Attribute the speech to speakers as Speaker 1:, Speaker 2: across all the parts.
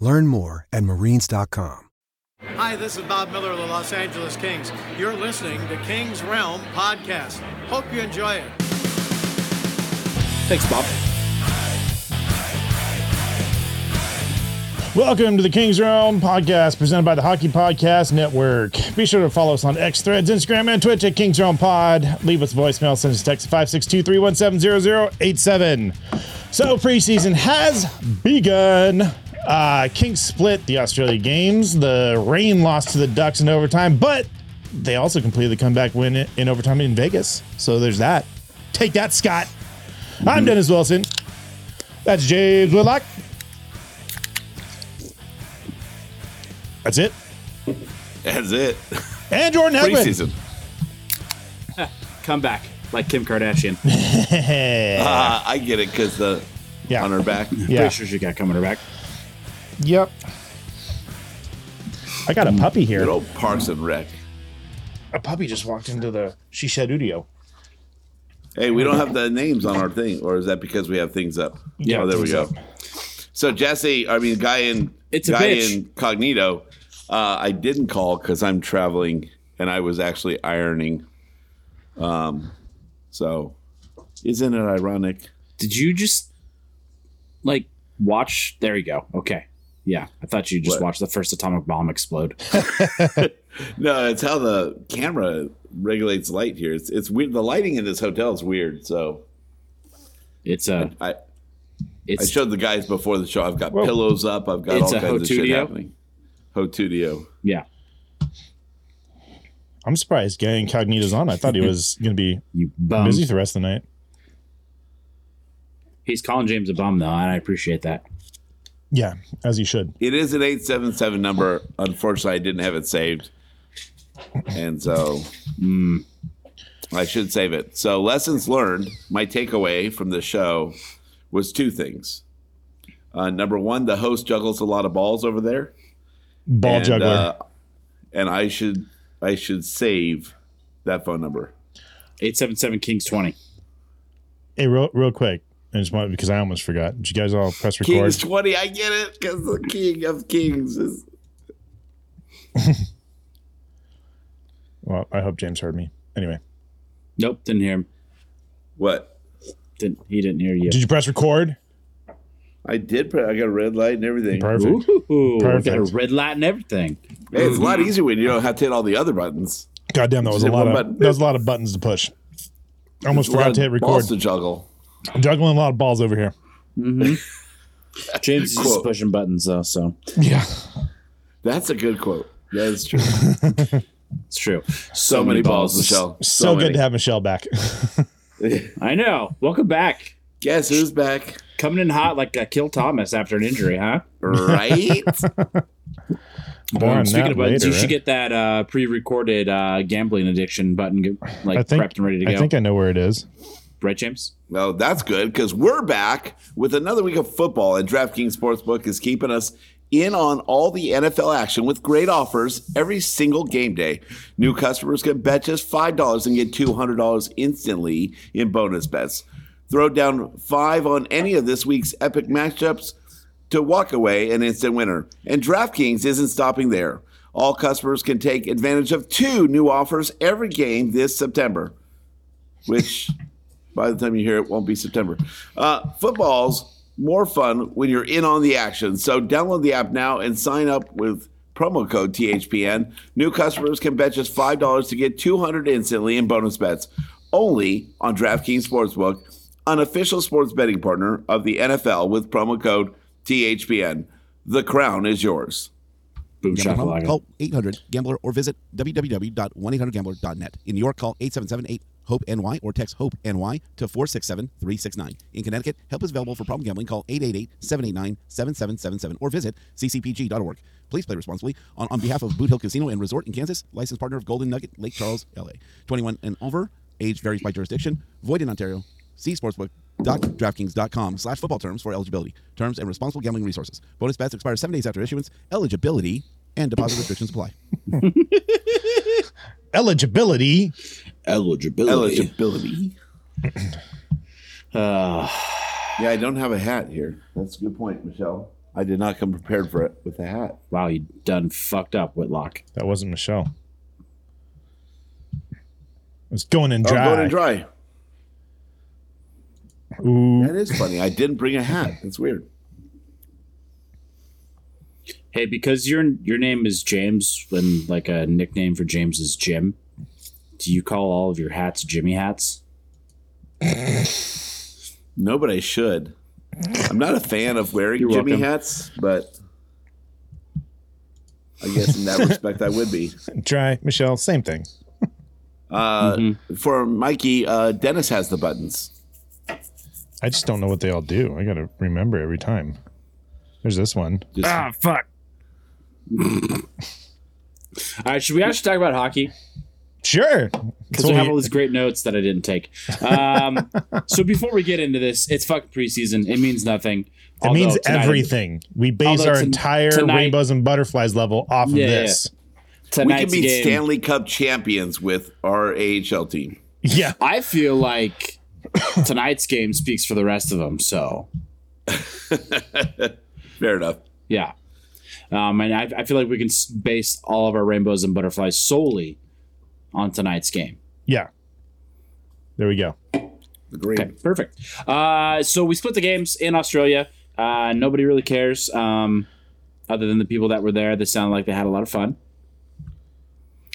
Speaker 1: Learn more at marines.com.
Speaker 2: Hi, this is Bob Miller of the Los Angeles Kings. You're listening to King's Realm Podcast. Hope you enjoy it.
Speaker 3: Thanks, Bob.
Speaker 4: Welcome to the King's Realm podcast presented by the Hockey Podcast Network. Be sure to follow us on X Threads, Instagram, and Twitch at King's Realm Pod. Leave us a voicemail, send us a text 562 317 0087. So, preseason has begun. Uh, Kings split the Australia games. The Rain lost to the Ducks in overtime, but they also completed the comeback win in overtime in Vegas. So, there's that. Take that, Scott. I'm Dennis Wilson. That's James Whitlock. That's it.
Speaker 5: That's it.
Speaker 4: And Jordan Hedlund.
Speaker 5: Preseason.
Speaker 3: Come back like Kim Kardashian.
Speaker 5: Ah, I get it because the
Speaker 4: Yeah.
Speaker 5: on her back.
Speaker 4: Yeah.
Speaker 3: Pretty sure she got coming her back.
Speaker 4: Yep. I got a puppy here.
Speaker 5: Good old Parks and Rec.
Speaker 4: A puppy just walked into the she shed studio.
Speaker 5: Hey, we don't have the names on our thing, or is that because we have things up?
Speaker 4: Yeah,
Speaker 5: Oh, there we
Speaker 4: things
Speaker 5: go.
Speaker 4: up.
Speaker 5: So Jesse, I mean, guy in
Speaker 3: It's a
Speaker 5: guy
Speaker 3: bitch.
Speaker 5: incognito. Uh, I didn't call because I'm traveling, and I was actually ironing. Um, so isn't it ironic?
Speaker 3: Did you just like watch? There you go. Okay. Yeah, I thought you just
Speaker 5: What?
Speaker 3: watched the first atomic bomb explode.
Speaker 5: No, it's how the camera regulates light here. It's it's weird. The lighting in this hotel is weird. So
Speaker 3: It's a
Speaker 5: I I
Speaker 3: it's
Speaker 5: showed the guys before the show. I've got
Speaker 4: Whoa.
Speaker 5: pillows up. I've got
Speaker 3: It's
Speaker 5: all
Speaker 3: a
Speaker 5: kinds of shit
Speaker 3: Hotudio?
Speaker 5: happening. Hotudio.
Speaker 3: yeah.
Speaker 4: I'm surprised Guy Incognito's on. I thought he was going to be
Speaker 3: You
Speaker 5: Um,
Speaker 3: bum.
Speaker 4: busy the rest of the night.
Speaker 3: He's calling James a bum though, and I appreciate that.
Speaker 4: Yeah, as he should.
Speaker 5: It is an eight seven seven number. Unfortunately, I didn't have it saved, and so hmm, I should save it. So lessons learned. My takeaway from the show was two things. Uh, number one, the host juggles a lot of balls over there.
Speaker 4: Ball
Speaker 5: and,
Speaker 4: juggler.
Speaker 5: uh, and I should I should save that phone number.
Speaker 3: Eight seven seven Kings twenty.
Speaker 4: hey, real, real quick. I just want because I almost forgot. Did you guys all press record?
Speaker 5: Kings twenty. I get it because the king of kings is.
Speaker 4: Well, I hope James heard me. Anyway,
Speaker 3: Nope, didn't hear him.
Speaker 5: What?
Speaker 3: Didn't he? Didn't hear you.
Speaker 4: did you press record?
Speaker 5: I did. Put, I got a red light and everything.
Speaker 4: Perfect.
Speaker 3: Ooh, we got a
Speaker 4: Perfect.
Speaker 3: red light and everything.
Speaker 5: Hey, it's a lot easier when you don't have to hit all the other buttons.
Speaker 4: Goddamn, that was a
Speaker 5: Just hit
Speaker 4: lot
Speaker 5: one
Speaker 4: of
Speaker 5: button.
Speaker 4: that was a lot of buttons to push. I almost
Speaker 5: A lot
Speaker 4: forgot
Speaker 5: of
Speaker 4: to hit record.
Speaker 5: Balls to juggle.
Speaker 4: I'm juggling a lot of balls over here.
Speaker 3: James is just
Speaker 5: Quote.
Speaker 3: pushing buttons though, so
Speaker 4: Yeah.
Speaker 5: That's a good quote. That is true.
Speaker 3: It's true. So,
Speaker 5: So many balls, Michelle.
Speaker 4: So, good
Speaker 5: Oh, many.
Speaker 4: to have Michelle back.
Speaker 3: I know. Welcome back.
Speaker 5: Guess who's back?
Speaker 3: Coming in hot like uh, Kill Thomas after an injury, huh?
Speaker 5: Right?
Speaker 4: More on
Speaker 3: Speaking
Speaker 4: that
Speaker 3: of buttons,
Speaker 4: later,
Speaker 3: you should
Speaker 4: right?
Speaker 3: get that uh, pre-recorded uh, gambling addiction button get- like
Speaker 4: I think
Speaker 3: prepped and ready to
Speaker 4: I
Speaker 3: go.
Speaker 4: think I know where it is.
Speaker 3: right, James?
Speaker 5: well, that's good because we're back with another week of football, and DraftKings Sportsbook is keeping us in on all the NFL action with great offers every single game day. New customers can bet just $5 and get $200 instantly in bonus bets. Throw down five on any of this week's epic matchups to walk away an instant winner. And DraftKings isn't stopping there. All customers can take advantage of two new offers every game this September, which by the time you hear it won't be September. Uh, football's more fun when you're in on the action. So download the app now and sign up with promo code THPN. New customers can bet just $5 to get 200 instantly in bonus bets only on DraftKings Sportsbook, an official sports betting partner of the NFL with promo code THPN. The crown is yours.
Speaker 3: Boom
Speaker 6: Gambler problem?
Speaker 3: shakalaka.
Speaker 6: Call 800 Gambler or visit www.1800gambler.net. In New York, call 877 8 HOPE NY or text HOPE NY to 467 369. In Connecticut, help is available for problem gambling. Call 888 789 7777 or visit ccpg.org. Please play responsibly. On, on behalf of Boot Hill Casino and Resort in Kansas, licensed partner of Golden Nugget, Lake Charles, LA. 21 and over, age varies by jurisdiction, void in Ontario. See sportsbook.draftkings.com slash football terms for eligibility, terms, and responsible gambling resources. Bonus bets expire seven days after issuance. Eligibility and deposit restrictions apply.
Speaker 4: Eligibility.
Speaker 3: Eligibility.
Speaker 5: Eligibility.
Speaker 3: Uh,
Speaker 5: Yeah, I don't have a hat here. That's a good point, Michelle. I did not come prepared for it with a hat.
Speaker 3: wow, you done fucked up, Whitlock.
Speaker 4: That wasn't Michelle. It's going in
Speaker 5: Oh,
Speaker 4: dry.
Speaker 5: going and dry.
Speaker 4: Ooh.
Speaker 5: That is funny. I didn't bring a hat. That's weird.
Speaker 3: Hey, because your your name is James, and like a nickname for James is Jim. Do you call all of your hats Jimmy hats?
Speaker 5: No, but I should. I'm not a fan of wearing
Speaker 3: You're
Speaker 5: Jimmy
Speaker 3: welcome.
Speaker 5: hats, but I guess in that respect, I would be.
Speaker 4: Dry, Michelle, same thing.
Speaker 5: Uh,
Speaker 3: Mm-hmm.
Speaker 5: For Mikey, uh, Dennis has the buttons.
Speaker 4: I just don't know what they all do. I gotta remember every time. There's this one.
Speaker 5: Just,
Speaker 3: All right, should we actually talk about hockey?
Speaker 4: Sure. That's
Speaker 3: Because we
Speaker 4: what
Speaker 3: have
Speaker 4: we-
Speaker 3: all these great notes that I didn't take. Um, so before we get into this, it's fucking preseason. It means nothing.
Speaker 4: it means
Speaker 3: Although tonight-
Speaker 4: everything. We base
Speaker 3: although
Speaker 4: our
Speaker 3: ton-
Speaker 4: entire
Speaker 3: tonight-
Speaker 4: rainbows and butterflies level off of
Speaker 3: Yeah, yeah.
Speaker 4: this.
Speaker 5: we can
Speaker 3: Tonight's
Speaker 5: be
Speaker 3: game,
Speaker 5: Stanley Cup champions with our AHL team.
Speaker 4: Yeah.
Speaker 3: I feel like tonight's game speaks for the rest of them. So
Speaker 5: Fair enough.
Speaker 3: yeah, um, and I, I feel like we can s- base all of our rainbows and butterflies solely on tonight's game.
Speaker 4: Yeah. There we go.
Speaker 5: Agreed.
Speaker 3: Okay, perfect. Uh, so we split the games in Australia. Uh, nobody really cares, um, other than the people that were there. They sounded like they had a lot of fun.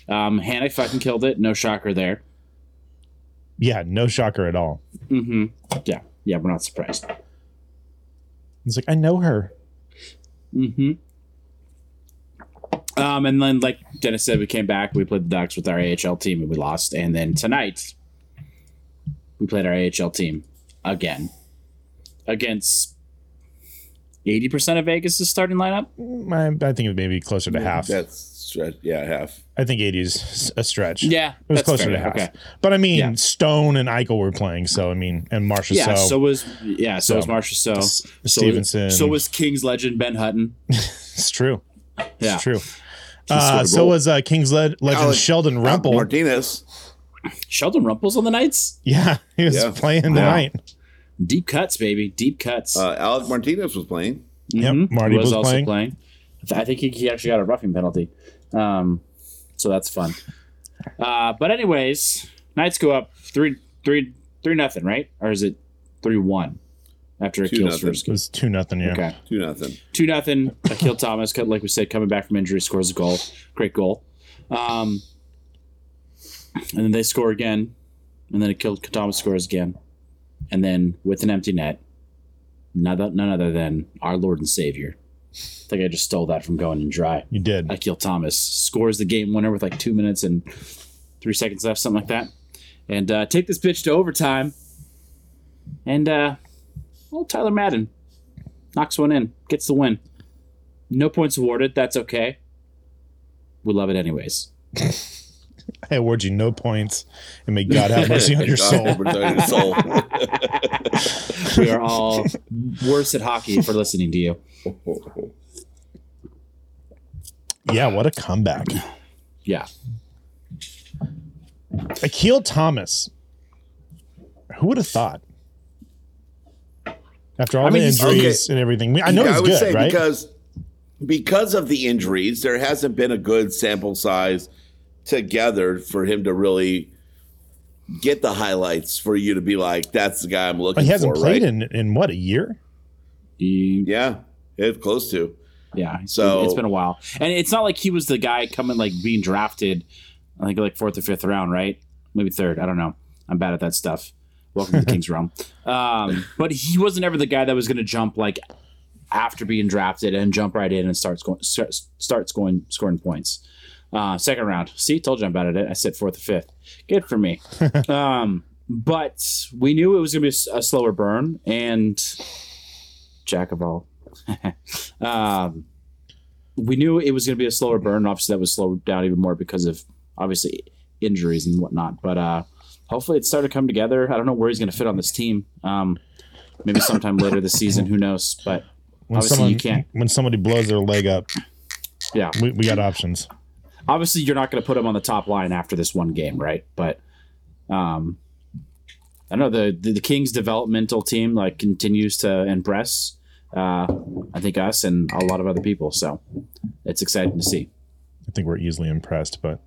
Speaker 3: Um, Hannah fucking killed it. No shocker there.
Speaker 4: Yeah, no shocker at all.
Speaker 3: hmm Yeah, yeah, we're not surprised.
Speaker 4: It's like I know her.
Speaker 3: hmm Um, and then, like Dennis said, we came back. We played the Ducks with our AHL team, and we lost. And then tonight, we played our AHL team again against eighty percent of Vegas' starting lineup.
Speaker 4: I, I think it may be closer to half.
Speaker 5: That's stretch. Yeah, half.
Speaker 4: I think 80 is a stretch.
Speaker 3: Yeah,
Speaker 4: It was
Speaker 3: that's
Speaker 4: closer
Speaker 3: fair.
Speaker 4: to half.
Speaker 3: Okay.
Speaker 4: But I mean,
Speaker 3: Yeah.
Speaker 4: Stone and Eichel were playing. So, I mean, and Marsha.
Speaker 3: Yeah,
Speaker 4: so,
Speaker 3: so, was yeah, so,
Speaker 4: so.
Speaker 3: was Marsha. So
Speaker 4: S-
Speaker 3: so-
Speaker 4: Stevenson.
Speaker 3: So was Kings legend Ben Hutton.
Speaker 4: it's true.
Speaker 3: Yeah,
Speaker 4: It's true. Uh,
Speaker 5: a
Speaker 4: so
Speaker 5: goal.
Speaker 4: was uh, Kings led legend
Speaker 5: Alex-
Speaker 4: Sheldon Rumpel.
Speaker 5: Martinez.
Speaker 3: Sheldon Rumpel's on the Knights.
Speaker 4: yeah, he was
Speaker 5: Yeah.
Speaker 4: playing tonight.
Speaker 3: Deep cuts, baby. Deep cuts.
Speaker 5: Uh, Alec Martinez was playing. Mm-hmm.
Speaker 4: Yep, Marty
Speaker 3: He
Speaker 4: was, playing.
Speaker 3: I think he, he actually got a roughing penalty. Um, so that's fun. Uh, but anyways, Knights go up three three three nothing, right? Or is it three one after a
Speaker 5: Two
Speaker 3: kill
Speaker 5: nothing.
Speaker 4: It was two nothing. Yeah.
Speaker 3: Okay.
Speaker 5: Two nothing.
Speaker 3: two nothing. Akil Thomas, cut- like we said, coming back from injury, scores a goal. Great goal. Um, and then they score again, and then Akil Thomas scores again, and then with an empty net, none, oth- none other than our Lord and Savior I think I just stole that from going and dry.
Speaker 4: You did.
Speaker 3: Akil Thomas scores the game winner with like two minutes and three seconds left, something like that. And uh, take this pitch to overtime. And uh, old Tyler Madden knocks one in, gets the win. No points awarded. That's okay. We love it anyways.
Speaker 4: I award you no points, and may God have mercy on your soul.
Speaker 5: Your soul.
Speaker 3: We are all worse at hockey for listening to you.
Speaker 4: Yeah, what a comeback.
Speaker 3: Yeah.
Speaker 4: Akil Thomas. Who would have thought? After all
Speaker 3: I mean,
Speaker 4: the
Speaker 3: he's-
Speaker 4: injuries and everything, I know
Speaker 5: Yeah,
Speaker 4: he's
Speaker 5: I would
Speaker 4: good,
Speaker 5: say
Speaker 4: right?
Speaker 5: because because of the injuries, there hasn't been a good sample size together for him to really get the highlights for you to be like, that's the guy I'm looking
Speaker 4: But
Speaker 5: for.
Speaker 4: he hasn't played
Speaker 5: right?
Speaker 4: in in what a year.
Speaker 3: He-
Speaker 5: Yeah, it's close to.
Speaker 3: Yeah. it's
Speaker 5: So-
Speaker 3: been- it's been a while, and it's not like he was the guy coming like being drafted, I think like fourth or fifth round, right? Maybe third. I don't know. I'm bad at that stuff. Welcome to the King's realm. Um, but he wasn't ever the guy that was going to jump like after being drafted and jump right in and start scoring, start scoring, scoring points. Uh, second round. See, told you I'm bad at it. I said fourth or fifth. Good for me. um, but we knew it was going to be a s- a, slower burn, and jack of all. um, we knew it was going to be a slower burn. Obviously, that was slowed down even more because of obviously injuries and whatnot. But uh, hopefully, it started to come together. I don't know where he's going to fit on this team. Um, maybe sometime later this season. Who knows? But
Speaker 4: When
Speaker 3: Obviously,
Speaker 4: someone
Speaker 3: you can't-
Speaker 4: when somebody blows their leg up,
Speaker 3: yeah,
Speaker 4: we, we got options.
Speaker 3: obviously, you're not going to put him on the top line after this one game, right? But um, I don't know the, the the Kings developmental team like continues to impress. Uh, I think us and a lot of other people. So it's exciting to see.
Speaker 4: I think we're easily impressed, but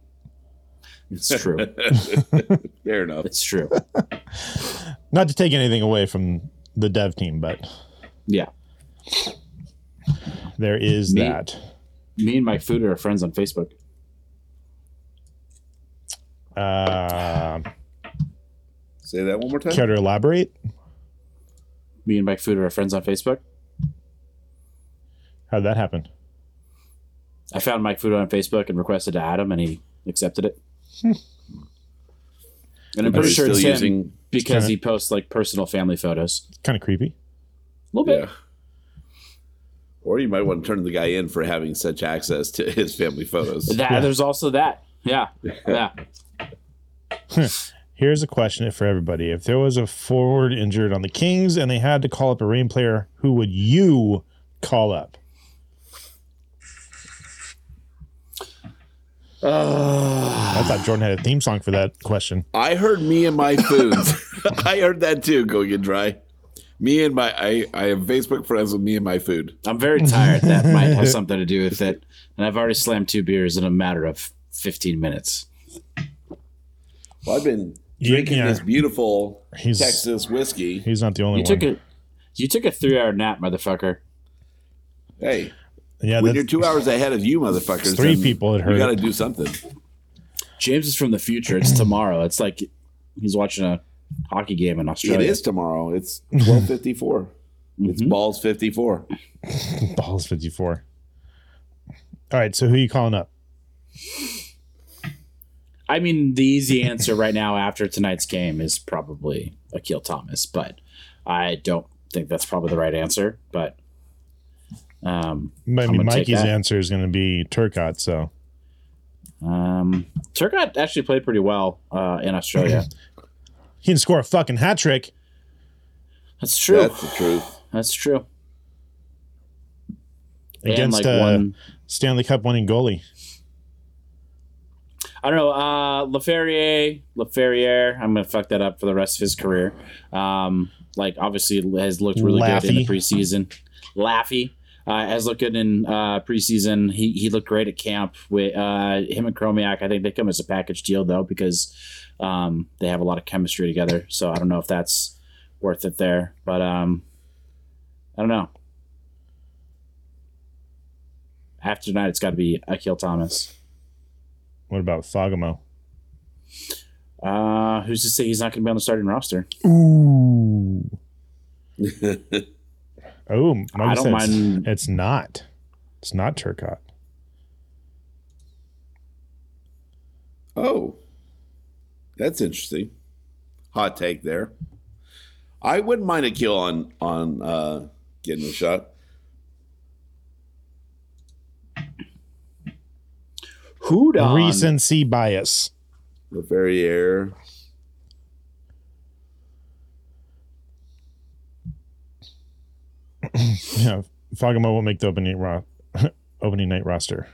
Speaker 3: It's true.
Speaker 5: Fair enough.
Speaker 3: it's true.
Speaker 4: not to take anything away from the dev team, but
Speaker 3: Yeah.
Speaker 4: there is
Speaker 3: Me-
Speaker 4: that.
Speaker 3: me and Mike Fooder are friends on Facebook.
Speaker 4: Uh,
Speaker 5: Say that one more time.
Speaker 4: care to elaborate?
Speaker 3: Me and Mike Fooder are friends on Facebook.
Speaker 4: How'd that happen?
Speaker 3: I found Mike Fooder on Facebook and requested to add him, and he accepted it. and I'm
Speaker 5: Are
Speaker 3: pretty
Speaker 5: you
Speaker 3: sure it's
Speaker 5: still
Speaker 3: him
Speaker 5: using-
Speaker 3: because
Speaker 4: Kinda-
Speaker 3: he posts like personal family photos.
Speaker 4: It's kind of creepy.
Speaker 3: A little bit.
Speaker 5: Yeah. Or you might want to turn the guy in for having such access to his family photos.
Speaker 3: That, There's also that. Yeah. Yeah.
Speaker 4: Here's a question for everybody: If there was a forward injured on the Kings and they had to call up a rain player, who would you call up?
Speaker 3: Uh,
Speaker 4: I thought Jordan had a theme song for that question.
Speaker 5: I heard me and my foods. I heard that too, going in dry. Me and my I, I am Facebook friends with me and my food.
Speaker 3: I'm very tired. That might have something to do with it. And I've already slammed two beers in a matter of 15 minutes.
Speaker 5: Well, I've been
Speaker 4: You-
Speaker 5: drinking
Speaker 4: yeah.
Speaker 5: this beautiful
Speaker 4: He's-
Speaker 5: Texas whiskey.
Speaker 4: He's not the only
Speaker 3: You
Speaker 4: one.
Speaker 3: took a you took a three hour nap, motherfucker.
Speaker 5: Hey,
Speaker 4: yeah,
Speaker 5: when
Speaker 4: that's
Speaker 5: you're two hours ahead of you, motherfuckers,
Speaker 4: three
Speaker 5: then
Speaker 4: people had
Speaker 5: You
Speaker 4: heard
Speaker 5: got to
Speaker 4: it.
Speaker 5: do something.
Speaker 3: James is from the future. It's tomorrow. It's like he's watching a hockey game in
Speaker 5: It
Speaker 3: Australia.
Speaker 5: is tomorrow. It's
Speaker 4: Mm-hmm.
Speaker 5: twelve fifty four. It's balls fifty four.
Speaker 4: balls fifty-four. All right, so who you calling up?
Speaker 3: I mean, the easy answer right now after tonight's game is probably Akil Thomas, but I don't think that's probably the right answer. But um,
Speaker 4: I
Speaker 3: I'm
Speaker 4: mean,
Speaker 3: gonna take
Speaker 4: Mikey's
Speaker 3: that.
Speaker 4: answer is going to be Turcotte. So
Speaker 3: um, Turcotte actually played pretty well uh, in Australia.
Speaker 4: he can score a fucking hat trick.
Speaker 3: that's true.
Speaker 5: That's
Speaker 3: That's,
Speaker 5: the truth.
Speaker 3: true.
Speaker 4: Against, uh, Stanley Cup winning goalie.
Speaker 3: I don't know. Uh, Leferrier, Leferrier. I'm gonna fuck that up for the rest of his career. Um, like obviously has looked really good in the
Speaker 4: Laffy.
Speaker 3: preseason. Laffy uh, has looked good in uh, preseason. He he looked great at camp with uh, him and Chromiak. I think they come as a package deal though because um, they have a lot of chemistry together. So I don't know if that's worth it there, but um, I don't know. After tonight, it's got to be Akil Thomas.
Speaker 4: What about Fogamo?
Speaker 3: Uh, who's to say he's not going to be on the starting roster?
Speaker 4: Ooh. oh, Mikey
Speaker 3: I don't
Speaker 4: says
Speaker 3: mind-
Speaker 4: Oh, it's not. It's not Turcotte.
Speaker 5: Oh, that's interesting. Hot take there. I wouldn't mind a kill on on uh, getting a shot.
Speaker 3: Who done?
Speaker 4: Recency bias.
Speaker 5: The very air.
Speaker 4: Yeah, Fogamo will make the opening ro- opening night roster.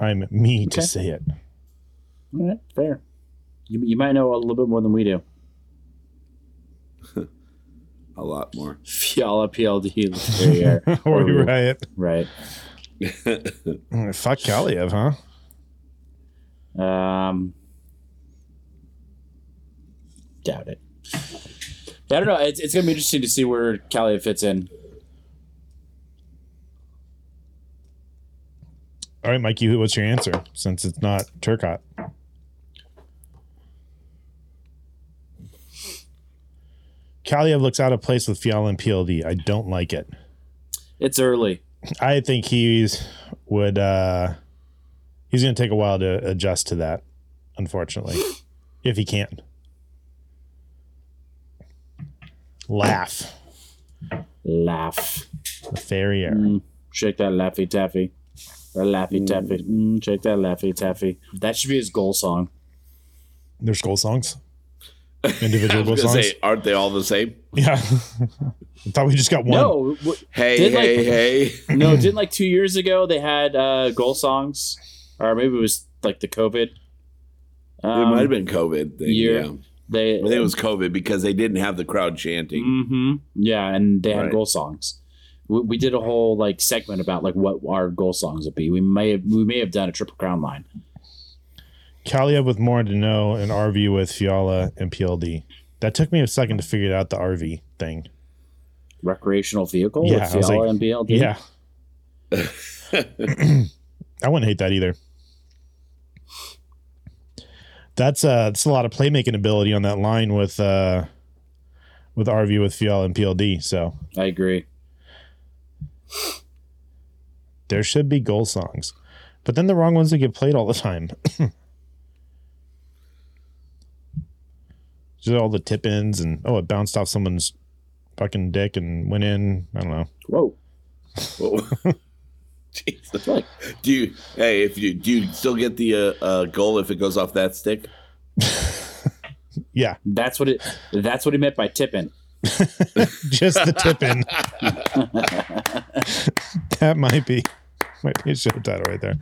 Speaker 4: I'm me to
Speaker 3: Okay.
Speaker 4: say it.
Speaker 3: Yeah, fair. You, you might know a little bit more than we do.
Speaker 5: A lot more.
Speaker 3: Fiala PLD. There you are.
Speaker 4: Or you riot.
Speaker 3: Right.
Speaker 4: Mm, Oh. Fuck Kaliev, huh?
Speaker 3: Um, doubt it. Yeah, I don't know. It's, it's going to be interesting to see where Callie fits in.
Speaker 4: All right, Mikey, who- what's your answer? Since it's not Turcotte. Kaliev looks out of place with Fiala and PLD. I don't like it.
Speaker 3: It's early.
Speaker 4: I think he's would uh he's gonna take a while to adjust to that, unfortunately. if he can. Laugh.
Speaker 3: Laugh.
Speaker 4: Ferrier.
Speaker 3: Shake that laffy taffy. That laffy taffy. Mm, shake that laffy taffy. That should be his goal song.
Speaker 4: There's goal songs.
Speaker 5: I
Speaker 4: Individual goal
Speaker 5: was gonna
Speaker 4: songs.
Speaker 5: say, aren't they all the same?
Speaker 4: Yeah. I thought we just got one.
Speaker 3: No, w-
Speaker 5: Hey,
Speaker 3: Did, like-
Speaker 5: hey, hey.
Speaker 3: no, didn't like two years ago they had uh, goal songs, or maybe it was like the COVID.
Speaker 5: it
Speaker 3: um,
Speaker 5: might have been COVID. Thing,
Speaker 3: year.
Speaker 5: yeah.
Speaker 3: They,
Speaker 5: I think it was COVID because they didn't have the crowd chanting.
Speaker 3: hmm Yeah, and they had
Speaker 5: Right.
Speaker 3: goal songs. We, we did a whole like segment about like what our goal songs would be. We may have, we may have done a triple crown line.
Speaker 4: Kaliev with more to know and RV with Fiala and PLD. That took me a second to figure out the RV thing.
Speaker 3: Recreational vehicle
Speaker 4: Yeah,
Speaker 3: with
Speaker 4: I was
Speaker 3: Fiala
Speaker 4: like-
Speaker 3: and BLD.
Speaker 4: Yeah. I wouldn't hate that either. That's uh that's a lot of playmaking ability on that line with uh with RV with Fiala and PLD, so
Speaker 3: I agree.
Speaker 4: there should be goal songs. But then the wrong ones that get played all the time. Just all the tip ins and oh it bounced off someone's fucking dick and went in. I don't know.
Speaker 3: Whoa,
Speaker 5: Whoa. Jesus. Do you? Hey, if you do, you still get the uh, uh, goal if it goes off that stick?
Speaker 4: Yeah.
Speaker 3: that's what it. That's what he meant by tipping.
Speaker 4: just the tip in. that might be might be a show title right there.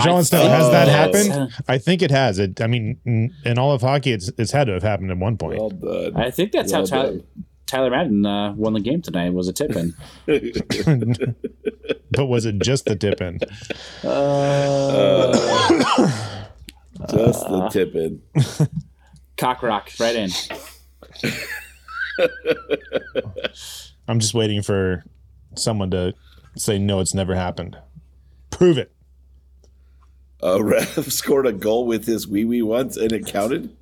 Speaker 4: Jean Snow, has that
Speaker 3: that's-
Speaker 4: happened? I think it has. It. I mean, in- in all of hockey, it's it's had to have happened at one point.
Speaker 5: Well done.
Speaker 3: I think that's
Speaker 5: Well
Speaker 3: how Tyler,
Speaker 5: done.
Speaker 3: Tyler Madden uh, won the game tonight. Was a tipping.
Speaker 4: But was it just the tip in?
Speaker 5: Just the tip in.
Speaker 3: Cock rock right in.
Speaker 4: I'm just waiting for someone to say no. It's never happened. Prove it.
Speaker 5: A ref scored a goal with his wee wee once and it counted.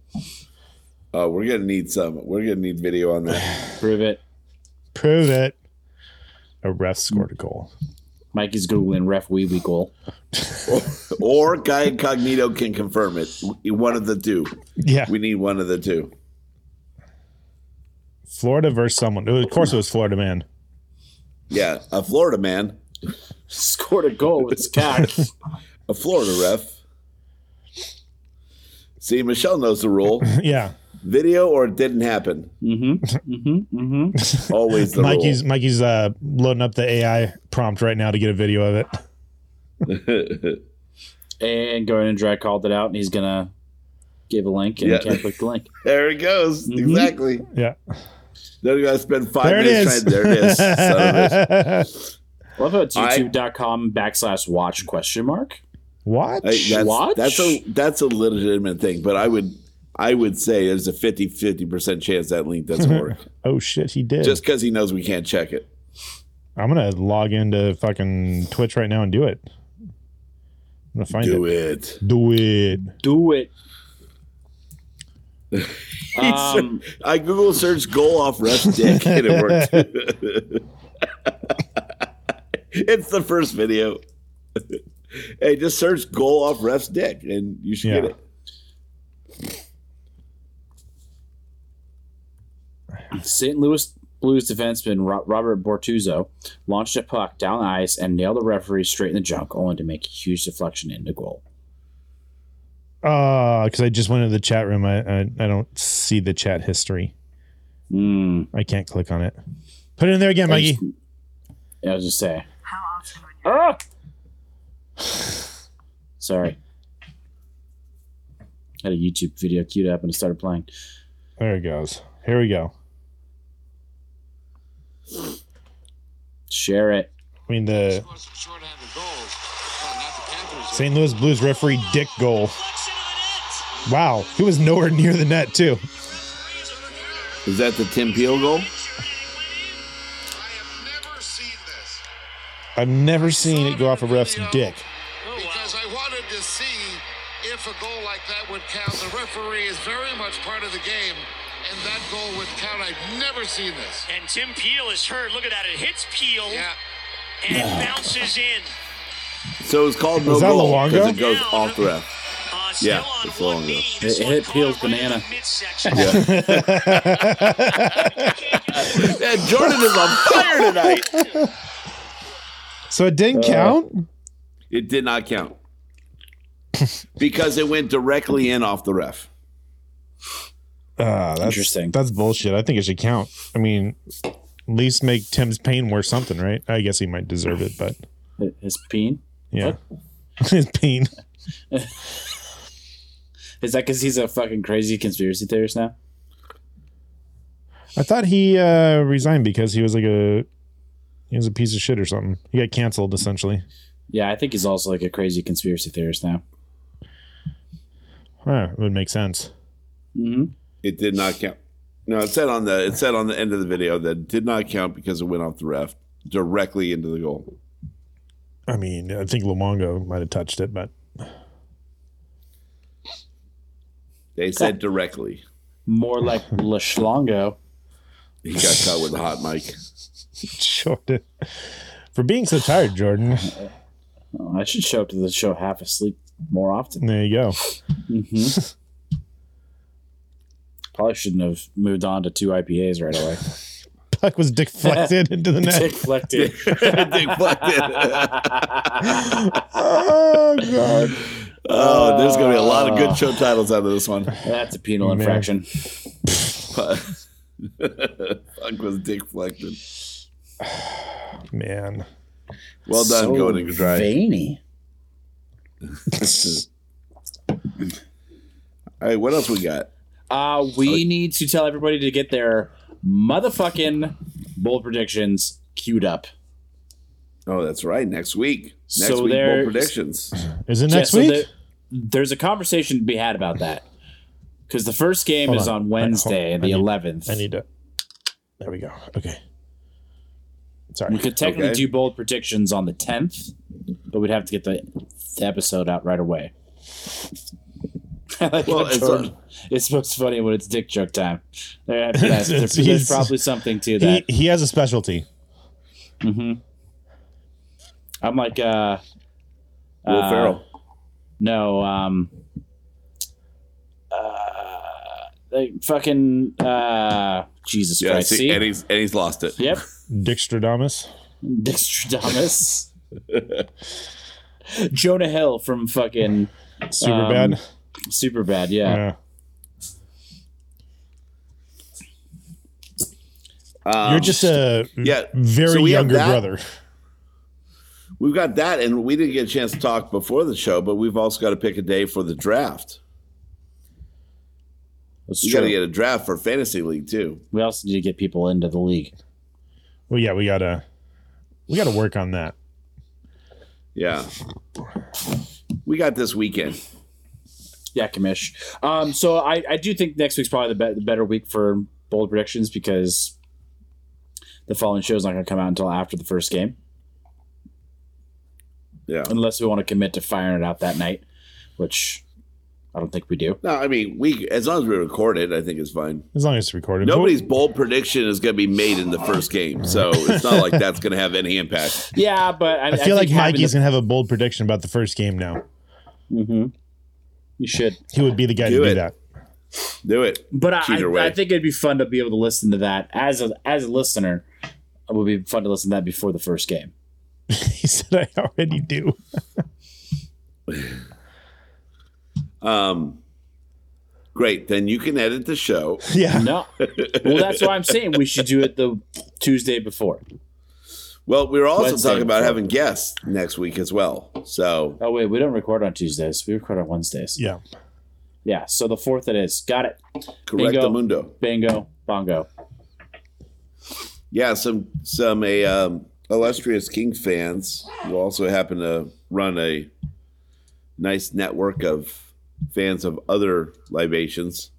Speaker 5: Uh, we're gonna need some. We're gonna need video on that.
Speaker 3: Prove it.
Speaker 4: Prove it. A ref scored a goal.
Speaker 3: Mikey's googling ref wee wee goal.
Speaker 5: or Guy Incognito can confirm it. One of the two.
Speaker 4: Yeah,
Speaker 5: We need one of the two.
Speaker 4: Florida versus someone. Of course, it was Florida man.
Speaker 5: Yeah, a Florida man,
Speaker 3: Scored a goal with his cock.
Speaker 5: a Florida ref. See, Michelle knows the rule:
Speaker 4: Yeah,
Speaker 5: video or it didn't happen. Mm-hmm. Mm-hmm. Mm-hmm. Always the
Speaker 4: Mikey's Mikey's uh, loading up the AI prompt right now to get a video of it.
Speaker 5: rule.
Speaker 3: and going and drag called it out, and he's gonna give a link, and
Speaker 5: Yeah.
Speaker 3: you can't click the link.
Speaker 5: there it goes. Exactly.
Speaker 4: Yeah.
Speaker 5: Then you gotta spend five
Speaker 4: Mm-hmm. There it
Speaker 5: minutes.
Speaker 4: is.
Speaker 5: Trying, there it is. Son of a-
Speaker 3: Love how it's
Speaker 5: I-
Speaker 3: youtube.com backslash watch question mark.
Speaker 4: What?
Speaker 5: Hey, that's,
Speaker 3: Watch?
Speaker 5: that's a that's a legitimate thing, but I would I would say there's a 50 50 percent chance that link doesn't work
Speaker 4: oh shit, he did.
Speaker 5: just because he knows we can't check it.
Speaker 4: I'm gonna log into fucking Twitch right now and do it. I'm gonna find
Speaker 5: Do
Speaker 4: it.
Speaker 5: it.
Speaker 4: Do it.
Speaker 3: Do it. um,
Speaker 5: I Google searched goal off ref's dick and it worked. It's the first video. hey, just search goal off ref's dick and you should get
Speaker 4: Yeah.
Speaker 5: it.
Speaker 3: St. Louis Blues defenseman Ro- Robert Bortuzzo launched a puck down the ice and nailed the referee straight in the junk, only to make a huge deflection into goal.
Speaker 4: Uh, because I just went into the chat room. I, I I don't see the chat history.
Speaker 3: Mm.
Speaker 4: I can't click on it. Put it in there again,
Speaker 3: I
Speaker 4: Mikey.
Speaker 3: just- yeah, I was just saying. Ah! Sorry. Had a YouTube video queued up and it started playing.
Speaker 4: There it goes. Here we go.
Speaker 3: Share it.
Speaker 4: I mean the St. Louis Blues referee Dick goal. Wow, he was nowhere near the net too.
Speaker 5: Is that the Tim Peel goal?
Speaker 4: I've never seen it go off a ref's dick.
Speaker 7: Because I wanted to see if a goal like that would count. The referee is very much part of the game, and that goal would count. I've never seen this.
Speaker 8: And Tim Peel is hurt. Look at that. It hits Peel
Speaker 7: Yeah.
Speaker 8: and bounces in.
Speaker 5: So it's called no
Speaker 4: Was that
Speaker 5: goal
Speaker 4: Luongo?
Speaker 5: it goes off the ref.
Speaker 8: Uh, still
Speaker 5: Yeah,
Speaker 8: on
Speaker 5: it's
Speaker 8: one
Speaker 5: long, though.
Speaker 8: knee. This
Speaker 3: It
Speaker 8: one
Speaker 3: hit
Speaker 8: caught
Speaker 3: Peel's
Speaker 8: right in the
Speaker 3: banana.
Speaker 8: midsection.
Speaker 5: Yeah, Jordan is on fire tonight.
Speaker 4: So it
Speaker 5: Uh,
Speaker 4: didn't count.
Speaker 5: It did not count because it went directly in off the ref.
Speaker 4: Ah, that's
Speaker 3: Interesting.
Speaker 4: That's bullshit. I think it should count. I mean, at least make Tim's pain worth something, right? I guess he might deserve it, but
Speaker 3: His peen?
Speaker 4: yeah,
Speaker 3: Oh.
Speaker 4: his pain.
Speaker 3: Is that because he's a fucking crazy conspiracy theorist now?
Speaker 4: I thought he uh, resigned because he was like a he was a piece of shit or something. He got canceled essentially.
Speaker 3: Yeah, I think he's also like a crazy conspiracy theorist now.
Speaker 4: Huh, Ah, it would make sense.
Speaker 5: It did not count. No, it said on the it said on the end of the video that it did not count because it went off the ref directly into the goal.
Speaker 4: I mean, I think Luongo might have touched it, but
Speaker 5: They said directly.
Speaker 3: More like Lashlongo.
Speaker 5: He got caught with a hot mic.
Speaker 4: Jordan, for being so tired, Jordan.
Speaker 3: Oh, I should show up to the show half asleep more often.
Speaker 4: There you go.
Speaker 3: Probably shouldn't have moved on to two IPAs right away.
Speaker 4: Puck was deflected into the net.
Speaker 3: Deflected.
Speaker 5: Dick fucked it.
Speaker 4: Oh god.
Speaker 5: Oh, there's gonna be a lot of good show titles out of this one.
Speaker 3: Ah, That's a penal infraction.
Speaker 5: Fuck was Dick Fleckton.
Speaker 4: Man.
Speaker 5: Well done,
Speaker 3: So
Speaker 5: Golden Dry.
Speaker 3: Veiny.
Speaker 5: All right, what else we got?
Speaker 3: Uh, we need to tell everybody to get their motherfucking bold predictions queued up.
Speaker 5: Oh, that's right. Next week. Next
Speaker 3: So
Speaker 5: week, bold
Speaker 3: there's- uh,
Speaker 5: predictions.
Speaker 4: Is it
Speaker 3: Yeah,
Speaker 4: next
Speaker 3: so
Speaker 4: week?
Speaker 3: there- there's a conversation to be had about that. Because the first game
Speaker 4: Hold
Speaker 3: is
Speaker 4: on. I-
Speaker 3: on
Speaker 4: hold-
Speaker 3: Wednesday,
Speaker 4: I
Speaker 3: the
Speaker 4: need-
Speaker 3: 11th.
Speaker 4: I need to There we go. Okay. Sorry.
Speaker 3: We could technically
Speaker 5: Okay.
Speaker 3: do bold predictions on the 10th, but we'd have to get the, the episode out right away.
Speaker 5: Well, it's, uh,
Speaker 3: it's what's funny when it's dick joke time. There- there's,
Speaker 4: It's-
Speaker 3: there's
Speaker 4: he's-
Speaker 3: probably something to
Speaker 4: He
Speaker 3: that. Mm-hmm.
Speaker 4: he has a specialty.
Speaker 3: I'm like, uh,
Speaker 5: Will
Speaker 3: Uh,
Speaker 5: Ferrell.
Speaker 3: no, um, uh, they fucking, uh, Jesus
Speaker 5: Yeah,
Speaker 3: Christ.
Speaker 5: see,
Speaker 3: See?
Speaker 5: and he's and he's lost it.
Speaker 3: Yep.
Speaker 4: Dixtradamus.
Speaker 3: Dextradamus. Jonah Hill from fucking
Speaker 4: Super bad.
Speaker 3: Um, Super Bad, yeah.
Speaker 4: Yeah.
Speaker 5: Um,
Speaker 4: You're just a
Speaker 5: Um, yeah,
Speaker 4: very
Speaker 5: so we have
Speaker 4: younger
Speaker 5: that.
Speaker 4: brother.
Speaker 5: We've got that, and we didn't get a chance to talk before the show, but we've also got to pick a day for the draft.
Speaker 3: That's
Speaker 5: You got to
Speaker 3: true.
Speaker 5: get a draft for fantasy league too.
Speaker 3: we also need to get people into the league.
Speaker 4: Well, yeah, we gotta we gotta work on that.
Speaker 5: Yeah, we got this weekend.
Speaker 3: Yeah, commish. Um, so I, I do think next week's probably the, be- the better week for bold predictions because the following show is not going to come out until after the first game,
Speaker 5: Yeah,
Speaker 3: unless we want to commit to firing it out that night, which I don't think we do.
Speaker 5: No, I mean we as long as we record it, I think it's fine.
Speaker 4: As long as it's recorded.
Speaker 5: Nobody's bold prediction is going to be made in the first game, so it's not like that's going to have any impact.
Speaker 3: Yeah, but I,
Speaker 4: I feel
Speaker 3: think
Speaker 4: like
Speaker 3: having
Speaker 4: Mikey's
Speaker 3: the-
Speaker 4: gonna have a bold prediction about the first game now.
Speaker 3: Mm-hmm. You should.
Speaker 4: He would be the guy
Speaker 5: Do
Speaker 4: to
Speaker 5: it.
Speaker 4: do that.
Speaker 5: Do it.
Speaker 3: But I,
Speaker 5: Either
Speaker 3: I,
Speaker 5: way.
Speaker 3: I think it'd be fun to be able to listen to that as a as a listener. It would be fun to listen to that before the first game.
Speaker 4: he said, "I already do."
Speaker 5: Um, great. Then you can edit the show.
Speaker 4: Yeah,
Speaker 3: No, well, that's why I'm saying we should do it the Tuesday before.
Speaker 5: Well, we were also
Speaker 3: Wednesday
Speaker 5: talking about
Speaker 3: before.
Speaker 5: having guests next week as well. So
Speaker 3: Oh wait, we don't record on Tuesdays. We record on Wednesdays.
Speaker 4: yeah.
Speaker 3: Yeah, so the fourth it is. Got it.
Speaker 5: correct
Speaker 3: Bingo.
Speaker 5: the mundo.
Speaker 3: Bingo, bongo.
Speaker 5: Yeah, some some a um, illustrious King fans will also happen to run a nice network of fans of other libations.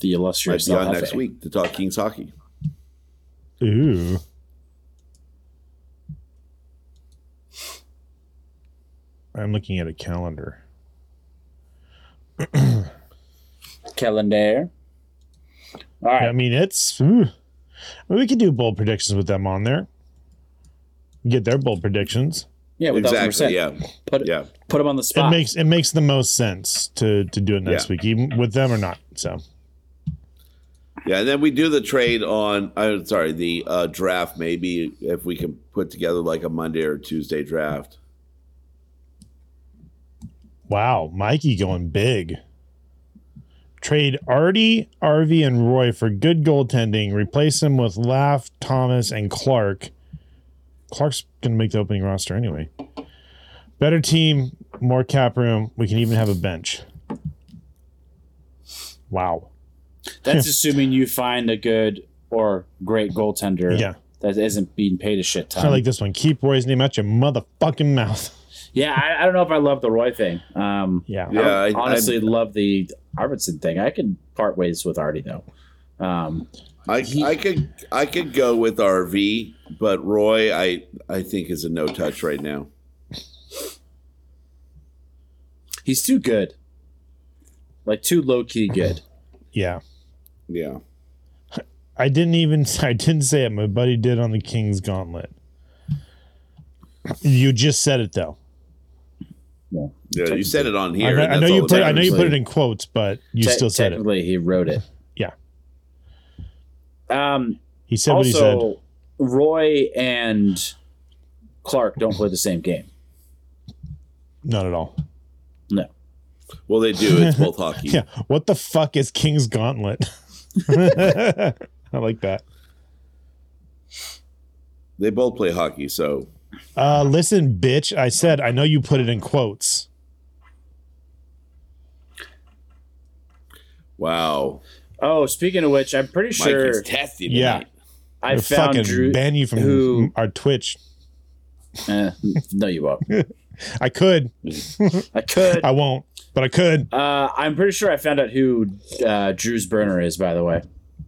Speaker 3: The
Speaker 5: Might
Speaker 3: illustrious
Speaker 5: be on
Speaker 3: LFA.
Speaker 5: next week to talk Kings hockey.
Speaker 4: Ooh, I'm looking at a calendar.
Speaker 3: Calendar. All right.
Speaker 4: I mean, it's ooh. I mean, we could do bold predictions with them on there. Get their bold predictions.
Speaker 3: Yeah, with
Speaker 5: Exactly. Yeah.
Speaker 3: Put
Speaker 5: Yeah.
Speaker 3: put them on the
Speaker 4: It
Speaker 3: spot.
Speaker 4: makes it makes the most sense to to do it next
Speaker 5: Yeah.
Speaker 4: week, even with them or not. So
Speaker 5: Yeah, and then we do the trade on. I'm sorry, the uh, draft. Maybe if we can put together like a Monday or Tuesday draft.
Speaker 4: wow, Mikey going big. Trade Artie, Arvey, and Roy for good goaltending. Replace them with Laugh, Thomas, and Clark. Clark's gonna make the opening roster anyway. Better team, more cap room. We can even have a bench. Wow.
Speaker 3: That's assuming you find a good or great goaltender
Speaker 4: Yeah.
Speaker 3: that isn't being paid a
Speaker 4: Kind
Speaker 3: shit ton.
Speaker 4: of like this one. Keep Roy's name out your motherfucking mouth.
Speaker 3: yeah, I, I don't know if I love the Roy thing. Um,
Speaker 4: Yeah.
Speaker 5: Yeah,
Speaker 3: I
Speaker 5: I-
Speaker 3: don't honestly love the Arvidsson thing. I can part ways with Artie though. Um,
Speaker 5: I I could I could go with RV, but Roy I I think is a no touch right now.
Speaker 3: he's too good, like too low key good.
Speaker 4: Yeah.
Speaker 5: Yeah.
Speaker 4: I didn't even I didn't say it. My buddy did on the King's Gauntlet. You just said it though.
Speaker 5: Yeah, you said it on
Speaker 4: I,
Speaker 5: here.
Speaker 4: know-
Speaker 5: and
Speaker 4: I know
Speaker 5: that's all
Speaker 4: you
Speaker 5: that
Speaker 4: put I know you
Speaker 5: matters.
Speaker 4: put it in quotes, but you
Speaker 3: Te-
Speaker 4: still said it.
Speaker 3: technically he wrote it.
Speaker 4: Yeah.
Speaker 3: Um,
Speaker 4: He said what he said.
Speaker 3: also, Roy and Clark don't play the same game.
Speaker 4: Not at all.
Speaker 3: No.
Speaker 5: Well, they do. It's both hockey.
Speaker 4: Yeah. What the fuck is King's Gauntlet? I like that.
Speaker 5: They both play hockey. So
Speaker 4: Uh, listen, bitch. I said I know you put it in quotes.
Speaker 5: wow,
Speaker 3: Oh, speaking of which, I'm pretty
Speaker 5: Mike
Speaker 3: sure
Speaker 5: is testy.
Speaker 4: Yeah.
Speaker 5: tonight.
Speaker 3: I
Speaker 4: We'll
Speaker 3: found
Speaker 4: fucking
Speaker 3: Drew.
Speaker 4: ban you from
Speaker 3: who-
Speaker 4: our Twitch.
Speaker 3: Eh, no, you won't.
Speaker 4: I could.
Speaker 3: I could.
Speaker 4: I won't. But I could.
Speaker 3: Uh, I'm pretty sure I found out who uh, Drew's burner is. By the way,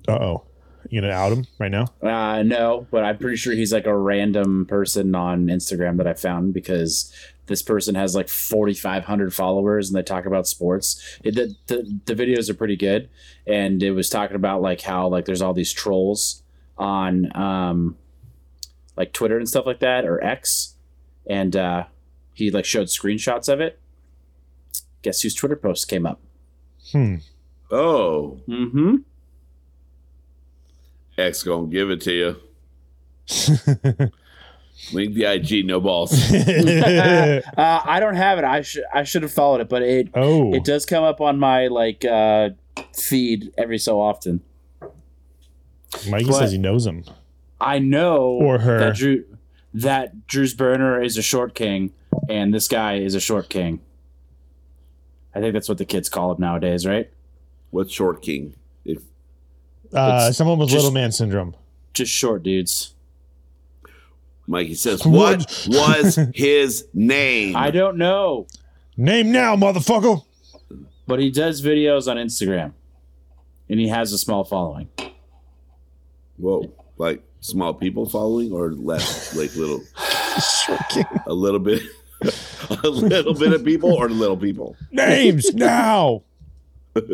Speaker 4: Uh oh. You gonna out him right now?
Speaker 3: uh, no, but I'm pretty sure he's like a random person on Instagram that I found because this person has like 4,500 followers and they talk about sports. It, the, the the videos are pretty good, and it was talking about like how like there's all these trolls on um like Twitter and stuff like that or X, and uh, he like showed screenshots of it. Guess whose Twitter post came up?
Speaker 4: Hmm.
Speaker 5: Oh,
Speaker 3: Mm-hmm.
Speaker 5: X gonna give it to you. Link the IG, no balls.
Speaker 3: uh, I don't have it. I should I should have followed it, but it
Speaker 4: oh.
Speaker 3: It does come up on my like uh feed every so often.
Speaker 4: Mikey
Speaker 3: But-
Speaker 4: says he knows him.
Speaker 3: I know
Speaker 4: Or her.
Speaker 3: that Drew that Drew's burner is a short king and this guy is a short king. I think that's what the kids call him nowadays, right?
Speaker 5: What's short king? If
Speaker 4: Uh,
Speaker 3: It's
Speaker 4: someone with
Speaker 3: just-
Speaker 4: little man syndrome.
Speaker 3: Just short dudes.
Speaker 5: Mikey says, what was his name?
Speaker 3: I don't know,
Speaker 4: Name now, motherfucker.
Speaker 3: but he does videos on Instagram. And he has a small following.
Speaker 5: Whoa, like small people following or less, like little, a little bit. a little bit of people or little people?
Speaker 4: Names now.
Speaker 3: Uh, I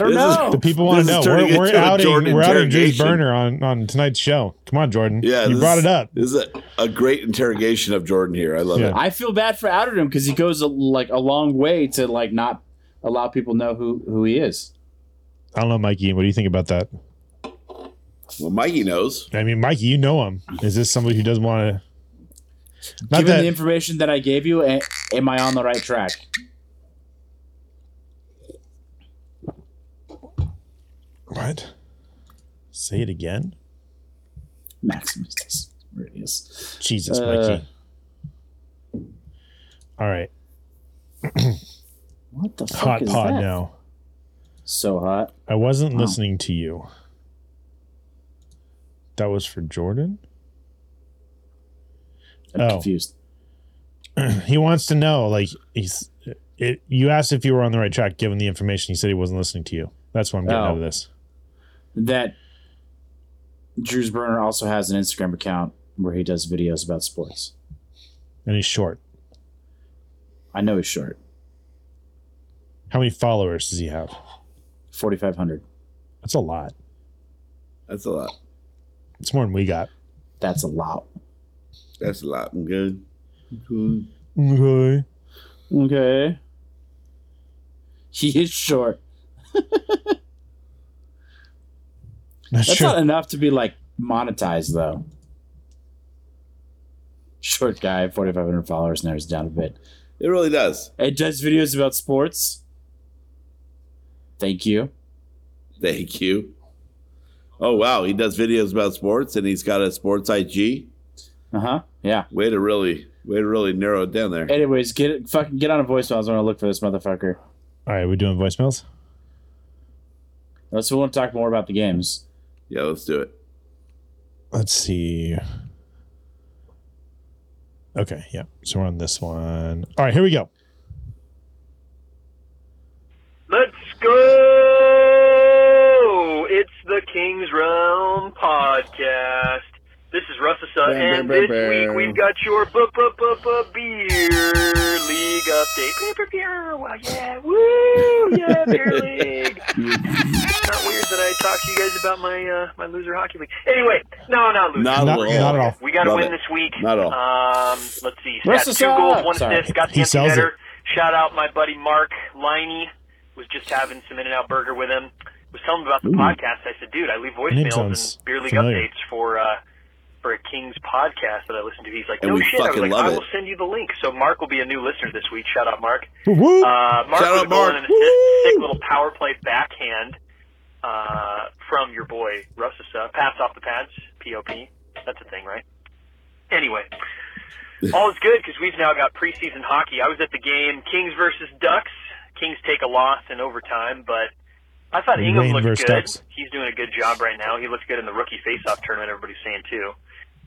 Speaker 3: don't
Speaker 5: This is-
Speaker 3: know.
Speaker 4: The people want
Speaker 5: Oh, This
Speaker 4: to
Speaker 5: is
Speaker 4: know.
Speaker 5: turning
Speaker 4: We're, we're
Speaker 5: into a
Speaker 4: outing,
Speaker 5: Jordan
Speaker 4: we're outing Juice
Speaker 5: interrogation.
Speaker 4: Burner on, on tonight's show. Come on, Jordan.
Speaker 5: Yeah,
Speaker 4: you
Speaker 5: this-
Speaker 4: brought it up.
Speaker 5: This is a, a great interrogation of Jordan here. I love
Speaker 4: Yeah.
Speaker 5: it.
Speaker 3: I feel bad for outed him because he goes a, like a long way to like not allow people know who who he is.
Speaker 4: I don't know, Mikey. What do you think about that?
Speaker 5: Well, Mikey knows.
Speaker 4: I mean, Mikey, you know him. Is this somebody who doesn't want to? Not
Speaker 3: Given
Speaker 4: that
Speaker 3: the information that I gave you, a- am I on the right track?
Speaker 4: what? Say it again.
Speaker 3: Maximus Meridius.
Speaker 4: Jesus,
Speaker 3: Uh,
Speaker 4: Mikey. All right,
Speaker 3: What the fuck
Speaker 4: hot
Speaker 3: is
Speaker 4: pod
Speaker 3: that?
Speaker 4: now.
Speaker 3: So hot.
Speaker 4: I wasn't listening to you. That was for Jordan.
Speaker 3: I'm
Speaker 4: Oh.
Speaker 3: confused.
Speaker 4: He wants to know, like he's. It, you asked if you were on the right track, given the information. He said he wasn't listening to you. That's what I'm getting
Speaker 3: Oh.
Speaker 4: out of this.
Speaker 3: That Drews Burner also has an Instagram account where he does videos about sports.
Speaker 4: And he's short.
Speaker 3: I know he's short.
Speaker 4: How many followers does he have?
Speaker 3: Forty five hundred.
Speaker 4: That's a lot.
Speaker 5: That's a lot.
Speaker 4: It's more than we got.
Speaker 3: That's a lot.
Speaker 5: That's a lot. I'm good.
Speaker 4: Okay.
Speaker 3: Okay. He is short. That's not enough to be like monetized though. Short guy, forty five hundred followers, narrows it down a bit.
Speaker 5: It really does.
Speaker 3: It does videos about sports. Thank you.
Speaker 5: Thank you. Oh wow, he does videos about sports, and he's got a sports IG.
Speaker 3: Uh huh. Yeah.
Speaker 5: Way to really, way to really narrow it down there.
Speaker 3: Anyways, get it, fucking get on a voicemail. I was gonna look for this motherfucker.
Speaker 4: All right, we doing voicemails?
Speaker 3: Unless we want to talk more about the games.
Speaker 5: Yeah, let's do it.
Speaker 4: Let's see. Okay, yeah. So we're on this one. All right, here we go.
Speaker 8: Let's go! It's the King's Realm podcast. This is Russ Asa, and this week we've got your bu- bu- bu- bu- beer league update. Beer, beer, beer. Well, yeah, woo, yeah, beer league. it's not weird that I talked to you guys about my uh, my loser hockey league. Anyway, no, not loser.
Speaker 5: Not,
Speaker 4: Not-
Speaker 5: a little.
Speaker 4: not at all.
Speaker 8: We got to
Speaker 5: Love
Speaker 8: win
Speaker 5: it.
Speaker 8: this week.
Speaker 5: Not at all.
Speaker 8: Um, let's see.
Speaker 3: Russ
Speaker 8: Got two
Speaker 3: Asa!
Speaker 8: goals, one
Speaker 3: Sorry.
Speaker 8: assist. Got the
Speaker 4: He
Speaker 8: empty
Speaker 4: sells
Speaker 8: netter. Shout out my buddy Mark Liney. Was just having some In and Out Burger with him. Was telling him about the podcast. I said, dude, I leave
Speaker 4: name
Speaker 8: voicemails
Speaker 4: sounds
Speaker 8: and beer league
Speaker 4: familiar.
Speaker 8: updates for uh, for a King's podcast that I listen to. He's like,
Speaker 5: And
Speaker 8: no
Speaker 5: we
Speaker 8: shit. I was
Speaker 5: fucking
Speaker 8: like,
Speaker 5: love
Speaker 8: I
Speaker 5: it.
Speaker 8: will send you the link. So Mark will be a new listener this week. Shout out, Mark.
Speaker 4: Woo!
Speaker 8: Uh, Mark
Speaker 5: Shout
Speaker 8: with
Speaker 5: out,
Speaker 8: a goal
Speaker 5: Mark.
Speaker 8: and an assist,
Speaker 5: Woo!
Speaker 8: sick little power play backhand uh, from your boy Russ Asa. Pass off the pads, POP. That's a thing, right? Anyway, all is good because we've now got preseason hockey. I was at the game Kings versus Ducks. Kings take a loss in overtime, but I thought Ingham
Speaker 4: Wayne
Speaker 8: looked
Speaker 4: versus
Speaker 8: good.
Speaker 4: Ducks.
Speaker 8: He's doing a good job right now. He looked good in the rookie faceoff tournament. Everybody's saying too,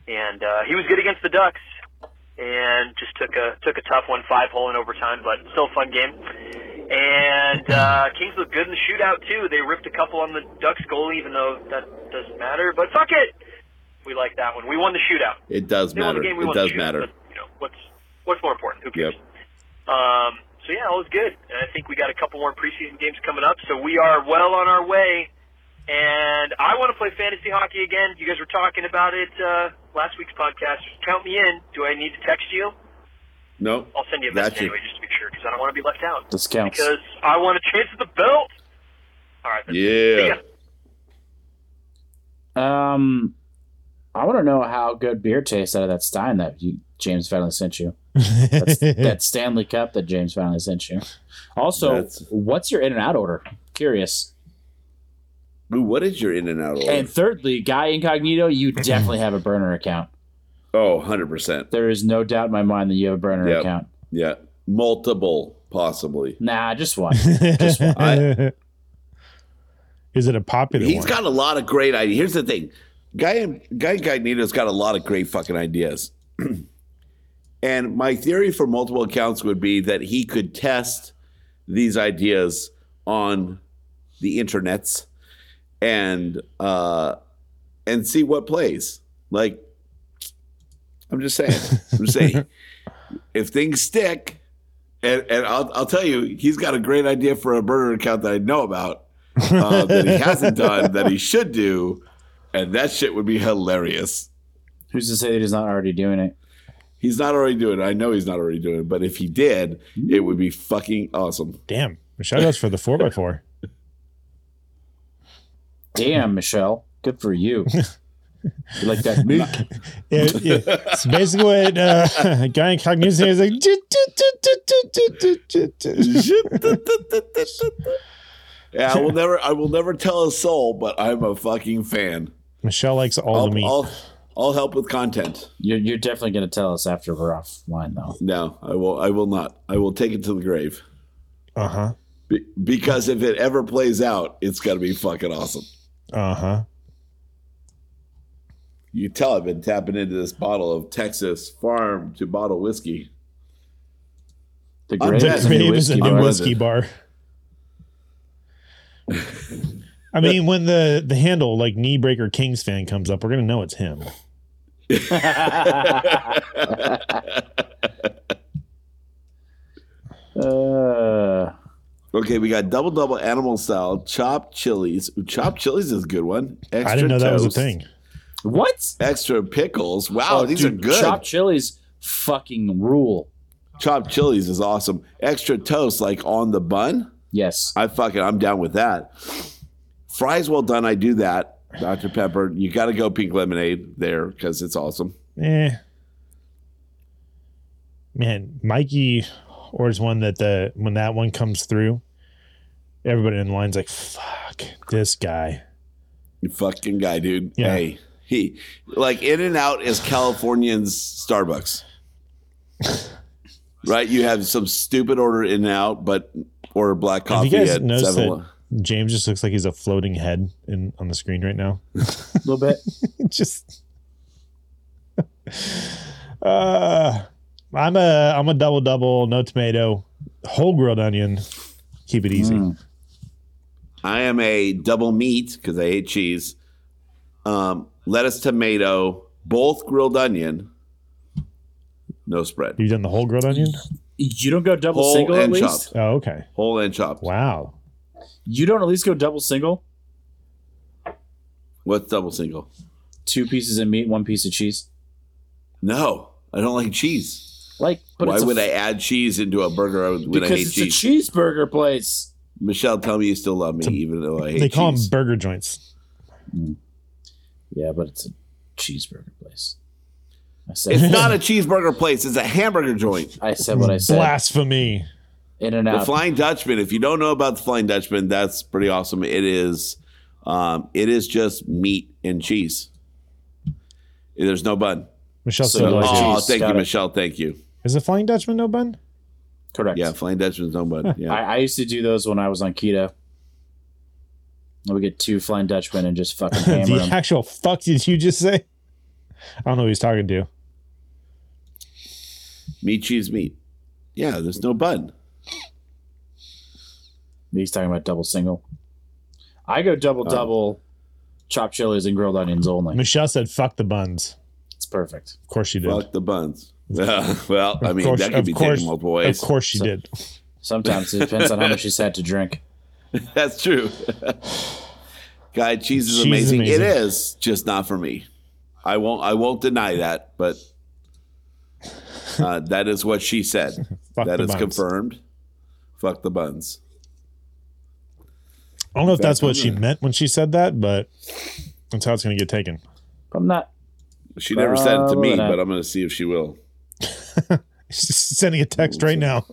Speaker 8: and uh, he was good against the Ducks. And just took a took a tough one, five hole in overtime, but still a fun game. And uh, Kings looked good in the shootout too. They ripped a couple on the Ducks goalie, even though that doesn't matter. But fuck it, we like that one. We won the shootout.
Speaker 5: It does
Speaker 8: They won
Speaker 5: matter.
Speaker 8: the game. We
Speaker 5: It
Speaker 8: won the
Speaker 5: does
Speaker 8: shootout,
Speaker 5: matter.
Speaker 8: but, you know, what's what's more important? Who
Speaker 5: Yep.
Speaker 8: cares? Um, so yeah, all was good. And I think we got a couple more preseason games coming up, so we are well on our way. And I want to play fantasy hockey again. You guys were talking about it uh, last week's podcast. Count me in. Do I need to text you?
Speaker 5: No.
Speaker 8: I'll send you a
Speaker 5: Got
Speaker 8: message
Speaker 5: you.
Speaker 8: anyway, just to make sure, because I don't want to be left out.
Speaker 3: This counts.
Speaker 8: Because I want a chance at the belt. All right. that's- See ya.
Speaker 5: Yeah.
Speaker 3: Um, I want to know how good beer tastes out of that Stein that you, James finally sent you. That's, that Stanley Cup that James finally sent you. Also,
Speaker 5: That's-
Speaker 3: what's your in and out order? Curious.
Speaker 5: Ooh, what is your in and out order?
Speaker 3: And thirdly, Guy Incognito, you definitely have a burner account.
Speaker 5: oh, 100%.
Speaker 3: There is no doubt in my mind that you have a burner
Speaker 5: Yep.
Speaker 3: account.
Speaker 5: Yeah. Multiple, possibly.
Speaker 3: Nah, just one.
Speaker 5: I-
Speaker 4: Is it a popular
Speaker 5: He's
Speaker 4: one?
Speaker 5: got a lot of great ideas. Here's the thing, guy guy Cognito's got a lot of great fucking ideas. and my theory for multiple accounts would be that he could test these ideas on the internets and uh, and see what plays. Like I'm just saying. I'm just saying. if things stick, and, and I'll, I'll tell you, he's got a great idea for a burner account that I know about uh, that he hasn't done that he should do, and that shit would be hilarious.
Speaker 3: Who's to say that he's not already doing it?
Speaker 5: He's not already doing it. I know he's not already doing it, but if he did, it would be fucking awesome.
Speaker 4: Damn. Michelle goes for the 4x4.
Speaker 3: Damn, Michelle. Good for you. You like that meek?
Speaker 4: Yeah, yeah. It's basically what uh, Guy Incognito is like. "Ju- ju- ju- ju- ju- ju- ju- ju- ju."
Speaker 5: Yeah, I will never, I will never tell a soul, but I'm a fucking fan.
Speaker 4: Michelle likes all the
Speaker 5: I'll,
Speaker 4: meat.
Speaker 5: I'll, I'll help with content.
Speaker 3: You're, you're definitely going to tell us after we're offline, though.
Speaker 5: No, I will. I will not. I will take it to the grave.
Speaker 4: Uh huh.
Speaker 5: Be- because if it ever plays out, it's gonna be fucking awesome.
Speaker 4: Uh huh.
Speaker 5: You tell I've been tapping into this bottle of Texas farm to bottle whiskey.
Speaker 3: The
Speaker 5: I'm
Speaker 3: grave
Speaker 5: dead.
Speaker 3: is a new
Speaker 4: Babe is a
Speaker 3: whiskey
Speaker 4: new
Speaker 3: bar.
Speaker 4: whiskey bar. I mean, when the the handle like knee breaker Kings fan comes up, we're gonna know it's him.
Speaker 3: Uh,
Speaker 5: Okay, we got double double animal style chopped chilies. Ooh, Chopped chilies is a good one. Extra
Speaker 4: I didn't know that was a
Speaker 5: toast,
Speaker 4: thing.
Speaker 3: what? Oh,
Speaker 5: Extra pickles. Wow, these
Speaker 3: dude,
Speaker 5: are good.
Speaker 3: Chopped
Speaker 5: Chopped,
Speaker 3: chilies fucking rule.
Speaker 5: chilies is awesome. Extra toast, like on the bun.
Speaker 3: Yes.
Speaker 5: I fucking I'm down with that. Fries well done. I do that. Dr Pepper. You got to go pink lemonade there because it's awesome.
Speaker 4: Eh. Man, Mikey orders one that the when that one comes through, everybody in line's like, "Fuck this guy."
Speaker 5: You fucking guy, dude.
Speaker 4: Yeah.
Speaker 5: Hey, he like In and Out is Californians Starbucks, right? You have some stupid order In and Out, but order black
Speaker 4: Have
Speaker 5: coffee
Speaker 4: you guys
Speaker 5: at
Speaker 4: noticed
Speaker 5: seven.
Speaker 4: that James just looks like he's a floating head in on the screen right now?
Speaker 3: A little bit.
Speaker 4: just uh i'm a i'm a double double no tomato whole grilled onion keep it easy
Speaker 3: Mm.
Speaker 5: I am a double meat because I hate cheese, um, lettuce, tomato, both grilled onion, no spread,
Speaker 4: you've done the whole grilled onion
Speaker 3: You don't go double
Speaker 5: Whole
Speaker 3: single at
Speaker 5: and
Speaker 3: least.
Speaker 5: chopped.
Speaker 4: oh okay
Speaker 5: whole and chopped.
Speaker 4: wow
Speaker 3: You don't at least go double single.
Speaker 5: What's double single?
Speaker 3: Two pieces of meat, one piece of cheese.
Speaker 5: No, I don't like cheese.
Speaker 3: Like, but
Speaker 5: Why
Speaker 3: it's a-
Speaker 5: would I add cheese into a burger when
Speaker 3: Because
Speaker 5: I hate
Speaker 3: it's
Speaker 5: cheese?
Speaker 3: a cheeseburger place.
Speaker 5: Michelle, tell me you still love me, even though I hate
Speaker 4: they call
Speaker 5: cheese.
Speaker 4: them burger joints
Speaker 3: Yeah, but it's a cheeseburger place. I said.
Speaker 5: it's not a cheeseburger place; it's a hamburger joint.
Speaker 3: I said what I said.
Speaker 4: blasphemy
Speaker 3: In and
Speaker 5: The
Speaker 3: out.
Speaker 5: Flying Dutchman. If you don't know about the Flying Dutchman, that's pretty awesome. It is, um, it is just meat and cheese. There's no bun.
Speaker 4: michelle
Speaker 3: So
Speaker 4: still
Speaker 3: No
Speaker 4: likes it.
Speaker 5: oh,
Speaker 3: cheese.
Speaker 5: thank you,
Speaker 3: Got it.
Speaker 5: Michelle. Thank you.
Speaker 4: is the flying dutchman no bun
Speaker 3: Correct.
Speaker 5: Yeah, Flying Dutchman's no bun.
Speaker 3: I,
Speaker 5: Yeah,
Speaker 3: I used to do those when I was on keto. I would get two flying Dutchmen and just fucking hammer
Speaker 4: the
Speaker 3: 'em.
Speaker 4: actual fuck did you just say i don't know who he's talking to
Speaker 5: meat, cheese, meat. Yeah, there's no bun.
Speaker 3: He's talking about double single. I go double
Speaker 5: Oh.
Speaker 3: double, chopped chilies and grilled onions only.
Speaker 4: michelle said fuck the buns
Speaker 3: It's perfect.
Speaker 4: of course she did
Speaker 5: Fuck the buns. well, I
Speaker 4: Of
Speaker 5: mean
Speaker 4: course-
Speaker 5: that could
Speaker 4: of
Speaker 5: be
Speaker 4: course-
Speaker 5: taken multiple
Speaker 4: of
Speaker 5: ways.
Speaker 4: course she did
Speaker 3: Sometimes it depends on how much she's had to drink.
Speaker 5: That's true. Guy,
Speaker 4: Cheese
Speaker 5: cheese is
Speaker 4: is
Speaker 5: amazing. It
Speaker 4: amazing.
Speaker 5: is just not for me. I won't. I won't deny that. But uh, that is what she said.
Speaker 4: Fuck
Speaker 5: that
Speaker 4: the
Speaker 5: is
Speaker 4: buns.
Speaker 5: confirmed. Fuck the buns.
Speaker 4: I don't know if that's what
Speaker 5: Exactly.
Speaker 4: she meant when she said that, but that's how it's going to get taken.
Speaker 3: I'm not.
Speaker 5: She never said it to me,
Speaker 3: Probably not.
Speaker 5: but I'm going to see if she will.
Speaker 4: She's sending a text right now.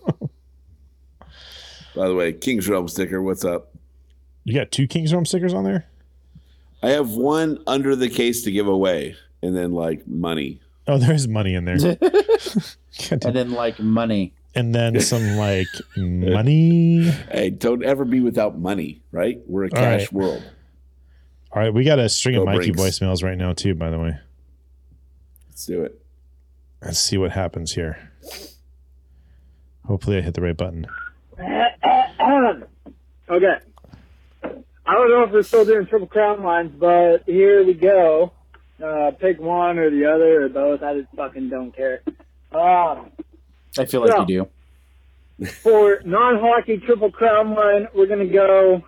Speaker 5: By the way, King's Realm sticker. What's up?
Speaker 4: You got two Kings Realm stickers on there?
Speaker 5: I have one under the case to give away, and then like money.
Speaker 4: Oh, there is money in there.
Speaker 3: And then like money.
Speaker 4: and then some like money.
Speaker 5: Hey, don't ever be without money, right? We're a
Speaker 4: All right.
Speaker 5: cash world.
Speaker 4: All right, we got a string of
Speaker 5: Go
Speaker 4: Mikey
Speaker 5: Brinks.
Speaker 4: voicemails right now, too, by the way.
Speaker 5: Let's do it.
Speaker 4: Let's see what happens here. Hopefully, I hit the right button.
Speaker 9: Okay. I don't know if we're still doing triple crown lines, but here we go. Uh, pick one or the other or both. I just fucking don't care. Um,
Speaker 3: I feel like
Speaker 9: No.
Speaker 3: you do.
Speaker 9: for non-hockey triple crown one, we're gonna go.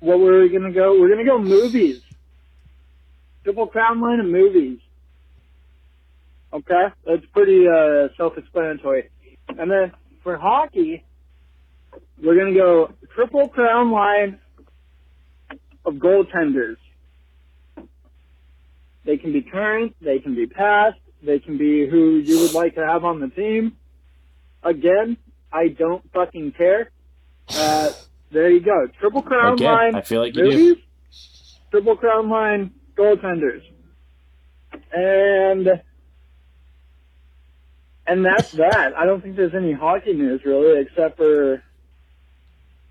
Speaker 9: What were we gonna go? We're gonna go movies. Triple crown one and movies. Okay, that's pretty uh, self-explanatory. And then for hockey, we're gonna go triple crown line of goaltenders. They can be current, they can be past, they can be who you would like to have on the team. Again, I don't fucking care. Uh, there you go. Triple crown
Speaker 3: Again,
Speaker 9: line.
Speaker 3: I feel like you do.
Speaker 9: movies, Triple crown line goaltenders. And and that's that. I don't think there's any hockey news really, except for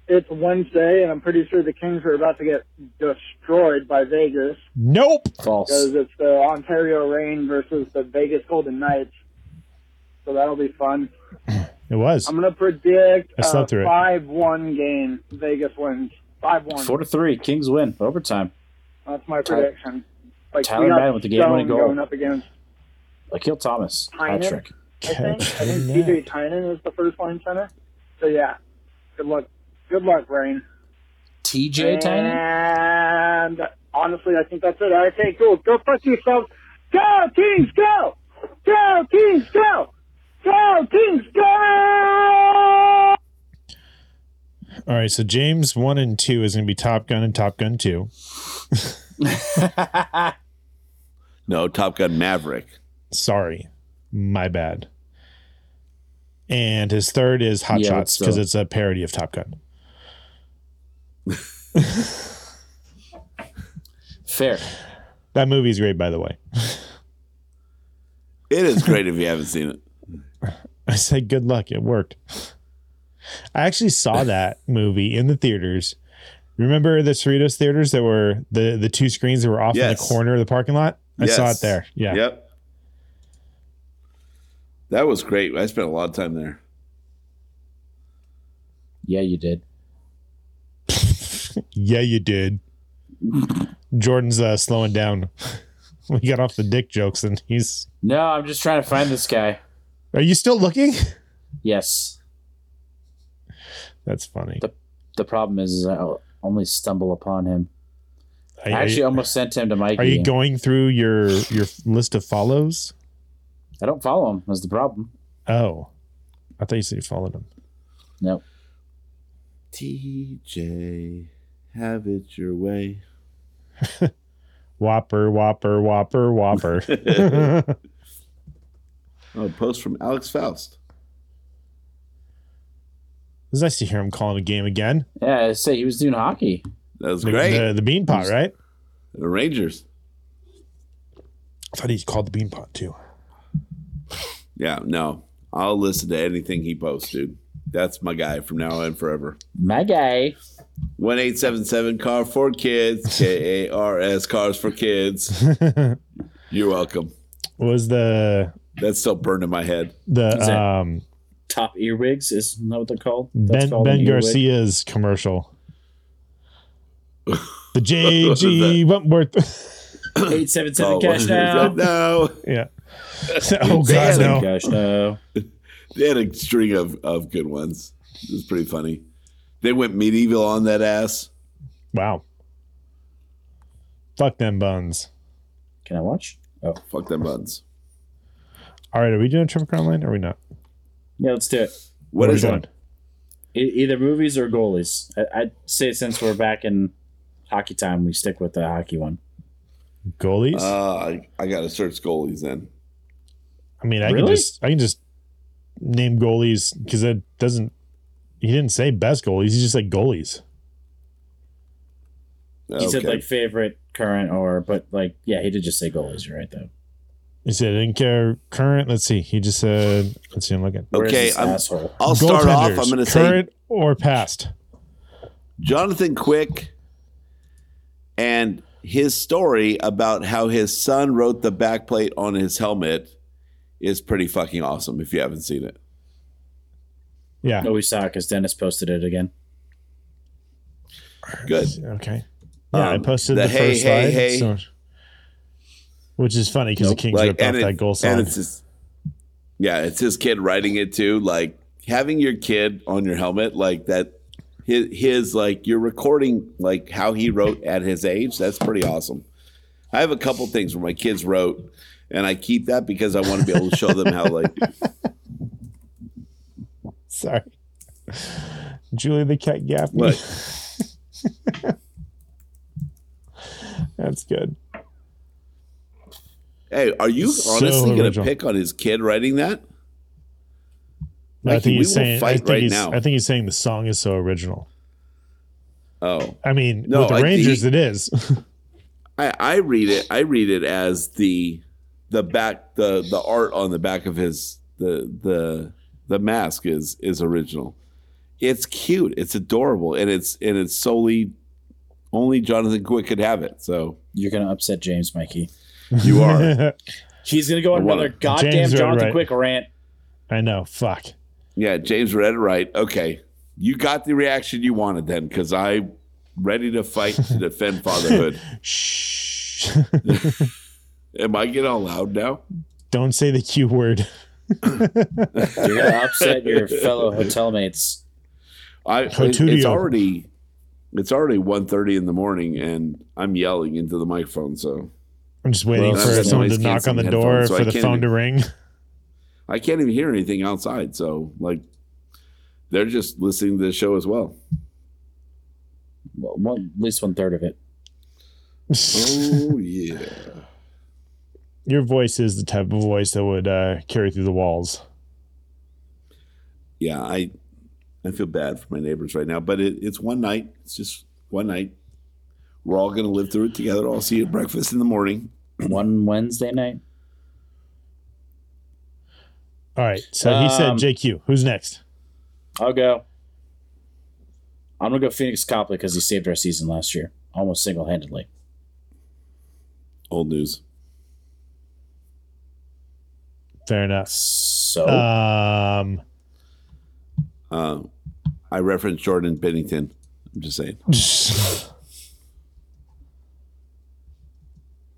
Speaker 9: it's Wednesday, and I'm pretty sure the Kings are about to get destroyed by Vegas
Speaker 4: Nope.
Speaker 9: because it's the Ontario Reign versus the Vegas Golden Knights. So that'll be fun.
Speaker 4: It was.
Speaker 5: Um,
Speaker 9: I'm gonna predict
Speaker 3: I slept through
Speaker 9: a
Speaker 3: it.
Speaker 9: five-one game. Vegas wins five-one.
Speaker 3: Four to three, Kings win overtime.
Speaker 9: That's my
Speaker 3: Ty-
Speaker 9: prediction. Like
Speaker 3: Tyler
Speaker 9: we got
Speaker 3: Madden with the game-winning
Speaker 9: Stone
Speaker 3: goal.
Speaker 9: going up against
Speaker 3: Akil Thomas hat
Speaker 9: Tynan.
Speaker 3: trick.
Speaker 9: I think I think TJ Tynan is the first line center. So yeah, good luck. Good luck, Rain.
Speaker 3: TJ Tynan.
Speaker 9: And honestly, I think that's it. All right, okay, cool. Go fuck yourselves. Go Kings, go! Go Kings, go! Go Kings, go!
Speaker 4: All right, so James one and two is going to be Top Gun and Top Gun two.
Speaker 5: No, Top Gun Maverick.
Speaker 4: Sorry, my bad. And his third is Hot
Speaker 5: Yeah,
Speaker 4: Shots
Speaker 5: that's, uh,
Speaker 4: because it's a parody of Top Gun.
Speaker 3: Fair.
Speaker 4: That movie's great, by the way.
Speaker 5: It is great if you haven't seen it.
Speaker 4: I said, "Good luck." It worked. I actually saw that movie in the theaters. Remember the Cerritos theaters that were the the two screens that were off in
Speaker 5: Yes.
Speaker 4: the corner of the parking lot? I saw it
Speaker 5: Yes.
Speaker 4: there. Yeah.
Speaker 5: Yep. That was great. I spent a lot of time there.
Speaker 3: Yeah, you did.
Speaker 4: Yeah, you did. Jordan's uh, slowing down. we got off the dick jokes, and he's.
Speaker 3: No, I'm just trying to find this guy.
Speaker 4: Are you still looking?
Speaker 3: Yes.
Speaker 4: That's funny.
Speaker 3: The, the problem is, is I only stumble upon him.
Speaker 4: Are,
Speaker 3: I
Speaker 4: are
Speaker 3: actually
Speaker 4: you-
Speaker 3: almost sent him to Mikey.
Speaker 4: are you going through your your list of follows?
Speaker 3: I don't follow him. That's the problem.
Speaker 4: Oh, I thought you said you followed him.
Speaker 3: No.
Speaker 5: TJ, have it your way.
Speaker 4: Whopper, whopper, whopper, whopper.
Speaker 5: Oh, a post from Alex Faust.
Speaker 4: It was nice to hear him calling a game again.
Speaker 3: Yeah, I say he was doing hockey.
Speaker 5: That was
Speaker 4: The,
Speaker 5: great.
Speaker 4: the, the bean pot, right?
Speaker 5: The Rangers.
Speaker 4: I thought he called the bean pot too.
Speaker 5: Yeah, no. I'll listen to anything he posts, dude. That's my guy from now on forever.
Speaker 3: My guy.
Speaker 5: One eight seven seven car for kids. K A R S cars for kids. You're welcome.
Speaker 4: Was the
Speaker 5: That's still burned in my head.
Speaker 3: Is
Speaker 4: the
Speaker 3: it
Speaker 4: um,
Speaker 3: Top earwigs is not that what they're called. That's
Speaker 4: Ben
Speaker 3: called an
Speaker 4: Ben
Speaker 3: earwig.
Speaker 4: Garcia's commercial? The JG Wentworth.
Speaker 3: Eight seven seven
Speaker 5: Oh,
Speaker 3: cash now.
Speaker 5: no.
Speaker 4: yeah. Oh god,
Speaker 5: Damn.
Speaker 4: no.
Speaker 3: Cash now.
Speaker 5: They had a string of, of good ones. It was pretty funny. They went medieval on that ass.
Speaker 4: Wow. Fuck them buns.
Speaker 3: Can I watch? Oh,
Speaker 5: Fuck them buns.
Speaker 4: All right, are we doing Triple Crown Line? Or are we not?
Speaker 3: yeah. Let's do it.
Speaker 4: are
Speaker 5: What
Speaker 4: we
Speaker 5: is
Speaker 4: doing?
Speaker 5: it?
Speaker 3: E- either movies or goalies. I- I'd say since we're back in hockey time, we stick with the hockey one.
Speaker 4: Goalies?
Speaker 5: Uh, I, I got to search goalies then.
Speaker 4: I mean, I can
Speaker 3: really?
Speaker 4: just I can just name goalies because that doesn't. He didn't say best goalies. He just said goalies.
Speaker 3: He said like favorite, current, or but like yeah, he did just say goalies. You're right though.
Speaker 4: He said I didn't care current. Let's see. He just said let's see. I'm looking.
Speaker 3: Where's
Speaker 5: okay,
Speaker 3: this
Speaker 5: I'm,
Speaker 3: asshole.
Speaker 5: I'll start off.
Speaker 4: Goaltenders,
Speaker 5: I'm going to say
Speaker 4: current or past.
Speaker 5: Jonathan Quick and his story about how his son wrote the backplate on his helmet is pretty fucking awesome if you haven't seen it.
Speaker 4: Yeah.
Speaker 3: No, we saw because Dennis posted it again.
Speaker 5: Good.
Speaker 4: Okay. Yeah, I
Speaker 5: Um,
Speaker 4: posted the,
Speaker 5: the hey,
Speaker 4: first
Speaker 5: hey,
Speaker 4: slide.
Speaker 5: hey.
Speaker 4: so- which is funny because the Kings ripped off
Speaker 5: and it-
Speaker 4: that goal
Speaker 5: And
Speaker 4: song.
Speaker 5: it's his, yeah, it's his kid writing it too. Like having your kid on your helmet, like that. His, his like you're recording like how he wrote at his age. That's pretty awesome. I have a couple things where my kids wrote, and I keep that because I want to be able to show them how like
Speaker 4: Sorry, Julie the cat gaffney. That's good.
Speaker 5: Hey, are you
Speaker 4: So
Speaker 5: honestly going to
Speaker 4: original.
Speaker 5: pick on his kid writing that?
Speaker 4: I
Speaker 5: Mikey,
Speaker 4: think
Speaker 5: we
Speaker 4: he's
Speaker 5: will
Speaker 4: saying. I
Speaker 5: fight
Speaker 4: think
Speaker 5: right
Speaker 4: he's.
Speaker 5: now.
Speaker 4: I think he's saying the song is so original.
Speaker 5: Oh,
Speaker 4: I mean,
Speaker 5: No,
Speaker 4: with the
Speaker 5: I-
Speaker 4: Rangers,
Speaker 5: he-
Speaker 4: it is.
Speaker 5: I, I read it. I read it as the the back the the art on the back of his the the the mask is is original. It's cute. It's adorable, and it's and it's solely only Jonathan Quick could have it. So
Speaker 3: you're going to upset James, Mikey.
Speaker 5: You are.
Speaker 3: He's going to go on
Speaker 5: I wanna-
Speaker 3: another goddamn
Speaker 4: James read it
Speaker 3: Jonathan
Speaker 4: right.
Speaker 3: Quick rant.
Speaker 4: I know. Fuck.
Speaker 5: yeah, James read it right. Okay, you got the reaction you wanted then, because I ready to fight to defend fatherhood.
Speaker 4: Shh.
Speaker 5: Am I getting all loud now?
Speaker 4: Don't say the Q word.
Speaker 3: You're going to upset your fellow hotel mates.
Speaker 5: I it,
Speaker 4: Hotudio.
Speaker 5: it's already it's already 1.30 in the morning and I'm yelling into the microphone so
Speaker 4: I'm just waiting
Speaker 5: Well,
Speaker 4: for
Speaker 5: that's
Speaker 4: someone to
Speaker 5: nice
Speaker 4: knock on
Speaker 5: canceling
Speaker 4: the door
Speaker 5: headphones, so
Speaker 4: for
Speaker 5: I
Speaker 4: the
Speaker 5: can't
Speaker 4: phone
Speaker 5: even-
Speaker 4: to ring.
Speaker 5: I can't even hear anything outside so like they're just listening to the show as well.
Speaker 3: Well, one, at least one third of it.
Speaker 5: Oh yeah.
Speaker 4: Your voice is the type of voice that would uh, carry through the walls.
Speaker 5: Yeah, I I feel bad for my neighbors right now, but it, it's one night. It's just one night. We're all going to live through it together. I'll see you at breakfast in the morning.
Speaker 3: One Wednesday night.
Speaker 4: All right. So he said
Speaker 3: Um,
Speaker 4: JQ. Who's next?
Speaker 3: I'll go. I'm going to go Phoenix Copley because he saved our season last year almost single handedly.
Speaker 5: Old news.
Speaker 4: Fair enough.
Speaker 3: So
Speaker 4: Um,
Speaker 5: Uh, I referenced Jordan Bennington. I'm just saying.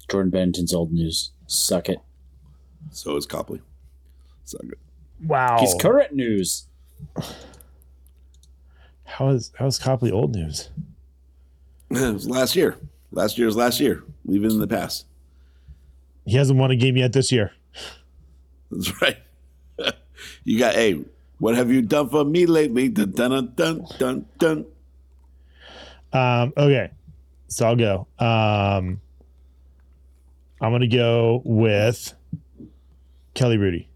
Speaker 3: Jordan Bennington's old news. Suck it.
Speaker 5: So is Copley. So good.
Speaker 4: wow.
Speaker 3: He's current news.
Speaker 4: how is how is Copley old news?
Speaker 5: it was last year. Last year's last year. Leave it in the past.
Speaker 4: He hasn't won a game yet this year.
Speaker 5: That's right. you got hey, what have you done for me lately? Dun dun dun dun dun.
Speaker 4: Um, okay. So I'll go. Um, I'm gonna go with Kelly Rudy.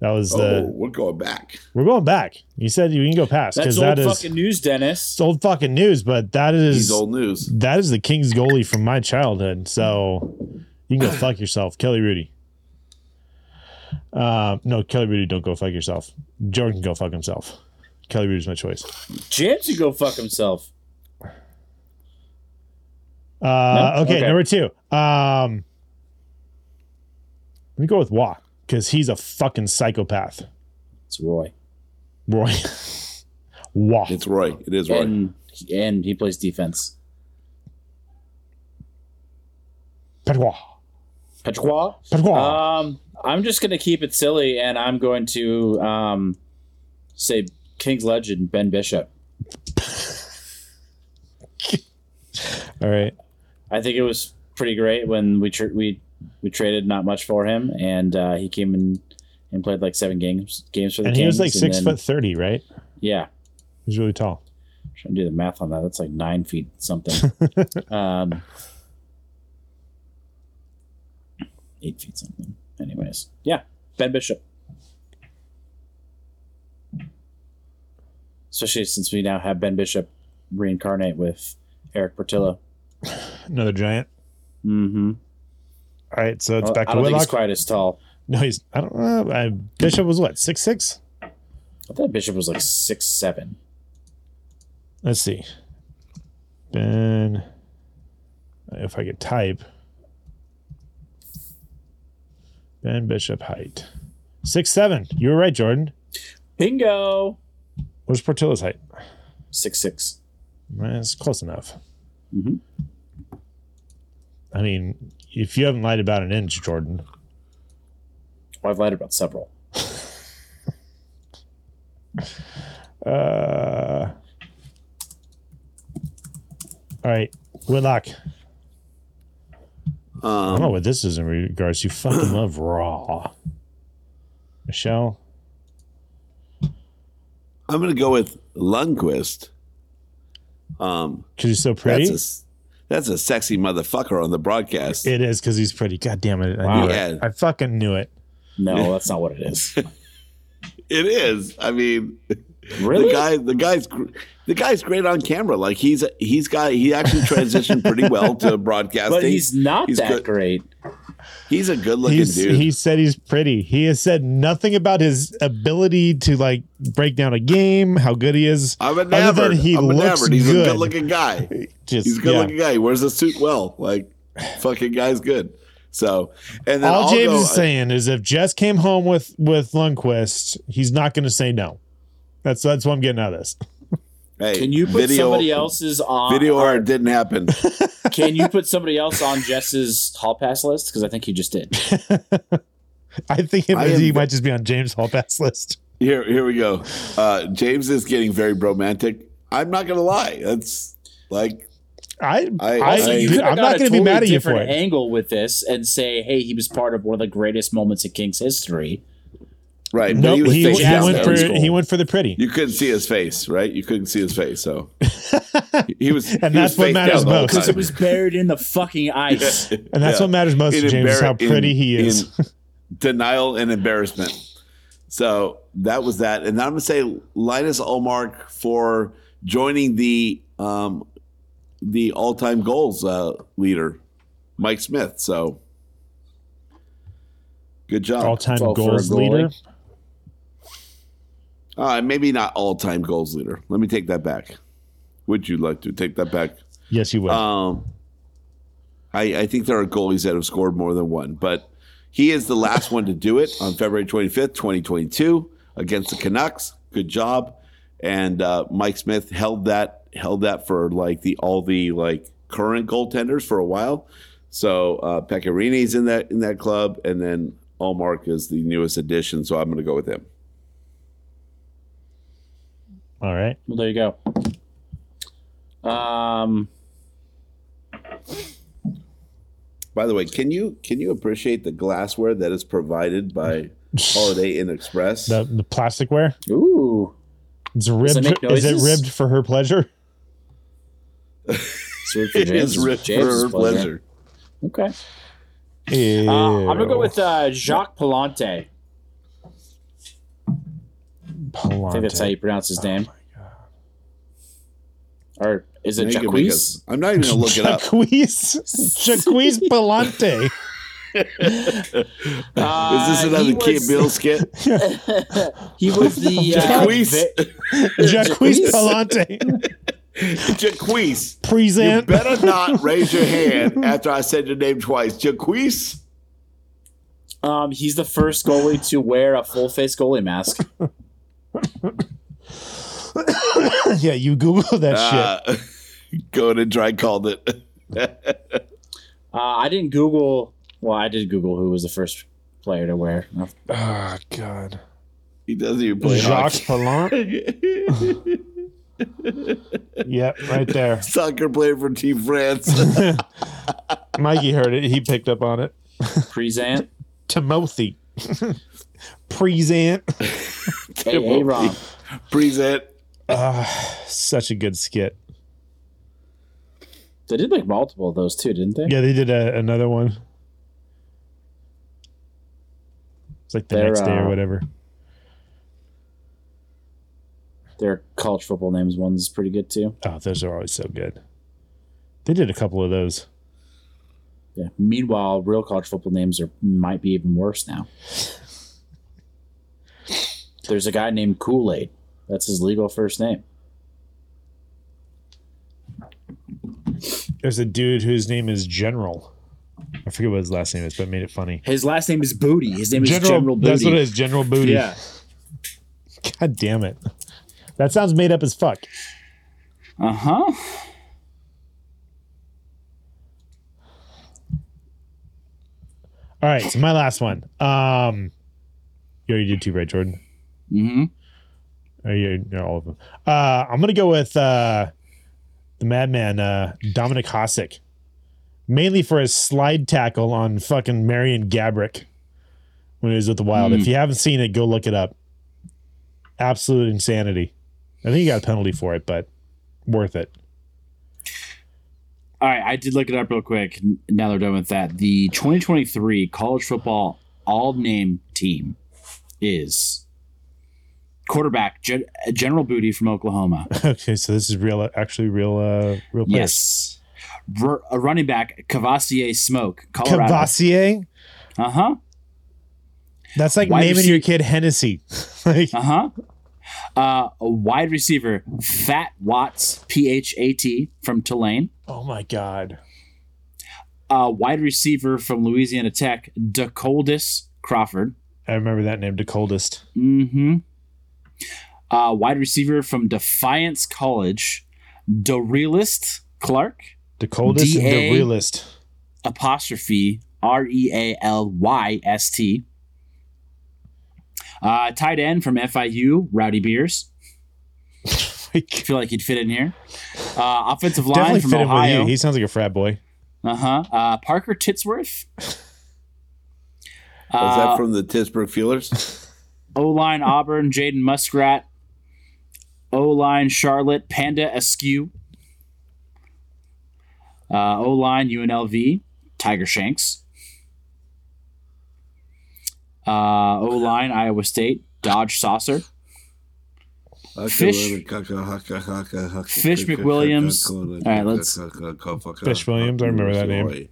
Speaker 4: That was
Speaker 5: Oh,
Speaker 4: the
Speaker 5: we're going back.
Speaker 4: We're going back. You said you can go past because
Speaker 3: That's
Speaker 4: that
Speaker 3: old
Speaker 4: is
Speaker 3: fucking news, Dennis.
Speaker 4: it's old fucking news, but that is
Speaker 5: He's old news.
Speaker 4: that is the Kings goalie from my childhood. So you can go fuck yourself, Kelly Rudy. Uh, no, Kelly Rudy, don't go fuck yourself. Jordan can go fuck himself. Kelly Rudy's my choice.
Speaker 3: James can go fuck himself.
Speaker 4: Uh,
Speaker 3: No?
Speaker 4: okay,
Speaker 3: Okay.
Speaker 4: number two. Um, let me go with Wah because he's a fucking psychopath.
Speaker 3: It's Roy.
Speaker 4: Roy. Wah.
Speaker 5: It's Roy. It is Roy.
Speaker 3: And, and he plays defense.
Speaker 4: Pet Wah.
Speaker 3: Patois?
Speaker 4: Pet Wah.
Speaker 3: Um, I'm just gonna keep it silly, and I'm going to um, say King's legend Ben Bishop.
Speaker 4: All right.
Speaker 3: I think it was pretty great when we tr we we traded not much for him, and uh, he came in and played like seven games games for the
Speaker 4: And he was
Speaker 3: Kings,
Speaker 4: like
Speaker 3: and
Speaker 4: six
Speaker 3: then-
Speaker 4: foot thirty, right?
Speaker 3: Yeah,
Speaker 4: He's really tall.
Speaker 3: trying to do the math on that. That's like nine feet something. um, eight feet something. Anyways, yeah, Ben Bishop. Especially since we now have Ben Bishop reincarnate with Eric Portillo.
Speaker 4: Another giant.
Speaker 3: Mm-hmm.
Speaker 4: All right, so it's
Speaker 3: Uh, I
Speaker 4: back to
Speaker 3: don't think he's
Speaker 4: Whitlock.
Speaker 3: quite as tall.
Speaker 4: no, he's I don't know. I, Bishop was what six six?
Speaker 3: I thought Bishop was like six seven.
Speaker 4: Let's see. Ben, if I could type, Ben Bishop height six seven. You were right, Jordan.
Speaker 3: Bingo.
Speaker 4: What's Portillo's height?
Speaker 3: Six six.
Speaker 4: That's close enough.
Speaker 3: Mhm.
Speaker 4: I mean, if you haven't lied about an inch, Jordan.
Speaker 3: Well, I've lied about several.
Speaker 4: Uh, all right, Whitlock.
Speaker 5: Um,
Speaker 4: I don't know what this is in regards to. You fucking love Raw. Michelle,
Speaker 5: I'm going to go with Lundquist. Um,
Speaker 4: because he's so pretty.
Speaker 5: That's a, that's a sexy motherfucker on the broadcast.
Speaker 4: It is because he's pretty. God damn it! I
Speaker 5: Wow.
Speaker 4: knew
Speaker 5: Yeah.
Speaker 4: it. I fucking knew it.
Speaker 5: No,
Speaker 3: that's not what it is.
Speaker 5: It is. I mean,
Speaker 3: Really?
Speaker 5: The guy, the guy's, gr- the guy's great on camera. Like he's he's got he actually transitioned pretty well to broadcasting.
Speaker 3: But he's not that great.
Speaker 5: He's a good looking
Speaker 4: He's,
Speaker 5: dude.
Speaker 4: he said he's pretty. He has said nothing about his ability to like break down a game, how good he is.
Speaker 5: I'm
Speaker 4: Other
Speaker 5: enamored.
Speaker 4: than he
Speaker 5: I'm
Speaker 4: looks
Speaker 5: enamored. He's
Speaker 4: good.
Speaker 5: a good looking guy.
Speaker 4: Just-
Speaker 5: he's a good
Speaker 4: yeah.
Speaker 5: looking guy. He wears a suit well. Like fucking guy's good. So and then
Speaker 4: All
Speaker 5: I'll
Speaker 4: James
Speaker 5: go-
Speaker 4: is saying is if Jess came home with with Lundquist, he's not going to say no. That's that's what I'm getting out of this.
Speaker 5: Hey,
Speaker 3: Can you put somebody else's on-
Speaker 5: Video art didn't happen.
Speaker 3: Can you put somebody else on Jess's hall pass list? Because I think he just did.
Speaker 4: I think it
Speaker 5: I
Speaker 4: was-
Speaker 5: am-
Speaker 4: he might just be on James Hall pass list.
Speaker 5: Here, here we go. Uh, James is getting very bromantic. I'm not gonna lie. That's like
Speaker 4: I,
Speaker 5: I,
Speaker 3: Also, you
Speaker 5: I-
Speaker 3: could have
Speaker 4: I'm
Speaker 3: got
Speaker 4: not
Speaker 3: a
Speaker 4: gonna be
Speaker 3: totally
Speaker 4: mad at you for
Speaker 3: different
Speaker 4: it.
Speaker 3: Angle with this and say, hey, he was part of one of the greatest moments in King's history.
Speaker 5: right. but
Speaker 4: Nope,
Speaker 5: was
Speaker 4: he,
Speaker 5: face
Speaker 4: he
Speaker 5: down.
Speaker 4: went
Speaker 5: That
Speaker 4: for
Speaker 5: was cool.
Speaker 4: he went for the pretty,
Speaker 5: You couldn't see his face, right? You couldn't see his face. So He- he was,
Speaker 4: And that's what matters most.
Speaker 3: Because it was buried in the fucking ice.
Speaker 4: and that's what matters most to James is how pretty he is.
Speaker 5: denial and embarrassment. So that was that, and I'm gonna say Linus Allmark for joining the um, the all time goals uh, leader, Mike Smith. So good job.
Speaker 4: All time
Speaker 3: Well, for a
Speaker 4: goals
Speaker 3: goalie.
Speaker 4: leader.
Speaker 5: Uh, maybe not all time goals leader. Let me take that back. Would you like to take that back?
Speaker 4: Yes, you would.
Speaker 5: Um, I, I think there are goalies that have scored more than one, but he is the last one to do it on February 25th, 2022, against the Canucks. Good job. And uh, Mike Smith held that held that for like the all the like current goaltenders for a while. So uh, Pecorini's in that in that club, and then Allmark is the newest addition. So I'm going to go with him.
Speaker 4: All right,
Speaker 3: Well, there you go. Um,
Speaker 5: By the way, can you can you appreciate the glassware that is provided by Holiday Inn Express?
Speaker 4: the the plasticware
Speaker 3: ooh,
Speaker 4: it's
Speaker 3: Does it
Speaker 4: ribbed.
Speaker 3: make
Speaker 4: for- Is it
Speaker 3: noises?
Speaker 4: ribbed for her pleasure?
Speaker 3: it's
Speaker 5: It is rich for her pleasure.
Speaker 3: Okay. Uh, I'm gonna go with uh, Jacques Palante. I think that's how you pronounce
Speaker 4: Oh
Speaker 3: his name. Or is it
Speaker 5: Now you can make
Speaker 3: Jacques?
Speaker 5: us- I'm not even gonna look it up.
Speaker 4: Jacquees Jacquees Palante.
Speaker 5: Is this
Speaker 3: Uh,
Speaker 5: another
Speaker 3: he
Speaker 5: Kid
Speaker 3: was-
Speaker 5: Bill skit?
Speaker 3: He was the uh,
Speaker 5: Jacquees,
Speaker 4: Jacquees Palante.
Speaker 5: Jacquees. You
Speaker 4: Present.
Speaker 5: better not raise your hand after I said your name twice. Jacquees.
Speaker 3: vi- um, he's the first goalie to wear a full face goalie mask.
Speaker 4: yeah, you Google that shit.
Speaker 5: Uh, go to dry called it.
Speaker 3: Uh, I didn't Google. Well, I did Google who was the first player to wear.
Speaker 4: Oh God.
Speaker 5: He doesn't even play
Speaker 4: Jacques
Speaker 5: hockey.
Speaker 4: Palante. yep, right there.
Speaker 5: Soccer player for Team France.
Speaker 4: Mikey heard it. He picked up on it.
Speaker 3: Present.
Speaker 4: Timothy. Present.
Speaker 3: hey, hey, Rob.
Speaker 5: Present.
Speaker 4: Ah, Such a good skit.
Speaker 3: They did like multiple of those too, didn't they?
Speaker 4: Yeah, they did a, another one. It's like the
Speaker 3: They're,
Speaker 4: next day or
Speaker 3: uh,
Speaker 4: whatever.
Speaker 3: Their college football names one's pretty good too.
Speaker 4: Oh, those are always so good. They did a couple of those.
Speaker 3: Yeah. Meanwhile, real college football names are might be even worse now. There's a guy named Kool Aid. That's his legal first name.
Speaker 4: There's a dude whose name is General. I forget what his last name is, but it made it funny.
Speaker 3: His last name is Booty. His name is General Booty.
Speaker 4: That's what it is, General Booty.
Speaker 3: Yeah.
Speaker 4: God damn it. That sounds made up as fuck.
Speaker 3: Uh huh.
Speaker 4: All right, so my last one. Um, you already did two, right, Jordan? Mm-hmm. you, you're all of them. Uh, I'm gonna go with uh, the madman, uh, Dominic Hasek, mainly for his slide tackle on fucking Marion Gabrick when he was with the Wild.
Speaker 3: Mm.
Speaker 4: If you haven't seen it, go look it up. Absolute insanity. I think he got a penalty for it, but worth it.
Speaker 3: All right, I did look it up real quick. Now they're done with that. The 2023 college football all name team is quarterback Gen- General Booty from Oklahoma.
Speaker 4: okay, so this is real, actually real, uh, real. Players.
Speaker 3: Yes. Ru- a running back Cavassier Smoke, Colorado.
Speaker 4: Cavassier.
Speaker 3: Uh huh.
Speaker 4: That's like
Speaker 3: Wide
Speaker 4: naming
Speaker 3: receiver-
Speaker 4: your kid Hennessy. like,
Speaker 3: Uh-huh. Uh A wide receiver Fat Watts, P H A T, from Tulane.
Speaker 4: oh my god.
Speaker 3: A wide receiver from Louisiana Tech, DeColdis Crawford.
Speaker 4: I remember that name, DeColdest.
Speaker 3: Mm-hmm. Uh, wide receiver from Defiance College, Dorealist Clark.
Speaker 4: The coldest and the
Speaker 3: DA
Speaker 4: realest.
Speaker 3: Apostrophe R E A L Y S T. Uh, tight end from FIU, Rowdy Beers.
Speaker 4: I
Speaker 3: feel like he'd fit in here. Uh, offensive line
Speaker 4: Definitely
Speaker 3: from
Speaker 4: fit in
Speaker 3: Ohio.
Speaker 4: with you. He sounds like a frat boy.
Speaker 3: Uh-huh. Uh Parker Titsworth.
Speaker 5: Is
Speaker 3: Uh,
Speaker 5: that from the Pittsburgh Feelers?
Speaker 3: O line Auburn, Jaden Muskrat. O line Charlotte, Panda Askew. Uh, o line UNLV, Tiger Shanks. Uh, o line Iowa State, Dodge Saucer. Fish. Fish McWilliams. All right, let's-
Speaker 4: Fish Williams. I remember that name.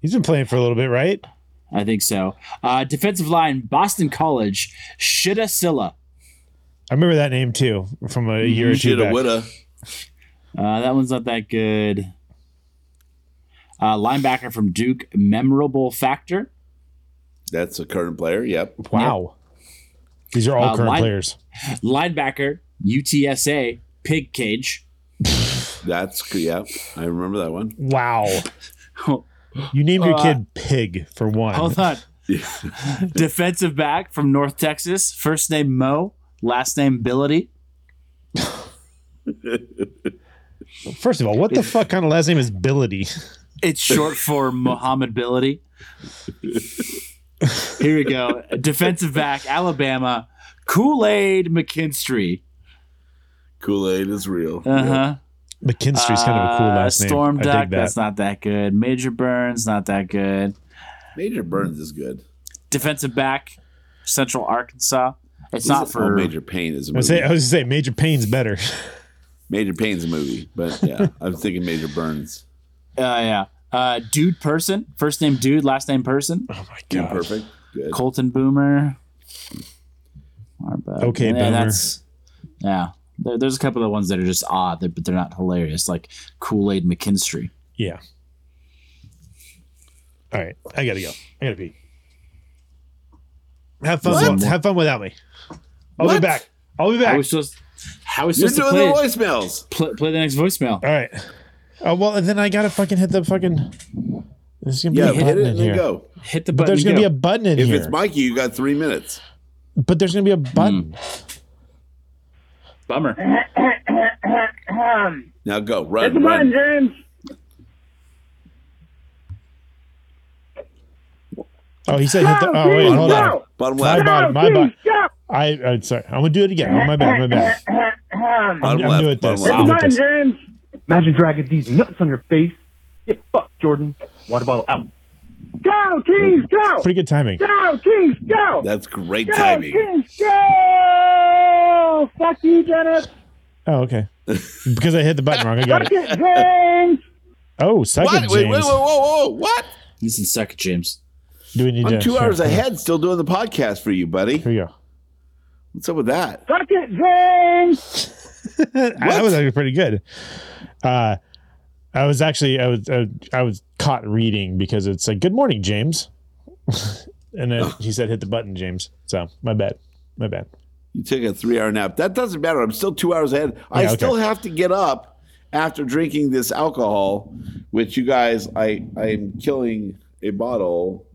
Speaker 4: He's been playing for a little bit, right?
Speaker 3: I think so. Uh, defensive line, Boston College, Shida Silla.
Speaker 4: I remember that name too from a year or two
Speaker 5: Shoulda,
Speaker 4: back.
Speaker 5: woulda.
Speaker 3: Uh, that one's not that good. Uh, linebacker from Duke, memorable factor.
Speaker 5: That's a current player. Yep.
Speaker 4: Wow. These are all
Speaker 3: Uh,
Speaker 4: current
Speaker 3: line-
Speaker 4: players.
Speaker 3: Linebacker, UTSA, pig cage.
Speaker 5: That's yeah. I remember that one.
Speaker 4: Wow. You named your
Speaker 3: Uh,
Speaker 4: kid Pig for one.
Speaker 3: Oh, Hold on. Defensive back from North Texas, first name Mo, last name Billity.
Speaker 4: First of all, what the fuck kind of last name is Billity?
Speaker 3: It's short for Muhammad Billity. Here we go. Defensive back, Alabama, Kool Aid McKinstry.
Speaker 5: Kool Aid is real.
Speaker 3: Uh huh.
Speaker 4: McKinstry's kind of a cool
Speaker 3: Uh,
Speaker 4: last name.
Speaker 3: Storm
Speaker 4: I dig
Speaker 3: Duck,
Speaker 4: that.
Speaker 3: that's not that good. Major Burns, not that good.
Speaker 5: Major Burns is good.
Speaker 3: Defensive back, Central Arkansas. It's not
Speaker 5: Oh,
Speaker 3: for
Speaker 5: Major Payne is
Speaker 4: I
Speaker 5: a movie.
Speaker 4: was, say, I was gonna say Major Payne's better.
Speaker 5: Major Payne's a movie, but yeah, I was thinking Major Burns.
Speaker 3: Uh, yeah. Uh, dude person, first name dude, last name person.
Speaker 4: Oh
Speaker 5: Dude, perfect. Good.
Speaker 3: Colton Boomer. Arba-
Speaker 4: Okay,
Speaker 3: yeah,
Speaker 4: Boomer.
Speaker 3: That's, yeah. There, there's a couple of ones that are just odd, they're- but they're not hilarious, like Kool Aid McKinstry.
Speaker 4: Yeah. All right, I gotta go. I gotta pee. Have fun.
Speaker 3: What?
Speaker 4: with- have fun without me. I'll be
Speaker 5: What?
Speaker 4: back. I'll be
Speaker 3: How
Speaker 4: back.
Speaker 3: are we supposed, how are we
Speaker 5: You're
Speaker 3: supposed to
Speaker 5: doing
Speaker 3: play,
Speaker 5: the voicemails.
Speaker 3: play, play the next voicemail?
Speaker 4: All right. Oh well, and then I gotta fucking hit the fucking. There's gonna be
Speaker 5: Yeah,
Speaker 4: a
Speaker 5: hit
Speaker 4: button
Speaker 5: it
Speaker 4: in
Speaker 5: and
Speaker 4: here.
Speaker 5: then go.
Speaker 3: Hit the
Speaker 4: But
Speaker 3: button.
Speaker 4: there's gonna
Speaker 3: go.
Speaker 4: be a button in
Speaker 5: If
Speaker 4: here.
Speaker 5: it's Mikey, you got three minutes.
Speaker 4: but there's gonna be a button.
Speaker 5: Hmm.
Speaker 3: Bummer.
Speaker 5: Now go.
Speaker 9: It's
Speaker 5: Run,
Speaker 9: mine,
Speaker 5: run.
Speaker 9: James.
Speaker 4: Oh, he said hit the. Oh wait,
Speaker 9: Please
Speaker 4: hold on.
Speaker 9: go.
Speaker 5: Bottom
Speaker 4: My
Speaker 5: left.
Speaker 4: bottom. My bottom.
Speaker 9: Please go.
Speaker 4: I. I'm sorry. I'm gonna do it again. Oh my bad. My bad. I'm,
Speaker 5: Bottom
Speaker 4: I'm
Speaker 5: left,
Speaker 4: new at this.
Speaker 5: bottom
Speaker 4: I'm
Speaker 9: It's
Speaker 4: new at
Speaker 9: mine,
Speaker 4: this.
Speaker 9: James.
Speaker 10: Imagine dragging these nuts on your face. Get fucked, Jordan. Water bottle out.
Speaker 9: Go, Kings, go.
Speaker 4: Pretty good timing.
Speaker 9: Go, Kings, go.
Speaker 5: That's great
Speaker 9: Go,
Speaker 5: timing.
Speaker 9: Kings, go. Fuck you, Dennis.
Speaker 4: Oh okay. Because I hit the button wrong. I got
Speaker 9: Fuck
Speaker 4: it.
Speaker 9: it, James.
Speaker 4: Oh, second
Speaker 5: What?
Speaker 4: James.
Speaker 5: Wait, wait, wait, whoa, whoa, what?
Speaker 3: He's in second, James.
Speaker 4: Do we need
Speaker 5: I'm
Speaker 4: to-
Speaker 5: two
Speaker 4: here,
Speaker 5: hours
Speaker 4: here,
Speaker 5: ahead, still doing the podcast for you, buddy.
Speaker 4: Here we go.
Speaker 5: What's up with that?
Speaker 9: Fuck it, James.
Speaker 4: That was actually pretty good. Uh, I was actually I was uh, I was caught reading because it's like "Good morning, James," and then he said, "Hit the button, James." So my bad, my bad.
Speaker 5: You took a three hour nap. That doesn't matter. I'm still two hours ahead. I
Speaker 4: Yeah, okay.
Speaker 5: still have to get up after drinking this alcohol, which you guys, I I'm killing a bottle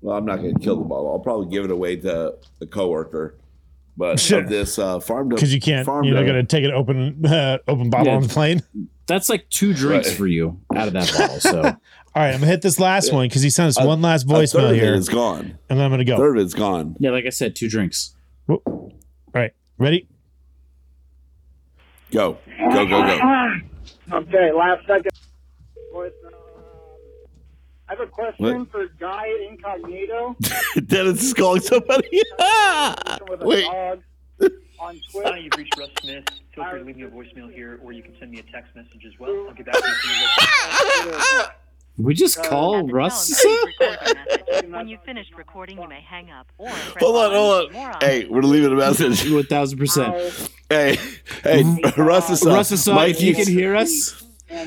Speaker 5: Well, I'm not going to kill the bottle. I'll probably give it away to a coworker. But
Speaker 4: Sure.
Speaker 5: of this uh, farm to
Speaker 4: because you can't.
Speaker 5: farm
Speaker 4: You're not
Speaker 5: to-
Speaker 4: gonna take an open uh, open bottle
Speaker 5: Yeah.
Speaker 4: on the plane.
Speaker 3: That's like two drinks
Speaker 5: Right.
Speaker 3: for you out of that bottle. So
Speaker 4: All right, I'm gonna hit this last one because he sent
Speaker 5: Uh,
Speaker 4: us
Speaker 3: A-
Speaker 4: one last
Speaker 3: a third
Speaker 4: voicemail
Speaker 3: of it
Speaker 4: here.
Speaker 3: is
Speaker 5: gone.
Speaker 4: and then I'm gonna go.
Speaker 5: Third of it's gone.
Speaker 3: yeah, like I said, two drinks.
Speaker 4: All right, ready?
Speaker 5: Go. Go, go, go.
Speaker 9: Okay, last second. Voice mail. I have a question
Speaker 5: What?
Speaker 9: for Guy Incognito.
Speaker 5: Dennis is calling somebody.
Speaker 9: with a
Speaker 5: Wait.
Speaker 9: dog on Twitter.
Speaker 8: Hi, you've reached Russ Smith. Feel free to leave me a voicemail here, or you can send me a text message as well. I'll get back to you. soon as I can.
Speaker 3: We just
Speaker 4: Uh,
Speaker 3: call
Speaker 11: Oh,
Speaker 3: Russ.
Speaker 11: When you've finished recording, you may hang up or press
Speaker 5: Hold on, hold
Speaker 11: more
Speaker 5: on. Hey, we're leaving a message.
Speaker 3: One thousand percent.
Speaker 5: Hey, hey, Russ is up.
Speaker 3: Mm-hmm. Russ is up. You
Speaker 5: Mikey's-
Speaker 3: can hear us.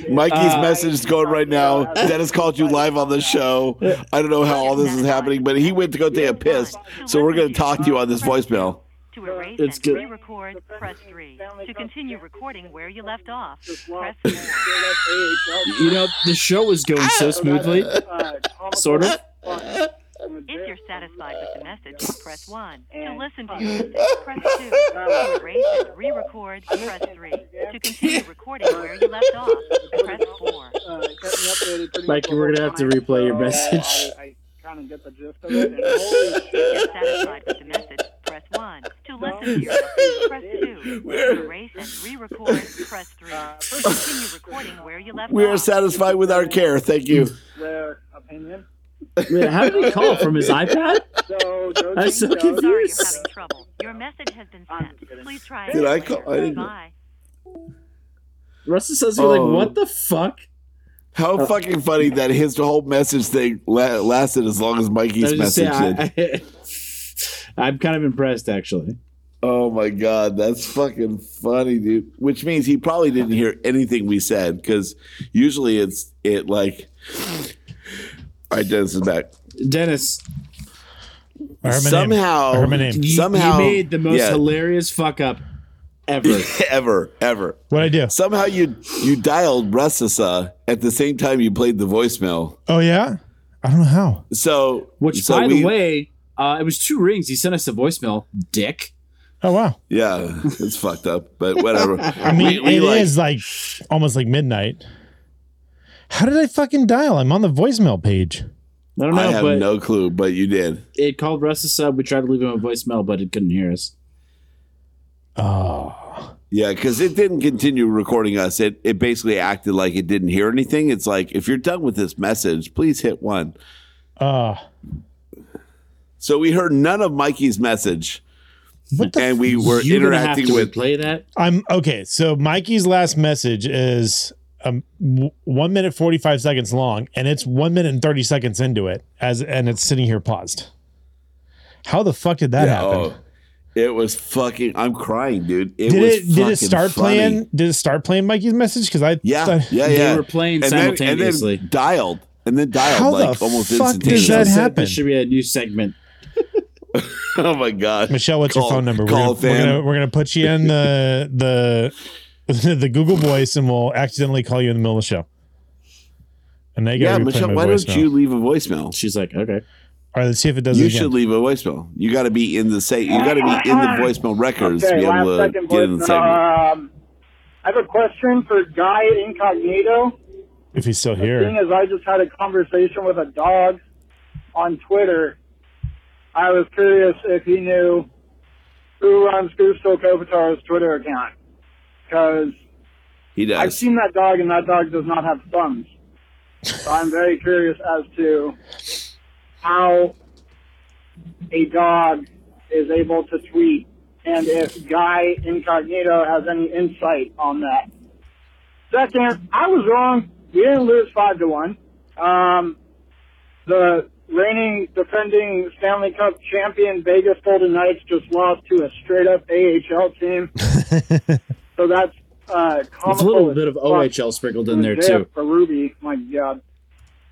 Speaker 5: Mikey's
Speaker 3: Uh,
Speaker 5: message is going right now. Dennis called you live on the show. I don't know how all this is happening, but he went to go take a piss. So we're going to talk to you on this voicemail.
Speaker 11: to erase
Speaker 5: It's
Speaker 11: and
Speaker 5: good.
Speaker 11: re-record, press 3. To continue recording where you left off, press
Speaker 3: You know, the show is going
Speaker 4: Ah,
Speaker 3: so smoothly.
Speaker 4: uh,
Speaker 9: Uh,
Speaker 3: Sort of.
Speaker 11: If you're satisfied with the message, press 1. To listen to your message, press 2. To erase and re-record, press 3. To continue recording where you left off, press 4.
Speaker 3: Mikey, we're gonna have to replay your
Speaker 9: Oh,
Speaker 3: message.
Speaker 9: Kind of get the gist of it.
Speaker 11: If you're satisfied with the message, press 1. To listen to your message, press 2. To erase and re-record, press 3.
Speaker 5: Uh,
Speaker 11: To continue recording where you left
Speaker 5: We
Speaker 11: off.
Speaker 5: are satisfied with our care. Thank you.
Speaker 9: Their opinion.
Speaker 3: Man, how did he call from his iPad?
Speaker 9: So, those
Speaker 3: I'm so
Speaker 9: things go-
Speaker 3: confused.
Speaker 11: Your message has been sent. Please try it.
Speaker 5: Did I
Speaker 11: later.
Speaker 5: call? I didn't.
Speaker 11: Bye.
Speaker 3: Russell says we're like,
Speaker 5: Oh.
Speaker 3: what the fuck?
Speaker 5: How fucking funny that his whole message thing la- lasted as long as Mikey's
Speaker 3: I was just saying,
Speaker 5: message did.
Speaker 3: I, am kind of impressed, actually.
Speaker 5: Oh my god, that's fucking funny, dude. Which means he probably didn't hear anything we said because usually it's it like. All right, Dennis is back.
Speaker 3: Dennis.
Speaker 5: somehow,
Speaker 3: You-
Speaker 5: somehow,
Speaker 3: you made the most
Speaker 5: yeah,
Speaker 3: hilarious fuck up ever.
Speaker 5: ever, ever.
Speaker 4: What I do?
Speaker 5: Somehow you you dialed Russisa at the same time you played the voicemail.
Speaker 4: Oh yeah, I don't know how.
Speaker 5: So,
Speaker 3: Which,
Speaker 5: so
Speaker 3: by
Speaker 5: we-
Speaker 3: the way, uh, it was two rings. He sent us a voicemail, dick.
Speaker 4: Oh wow.
Speaker 5: yeah, it's fucked up, but whatever.
Speaker 4: I mean, it is like, almost like midnight. How did I fucking dial? I'm on the voicemail page.
Speaker 3: I don't know,
Speaker 5: I have
Speaker 3: but
Speaker 5: no clue, but you did.
Speaker 3: it called Russ a sub. We tried to leave him a voicemail, but it couldn't hear us.
Speaker 4: Ah.
Speaker 5: Yeah, because it didn't continue recording us. It it basically acted like it didn't hear anything. It's like if you're done with this message, please hit one.
Speaker 4: Uh,
Speaker 5: So we heard none of Mikey's message, and we were
Speaker 3: You're gonna have
Speaker 5: interacting
Speaker 3: to
Speaker 5: with.
Speaker 3: replay that.
Speaker 4: I'm okay. So Mikey's last message is um w- one minute forty five seconds long, and it's one minute and thirty seconds into it as and it's sitting here paused. How the fuck did that
Speaker 5: Yeah,
Speaker 4: happen?
Speaker 5: oh, it was fucking. I'm crying, dude. It
Speaker 4: did
Speaker 5: was
Speaker 4: it did
Speaker 5: fucking
Speaker 4: it start
Speaker 5: funny.
Speaker 4: playing? Did it start playing Mikey's message? Because I
Speaker 5: Yeah, yeah,
Speaker 3: They
Speaker 5: yeah.
Speaker 3: were playing simultaneously.
Speaker 5: and then dialed, and then dialed
Speaker 4: How the
Speaker 5: like almost
Speaker 4: fuck does
Speaker 5: instantaneously.
Speaker 4: that
Speaker 3: This
Speaker 4: happen?
Speaker 3: should be a new segment.
Speaker 5: oh my god,
Speaker 4: Michelle, what's
Speaker 5: Call-
Speaker 4: your phone number?
Speaker 5: Call
Speaker 4: we're, gonna, we're
Speaker 5: fan.
Speaker 4: gonna we're gonna put you in the the the Google Voice, and we'll accidentally call you in the middle of the show. And they
Speaker 5: Yeah,
Speaker 4: got
Speaker 5: Michelle, why don't you leave a voicemail?
Speaker 3: She's like, okay.
Speaker 4: All right, let's see if it does
Speaker 5: you
Speaker 4: it again.
Speaker 5: should leave a voicemail. You got to be in the say. You got to be in the voicemail records to
Speaker 9: Ah, Okay,
Speaker 5: be
Speaker 9: last
Speaker 5: able to
Speaker 9: second
Speaker 5: get in the
Speaker 9: voicemail.
Speaker 5: segment.
Speaker 9: Um, I have a question for Guy Incognito.
Speaker 4: if he's still
Speaker 9: Seeing
Speaker 4: here.
Speaker 9: as I just had a conversation with a dog on Twitter, I was curious if he knew who runs Gusto Kopitar's Twitter account. Because
Speaker 5: He
Speaker 9: I've
Speaker 5: does.
Speaker 9: seen that dog, and that dog does not have thumbs. So I'm very curious as to how a dog is able to tweet, and if Guy Incognito has any insight on that. Second, I was wrong. We didn't lose five to one. Um, the reigning defending Stanley Cup champion Vegas Golden Knights just lost to a straight up AHL team. so that's uh,
Speaker 3: There's a
Speaker 9: comical
Speaker 3: little
Speaker 9: as
Speaker 3: bit of
Speaker 9: fuck.
Speaker 3: OHL sprinkled in there
Speaker 9: Isaiah
Speaker 3: too.
Speaker 9: Berube, my god.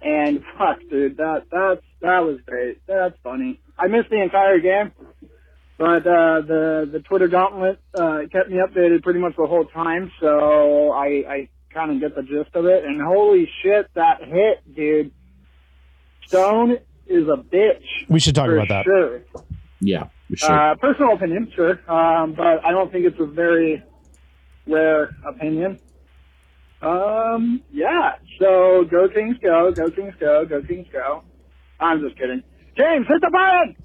Speaker 9: And fuck, dude, that that's that was great. That's funny. I missed the entire game, but uh, the the Twitter gauntlet uh, kept me updated pretty much the whole time, so I I kind of get the gist of it. And holy shit, that hit, dude! Stone is a bitch.
Speaker 4: We should talk
Speaker 9: for
Speaker 4: about that.
Speaker 9: Sure.
Speaker 3: Yeah, we should.
Speaker 9: Uh, personal opinion, sure, um, but I don't think it's a very rare opinion. Um, yeah. So go Kings, go, go Kings, go, go Kings, go. I'm just kidding. James, hit the button.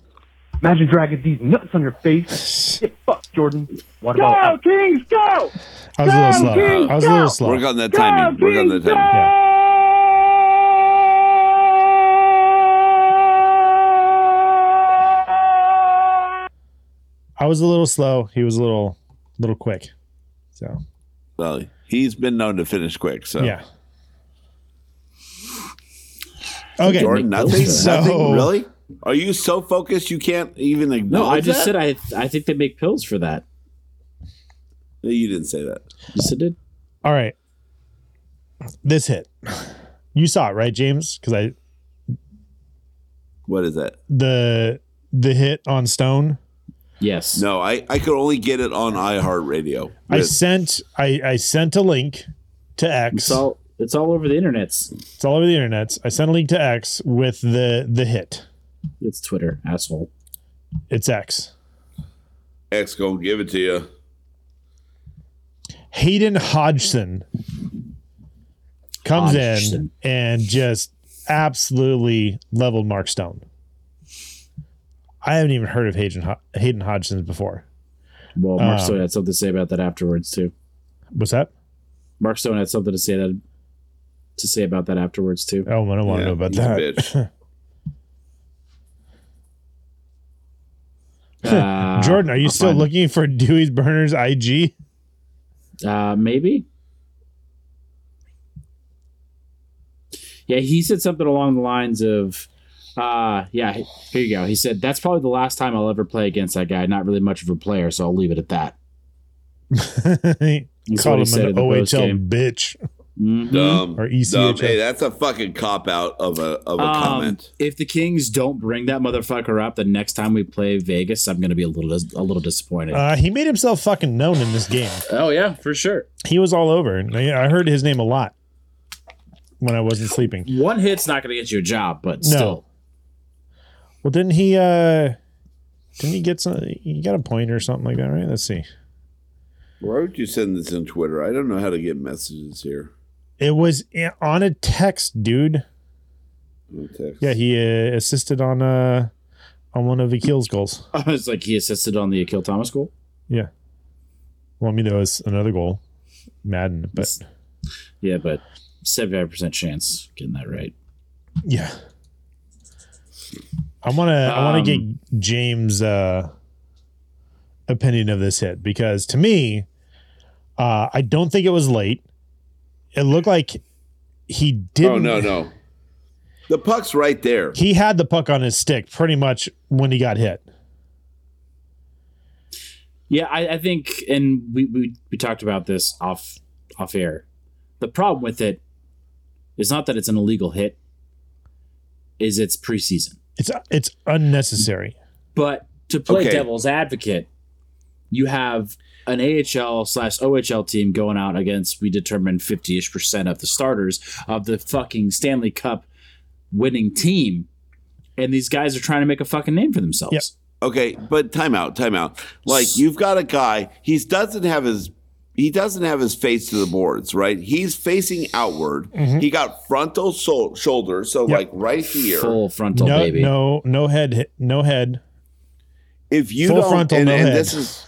Speaker 10: Imagine dragging these nuts on your face. Yeah, fuck, Jordan. What
Speaker 9: Go
Speaker 10: about
Speaker 9: Kings, go.
Speaker 4: I was a little
Speaker 9: Go,
Speaker 4: slow.
Speaker 9: Kings,
Speaker 4: I was a little
Speaker 9: go!
Speaker 4: slow.
Speaker 5: Work on that timing. Work on the timing.
Speaker 4: I was a little slow. He was a little, little quick. So
Speaker 5: Well, he's been known to finish quick. So
Speaker 4: yeah. Okay.
Speaker 5: Jordan, nothing.
Speaker 4: So-
Speaker 5: nothing? Really? Are you so focused you can't even acknowledge
Speaker 3: No, I just
Speaker 5: that?
Speaker 3: said I I think they make pills for that.
Speaker 5: No, you didn't say that.
Speaker 3: Yes, it did.
Speaker 4: All right. This hit. You saw it, right, James? Because I
Speaker 5: What is that?
Speaker 4: the the hit on Stone.
Speaker 3: Yes.
Speaker 5: No, I, I could only get it on iHeartRadio.
Speaker 4: I sent I, I sent a link to X.
Speaker 3: It's all it's all over the internets.
Speaker 4: It's all over the internet. I sent a link to X with the the hit.
Speaker 3: It's Twitter, asshole.
Speaker 4: It's X.
Speaker 5: X gonna give it to you.
Speaker 4: Hayden Hodgson comes
Speaker 3: Hodgson.
Speaker 4: in and just absolutely leveled Mark Stone. I haven't even heard of Hayden Ho- Hayden Hodgson before.
Speaker 3: Well, Mark
Speaker 4: Um,
Speaker 3: Stone had something to say about that afterwards too.
Speaker 4: What's that?
Speaker 3: Mark Stone had something to say that to say about that afterwards too.
Speaker 4: Oh, I don't want to know about
Speaker 5: he's a
Speaker 4: that.
Speaker 5: bitch.
Speaker 3: Uh,
Speaker 4: Jordan, are you
Speaker 3: I'll
Speaker 4: still
Speaker 3: find-
Speaker 4: looking for Dewey's Burners IG?
Speaker 3: Uh, maybe. Yeah, he said something along the lines of, uh, yeah, here you go. He said, that's probably the last time I'll ever play against that guy. Not really much of a player, so I'll leave it at that.
Speaker 4: He
Speaker 3: That's what
Speaker 4: Called
Speaker 3: he
Speaker 4: him
Speaker 3: said in
Speaker 4: an
Speaker 3: the
Speaker 4: OHL
Speaker 3: postgame.
Speaker 4: bitch.
Speaker 3: Mhm.
Speaker 5: Dumb.
Speaker 4: Or E
Speaker 5: dumb.
Speaker 4: ECHF.
Speaker 5: Hey, that's a fucking cop out of a of a
Speaker 3: Um,
Speaker 5: comment.
Speaker 3: If the Kings don't bring that motherfucker up the next time we play Vegas, I'm going to be a little dis- a little disappointed.
Speaker 4: Uh, he made himself fucking known in this game.
Speaker 3: oh yeah, for sure.
Speaker 4: He was all over. and I I heard his name a lot when I wasn't sleeping.
Speaker 3: One hit's not going to get you a job, but
Speaker 4: No.
Speaker 3: still,
Speaker 4: Well, didn't he? uh Didn't he get some? He got a point or something like that, right? Let's see.
Speaker 5: Why would you send this in Twitter? I don't know how to get messages here.
Speaker 4: It was i- on a text, dude.
Speaker 5: No text.
Speaker 4: Yeah, he uh, assisted on uh on one of Akil's goals.
Speaker 3: I was like, he assisted on the Akil Thomas goal.
Speaker 4: Yeah. Well, I mean, there was another goal, Madden, but
Speaker 3: Yeah, but seventy-five percent chance getting that right.
Speaker 4: yeah. I want to. I want to
Speaker 3: Um,
Speaker 4: get James' uh, opinion of this hit because to me, uh, I don't think it was late. It looked like he didn't.
Speaker 5: Oh no, no. The puck's right there.
Speaker 4: He had the puck on his stick pretty much when he got hit.
Speaker 3: Yeah, I, I think, and we, we we talked about this off off air. The problem with it is not that it's an illegal hit; is it's preseason.
Speaker 4: It's it's unnecessary.
Speaker 3: But to play
Speaker 5: Okay.
Speaker 3: devil's advocate, you have an AHL slash OHL team going out against we determined fifty ish percent of the starters of the fucking Stanley Cup winning team, and these guys are trying to make a fucking name for themselves.
Speaker 5: Okay, but timeout, timeout. Like you've got a guy, he doesn't have his he doesn't have his face to the boards, right? He's facing outward. He got frontal so- shoulder, so
Speaker 4: Yep.
Speaker 5: like right here.
Speaker 3: Full frontal,
Speaker 4: no,
Speaker 3: baby.
Speaker 4: no, no head, hit- no head.
Speaker 5: if you
Speaker 4: full
Speaker 5: don't,
Speaker 4: frontal,
Speaker 5: and,
Speaker 4: no
Speaker 5: and
Speaker 4: head.
Speaker 5: this is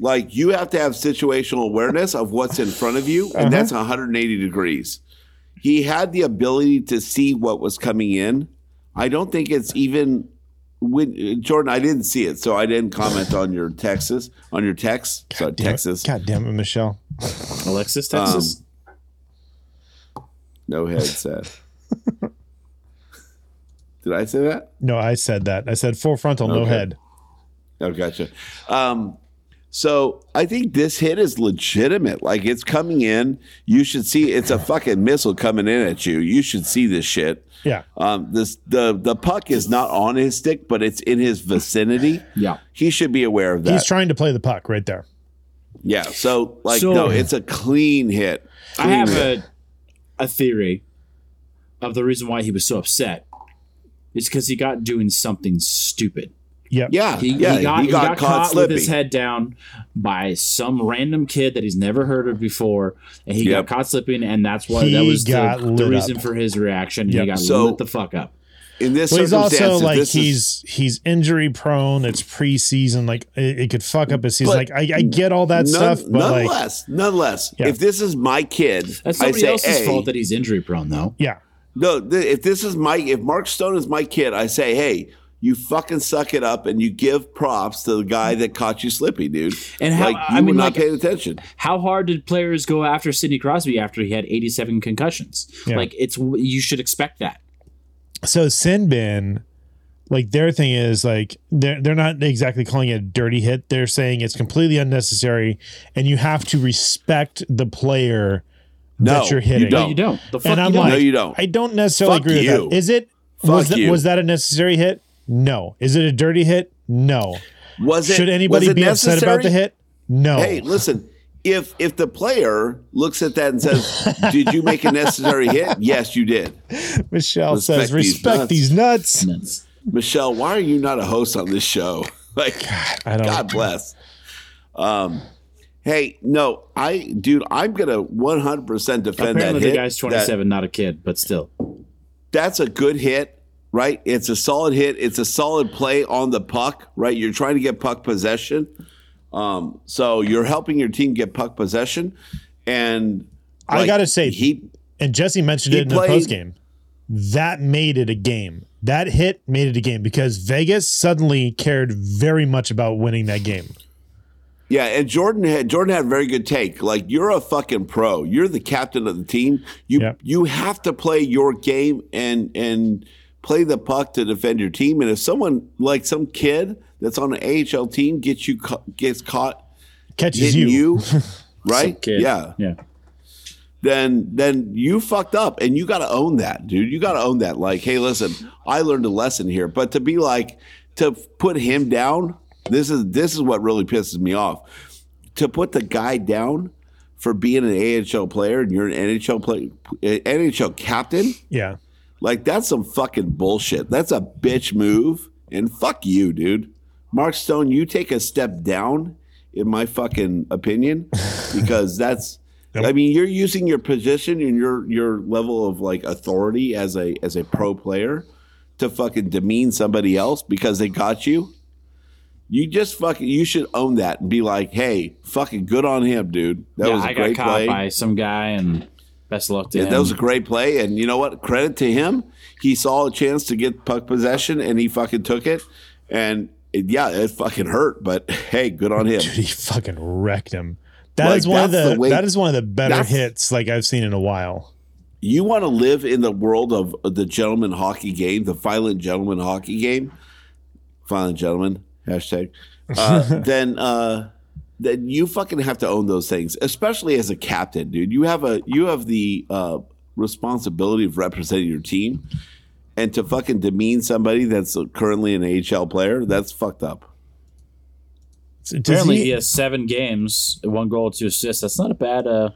Speaker 5: like you have to have situational awareness of what's in front of you,
Speaker 4: Uh-huh.
Speaker 5: and that's 180 degrees. He had the ability to see what was coming in. I don't think it's even when Jordan. I didn't see it, so I didn't comment on your Texas on your text. So
Speaker 4: Damn it.
Speaker 5: Texas, Um,
Speaker 4: God damn it, Michelle. Um,
Speaker 3: Alexis, Texas.
Speaker 5: no headset. Did I say that?
Speaker 4: No, I said that. I said full frontal, no
Speaker 5: Okay.
Speaker 4: head.
Speaker 5: Oh, gotcha. Um, so I think this hit is legitimate. Like it's coming in. You should see it's a fucking missile coming in at you. You should see this shit.
Speaker 4: Yeah.
Speaker 5: Um, this the the puck is not on his stick, but it's in his vicinity.
Speaker 3: yeah.
Speaker 5: He should be aware of that.
Speaker 4: He's trying to play the puck right there.
Speaker 5: yeah. So like
Speaker 3: So-
Speaker 5: no, it's a clean hit.
Speaker 3: I have a, a theory of the reason why he was so upset It's because he got doing something stupid.
Speaker 4: Yep.
Speaker 5: Yeah,
Speaker 3: He,
Speaker 5: yeah,
Speaker 3: he got, he got caught, with his
Speaker 5: slipping.
Speaker 3: head down by some random kid that he's never heard of before, and he
Speaker 5: Yep.
Speaker 3: got caught slipping, and that's why that
Speaker 4: He
Speaker 3: was the,
Speaker 4: got
Speaker 3: the
Speaker 4: lit
Speaker 3: reason
Speaker 4: up.
Speaker 3: for his reaction.
Speaker 4: Yep.
Speaker 3: He got
Speaker 4: So-
Speaker 3: lit the fuck up.
Speaker 5: In this
Speaker 4: But he's also
Speaker 5: circumstances,
Speaker 4: like
Speaker 5: this is-
Speaker 4: he's he's injury prone. It's preseason. Like it, it could fuck up his season. Like I, I get all that
Speaker 5: None-
Speaker 4: stuff, but like
Speaker 5: nonetheless, nonetheless, if this is my kid,
Speaker 3: That's
Speaker 5: I
Speaker 3: somebody
Speaker 5: say,
Speaker 3: else's
Speaker 5: hey,
Speaker 3: fault that he's injury prone, though.
Speaker 4: yeah,
Speaker 5: No, th- if this is my if Mark Stone is my kid, I say, hey, you fucking suck it up, and you give props to the guy that caught you slipping, dude.
Speaker 3: And how-
Speaker 5: like, you
Speaker 3: I mean,
Speaker 5: were not
Speaker 3: like-
Speaker 5: paying attention.
Speaker 3: How hard did players go after Sidney Crosby after he had 87 concussions?
Speaker 4: Yeah.
Speaker 3: Like it's you should expect that.
Speaker 4: so Sinbin, like their thing is like they're they're not exactly calling it a dirty hit. They're saying it's completely unnecessary, and you have to respect the player
Speaker 5: No,
Speaker 4: that you're hitting.
Speaker 5: you don't. No, you don't. The fuck
Speaker 4: and
Speaker 5: you
Speaker 4: I'm
Speaker 5: don't.
Speaker 4: like,
Speaker 5: No, you don't.
Speaker 4: I don't necessarily
Speaker 5: Fuck
Speaker 4: agree
Speaker 5: you.
Speaker 4: with that. Is it
Speaker 5: Fuck
Speaker 4: was that
Speaker 5: you.
Speaker 4: was that a necessary hit? No. Is it a dirty hit? No.
Speaker 5: Was it
Speaker 4: Should anybody
Speaker 5: was it
Speaker 4: be upset about the
Speaker 5: necessary?
Speaker 4: hit? No.
Speaker 5: Hey, listen. If if the player looks at that and says, "Did you make a necessary hit?" Yes, you did.
Speaker 4: Michelle
Speaker 5: Respect
Speaker 4: says,
Speaker 5: these
Speaker 4: respect
Speaker 5: nuts."
Speaker 4: these nuts.
Speaker 5: Michelle, why are you not a host on this show? Like, God,
Speaker 4: I don't-
Speaker 5: bless. Um, hey, no, I, dude, I'm gonna 100 percent defend
Speaker 3: Apparently,
Speaker 5: that
Speaker 3: the
Speaker 5: hit.
Speaker 3: guy's
Speaker 5: That-
Speaker 3: 27, not a kid, but still.
Speaker 5: that's a good hit, right? It's a solid hit. It's a solid play on the puck, right? You're trying to get puck possession, um, so you're helping your team get puck possession, and
Speaker 4: I
Speaker 5: like,
Speaker 4: gotta say-
Speaker 5: he
Speaker 4: And Jesse mentioned
Speaker 5: He
Speaker 4: it in the
Speaker 5: played-
Speaker 4: postgame. That made it a game. That hit made it a game because Vegas suddenly cared very much about winning that game.
Speaker 5: Yeah, and Jordan had Jordan had a very good take. Like you're a fucking pro. You're the captain of the team. You
Speaker 4: Yep.
Speaker 5: you have to play your game and and play the puck to defend your team. And if someone like some kid that's on an AHL team gets you ca- gets caught
Speaker 4: Catches
Speaker 5: hitting
Speaker 4: you.
Speaker 5: you, right?
Speaker 3: Some kid.
Speaker 5: Yeah.
Speaker 3: Yeah.
Speaker 5: Then then you fucked up and you got to own that, dude. You got to own that. Like, hey, listen, I learned a lesson here. But to be like to put him down, this is this is what really pisses me off to put the guy down for being an AHL player and you're an NHL play, eh, NHL captain,
Speaker 4: Yeah.
Speaker 5: like that's some fucking bullshit. That's a bitch move. And fuck you, dude. Mark Stone, you take a step down, in my fucking opinion, because that's. I mean, you're using your position and your your level of like authority as a as a pro player to fucking demean somebody else because they got you. You just fucking you should own that and be like, hey, fucking good on him, dude. That
Speaker 3: yeah,
Speaker 5: was a
Speaker 3: I
Speaker 5: great
Speaker 3: got caught
Speaker 5: play.
Speaker 3: by some guy, and best of luck to
Speaker 5: Yeah,
Speaker 3: him.
Speaker 5: that was a great play, and you know what? Credit to him. He saw a chance to get puck possession, and he fucking took it. And it, yeah, it fucking hurt, but hey, good on him.
Speaker 4: Dude, he fucking wrecked him. That is
Speaker 5: Like,
Speaker 4: one of
Speaker 5: that's
Speaker 4: the,
Speaker 5: the way-
Speaker 4: that is one of the better
Speaker 5: that's-
Speaker 4: hits like I've seen in a while.
Speaker 5: You want to live in the world of the gentleman hockey game, the violent gentleman hockey game, violent gentleman hashtag. Uh, then, uh, then you fucking have to own those things, especially as a captain, dude. You have a you have the uh, responsibility of representing your team, and to fucking demean somebody that's currently an AHL player, that's fucked up.
Speaker 4: Does
Speaker 3: Apparently,
Speaker 4: he-
Speaker 3: he has seven games, one goal, two assists. That's not a bad. Uh,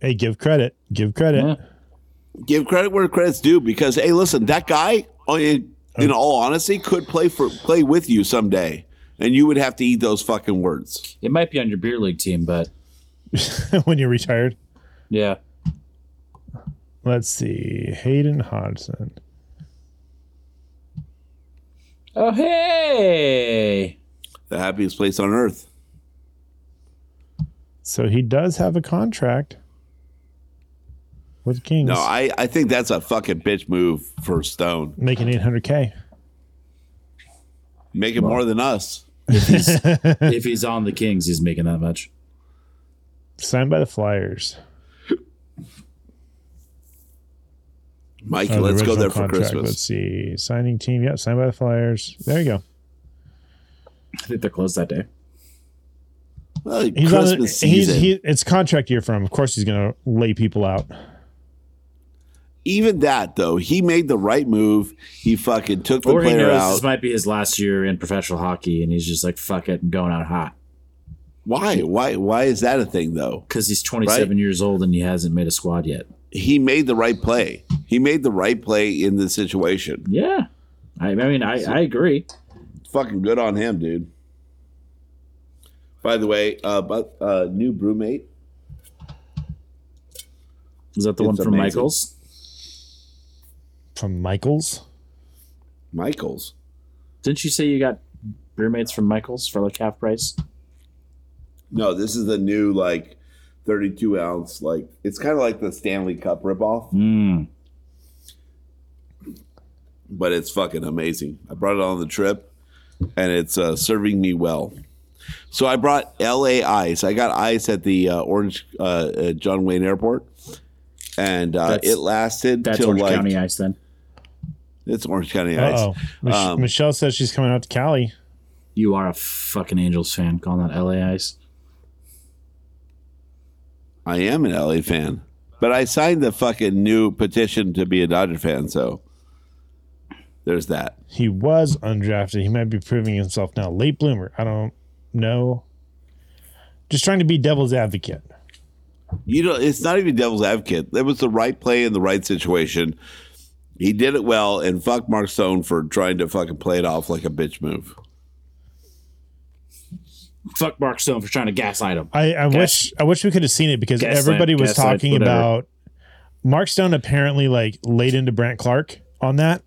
Speaker 4: hey, give credit. Give credit.
Speaker 3: Yeah.
Speaker 5: give credit where credit's due because hey listen that guy in, in all honesty could play for play with you someday and you would have to eat those fucking words
Speaker 3: it might be on your beer league team, but
Speaker 4: when you're retired.
Speaker 3: yeah,
Speaker 4: Let's see. Hayden Hodgson.
Speaker 3: Oh hey!
Speaker 5: the happiest place on earth
Speaker 4: So he does have a contract with Kings,
Speaker 5: no i i think that's a fucking bitch move for stone
Speaker 4: making 800K.
Speaker 5: make it more than us
Speaker 3: if he's on the Kings, he's making that much.
Speaker 4: Signed by the Flyers.
Speaker 5: mike
Speaker 4: Oh, the
Speaker 5: let's go
Speaker 4: original
Speaker 5: there for
Speaker 4: contract. Let's
Speaker 5: christmas
Speaker 4: see. Signing team. Yep. Signed by the Flyers. There you go.
Speaker 3: I think they're closed that day.
Speaker 5: well,
Speaker 4: He's
Speaker 5: christmas
Speaker 4: on. He's,
Speaker 5: season
Speaker 4: he, it's contract year for him. Of course, he's going to lay people out.
Speaker 5: even that though he made the right move he fucking took the
Speaker 3: or he
Speaker 5: player
Speaker 3: knows
Speaker 5: out
Speaker 3: this might be his last year in professional hockey, and he's just like, "Fuck it," and going out hot
Speaker 5: why why why is that a thing though
Speaker 3: because he's 27 years old and he hasn't made a squad yet.
Speaker 5: he made the right play he made the right play in this situation
Speaker 3: Yeah, I, I mean, I, I agree.
Speaker 5: Fucking good on him, dude. By the way, uh, but uh, new brewmate.
Speaker 3: Is that the one
Speaker 5: It's
Speaker 3: from
Speaker 5: amazing.
Speaker 3: Michaels?
Speaker 4: From Michaels?
Speaker 5: Michaels.
Speaker 3: Didn't you say you got roommates from Michaels for like half price?
Speaker 5: No, this is the new like 32 ounce. Like it's kind of like the Stanley Cup ripoff,
Speaker 3: Mm.
Speaker 5: but it's fucking amazing. I brought it on the trip, and it's uh, serving me well. So I brought LA ice. I got ice at the uh, Orange uh, uh, John Wayne Airport, and uh,
Speaker 3: That's-
Speaker 5: it lasted
Speaker 3: That's
Speaker 5: till
Speaker 3: Orange
Speaker 5: like
Speaker 3: County Ice then.
Speaker 5: it's Orange County
Speaker 4: Uh
Speaker 5: ice.
Speaker 4: oh. Michelle says she's coming out to Cali.
Speaker 3: You are a fucking Angels fan calling that LA Ice.
Speaker 5: I am an LA fan, but I signed the fucking new petition to be a Dodger fan. So there's that.
Speaker 4: He was undrafted. He might be proving himself now. Late bloomer. I don't know. Just trying to be devil's advocate.
Speaker 5: You know, it's not even devil's advocate. That was the right play in the right situation. He did it well, and fuck Mark Stone for trying to fucking play it off like a bitch move.
Speaker 3: Fuck Mark Stone for trying to gaslight him.
Speaker 4: I, I
Speaker 3: Gas-
Speaker 4: wish I wish we could have seen it because
Speaker 3: Gaslight-
Speaker 4: everybody was
Speaker 3: gaslight,
Speaker 4: talking
Speaker 3: whatever.
Speaker 4: about Mark Stone apparently like laid into Brant Clark on that.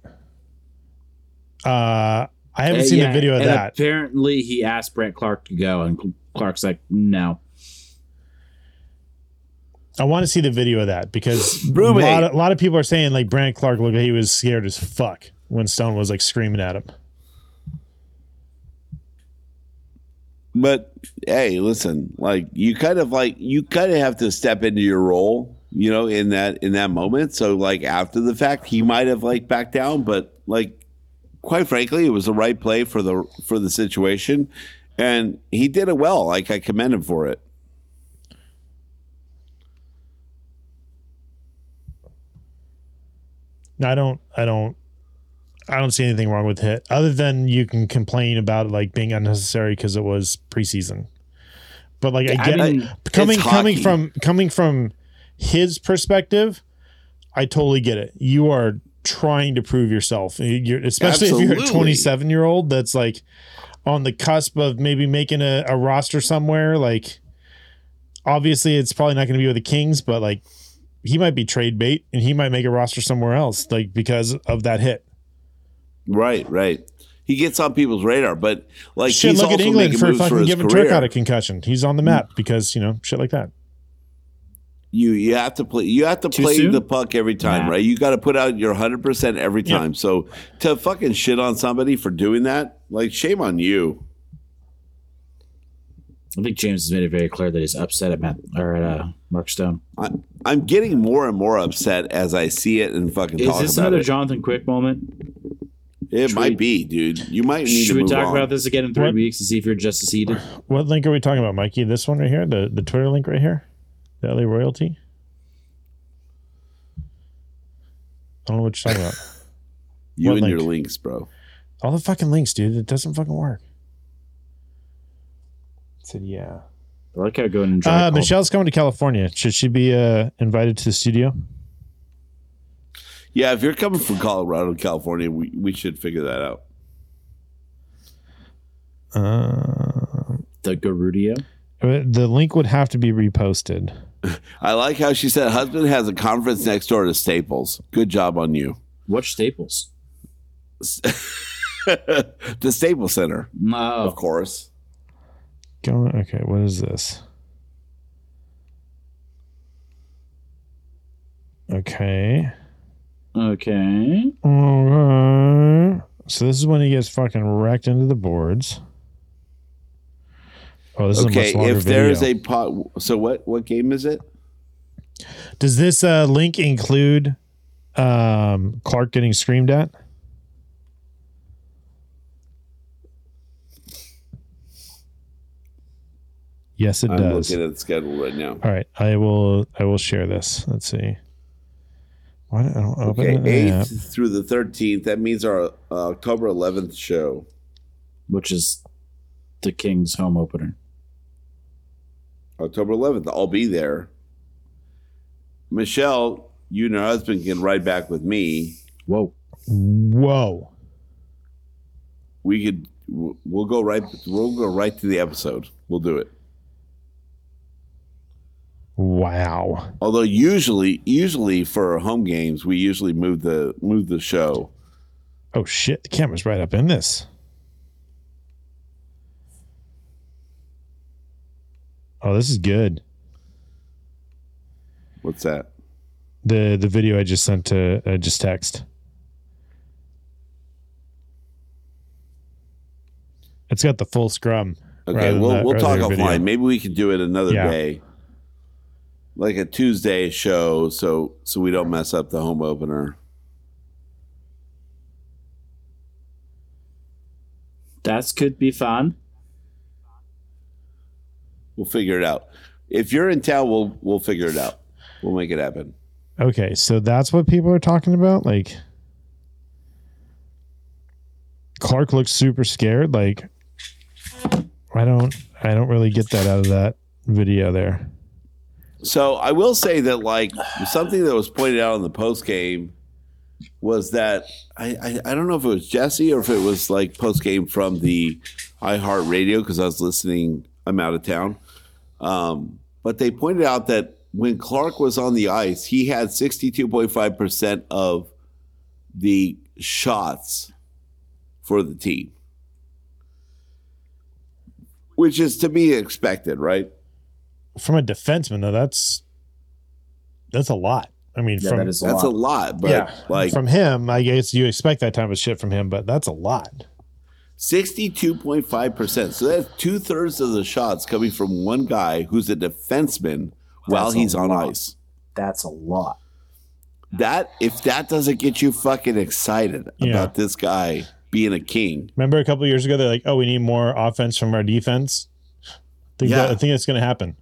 Speaker 4: Uh I haven't
Speaker 3: Uh,
Speaker 4: seen
Speaker 3: yeah,
Speaker 4: the video of
Speaker 3: and
Speaker 4: that.
Speaker 3: Apparently, he asked Brent Clark to go, and Cl- Clark's like, "No."
Speaker 4: I want to see the video of that because a
Speaker 5: Brewmate.
Speaker 4: lot, of, a lot of people are saying like Brant Clark looked like he was scared as fuck when Stone was like screaming at him.
Speaker 5: But hey, listen, like you kind of like you kind of have to step into your role, you know, in that in that moment. So like after the fact, he might have like backed down, but like quite frankly, it was the right play for the for the situation, and he did it well. Like I commend him for it.
Speaker 4: No, I don't. I don't. I don't see anything wrong with it, other than you can complain about like being unnecessary because it was preseason. But like I
Speaker 3: I
Speaker 4: get
Speaker 3: mean,
Speaker 4: coming
Speaker 3: it's
Speaker 4: coming
Speaker 3: hockey.
Speaker 4: from coming from his perspective, I totally get it. You are trying to prove yourself, You're- especially if you're a
Speaker 5: Absolutely.
Speaker 4: 27 year old that's like on the cusp of maybe making a, a roster somewhere. Like, obviously, it's probably not going to be with the Kings, but like he might be trade bait and he might make a roster somewhere else, like because of that hit.
Speaker 5: Right, right. He gets on people's radar, but like
Speaker 4: shit,
Speaker 5: he's
Speaker 4: look at
Speaker 5: also
Speaker 4: England
Speaker 5: making
Speaker 4: for
Speaker 5: moves for
Speaker 4: fucking
Speaker 5: his
Speaker 4: giving
Speaker 5: career.
Speaker 4: Turcotte a concussion. He's on the map because you know shit like that.
Speaker 5: you you have to play you have to
Speaker 3: Too
Speaker 5: play
Speaker 3: soon?
Speaker 5: the puck every time,
Speaker 3: Nah.
Speaker 5: right? You got to put out your 100% every time. So to fucking shit on somebody for doing that, like shame on you.
Speaker 3: I think James has made it very clear that he's upset at Matt or at uh, Mark Stone.
Speaker 5: I, I'm getting more and more upset as I see it and fucking
Speaker 3: Is
Speaker 5: talk
Speaker 3: this
Speaker 5: about
Speaker 3: another
Speaker 5: it.
Speaker 3: Jonathan Quick moment?
Speaker 5: It
Speaker 3: should
Speaker 5: might
Speaker 3: we-
Speaker 5: be, dude. You might need to
Speaker 3: Should we
Speaker 5: move
Speaker 3: talk
Speaker 5: on.
Speaker 3: about this again in three
Speaker 4: What?
Speaker 3: weeks to see if you're just as heated?
Speaker 4: What link are we talking about, Mikey? This one right here, the the Twitter link right here, the LA royalty. I don't know what you're talking about.
Speaker 5: You
Speaker 4: What
Speaker 5: and your
Speaker 4: link?
Speaker 5: links, bro.
Speaker 4: All the fucking links, dude. It doesn't fucking work. I said yeah.
Speaker 3: I like how going and dry
Speaker 4: Uh,
Speaker 3: called-
Speaker 4: Michelle's coming to California. Should she be uh, invited to the studio?
Speaker 5: Yeah, if you're coming from Colorado, California, we, we should figure that out.
Speaker 4: Uh,
Speaker 3: the Garudio.
Speaker 4: the link would have to be reposted.
Speaker 5: I like how she said husband has a conference next door to Staples. Good job on you.
Speaker 3: Watch Staples.
Speaker 5: the Staples Center, of
Speaker 3: No,
Speaker 5: course.
Speaker 4: Going okay. What is this? Okay.
Speaker 3: okay.
Speaker 4: Alright. So this is when he gets fucking wrecked into the boards. Oh, this
Speaker 5: okay,
Speaker 4: is a much longer
Speaker 5: if there's
Speaker 4: video.
Speaker 5: a pot, so what? What game is it?
Speaker 4: Does this uh, link include um, Clark getting screamed at? Yes, it
Speaker 5: I'm
Speaker 4: does.
Speaker 5: looking at the schedule right now.
Speaker 4: All right, I will. I will share this. Let's see. Why don't I don't open
Speaker 5: Okay,
Speaker 4: it? Yeah.
Speaker 5: eighth through the thirteenth. That means our uh, October eleventh show.
Speaker 3: Which is the Kings home opener.
Speaker 5: October eleventh. I'll be there. Michelle, you and her husband can ride back with me.
Speaker 3: Whoa.
Speaker 4: Whoa!
Speaker 5: we could w- we'll go right we'll go right to the episode. We'll do it.
Speaker 4: Wow.
Speaker 5: Although usually usually for home games we usually move the move the show.
Speaker 4: Oh shit! The camera's right up in this. Oh, this is good.
Speaker 5: What's that?
Speaker 4: The the video I just sent to I just text. It's got the full scrum. rather
Speaker 5: Okay,
Speaker 4: than
Speaker 5: we'll
Speaker 4: the
Speaker 5: we'll talk
Speaker 4: earlier video.
Speaker 5: offline. Maybe we could do it another
Speaker 4: Yeah.
Speaker 5: day. Like a Tuesday show so so we don't mess up the home opener.
Speaker 3: That could be fun.
Speaker 5: We'll figure it out. If you're in town, we'll we'll figure it out. We'll make it happen.
Speaker 4: Okay, so that's what people are talking about. Like, Clark looks super scared. Like, I don't, I don't really get that out of that video there.
Speaker 5: So I will say that like something that was pointed out in the post game was that I, I I don't know if it was Jesse or if it was like post game from the iHeartRadio because I was listening. I'm out of town, um, but they pointed out that when Clark was on the ice, he had 62.5 percent of the shots for the team, which is to be expected, right?
Speaker 4: From a defenseman, though, that's that's a lot. I mean, from
Speaker 5: that's a lot, but
Speaker 4: yeah,
Speaker 5: like
Speaker 4: from him, I guess you expect that type of shit from him, but that's a lot.
Speaker 5: 62.5%. So that's two thirds of the shots coming from one guy who's a defenseman while
Speaker 3: That's a
Speaker 5: he's on
Speaker 3: lot.
Speaker 5: ice.
Speaker 3: That's a lot.
Speaker 5: That, if that doesn't get you fucking excited
Speaker 4: Yeah.
Speaker 5: about this guy being a king,
Speaker 4: Remember a couple of years ago, they're like, "Oh, we need more offense from our defense." I think, that,
Speaker 5: Yeah.
Speaker 4: I think it's going to happen.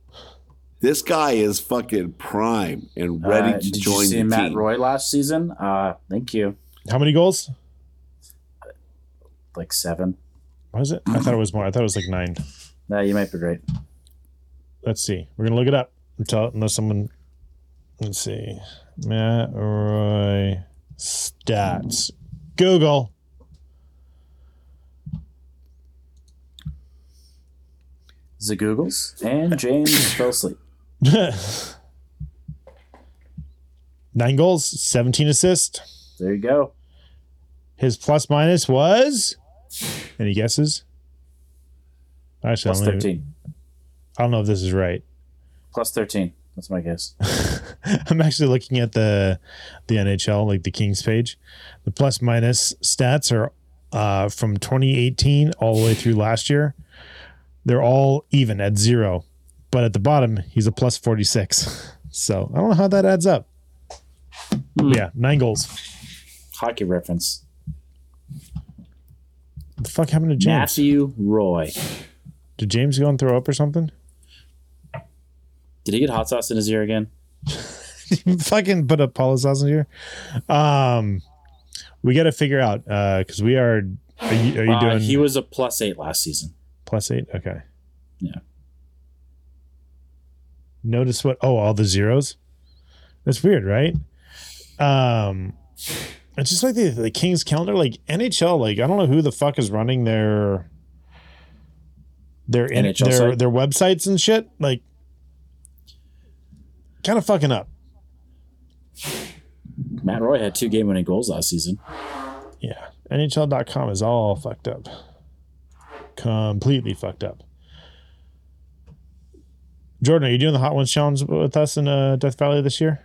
Speaker 5: this guy is fucking prime and ready
Speaker 3: Uh,
Speaker 5: to
Speaker 3: did
Speaker 5: join
Speaker 3: you see
Speaker 5: the
Speaker 3: Matt
Speaker 5: team.
Speaker 3: Roy last season? Uh, thank you.
Speaker 4: How many goals?
Speaker 3: Like seven.
Speaker 4: Was it? I thought it was more. I thought it was like nine.
Speaker 3: No, you might be right.
Speaker 4: Let's see. We're gonna look it up until unless someone. Let's see. Matt Roy stats. Google.
Speaker 3: The Googles and James fell asleep.
Speaker 4: Nine goals, seventeen assists.
Speaker 3: There you go.
Speaker 4: His plus minus was. Any guesses? Actually,
Speaker 3: Plus
Speaker 4: I don't even-
Speaker 3: 13.
Speaker 4: I don't know if this is right.
Speaker 3: Plus 13. That's my guess.
Speaker 4: I'm actually looking at the the NHL, like the Kings page. The plus minus stats are uh, from 2018 all the way through last year. They're all even at zero, but at the bottom he's a plus 46. So I don't know how that adds up. Yeah, nine goals.
Speaker 3: Hockey reference.
Speaker 4: What the fuck happened to James?
Speaker 3: Matthew Roy.
Speaker 4: Did James go and throw up or something?
Speaker 3: Did he get hot sauce in his ear again?
Speaker 4: fucking put a Paula sauce in here. Um, we got to figure out because we are. Are you, are you
Speaker 3: Uh,
Speaker 4: doing
Speaker 3: He was a plus eight last season.
Speaker 4: plus eight? Okay.
Speaker 3: Yeah.
Speaker 4: Notice what? Oh, all the zeros. That's weird, right? Um, it's just like the, the Kings calendar, like NHL. Like I don't know who the fuck is running their their in,
Speaker 3: NHL
Speaker 4: their
Speaker 3: site?
Speaker 4: their websites and shit. Like, kind of fucking up.
Speaker 3: Matt Roy had two game winning goals last season.
Speaker 4: Yeah. NHL.com is all fucked up. Completely fucked up. Jordan, are you doing the Hot Ones Challenge with us in uh, Death Valley this year?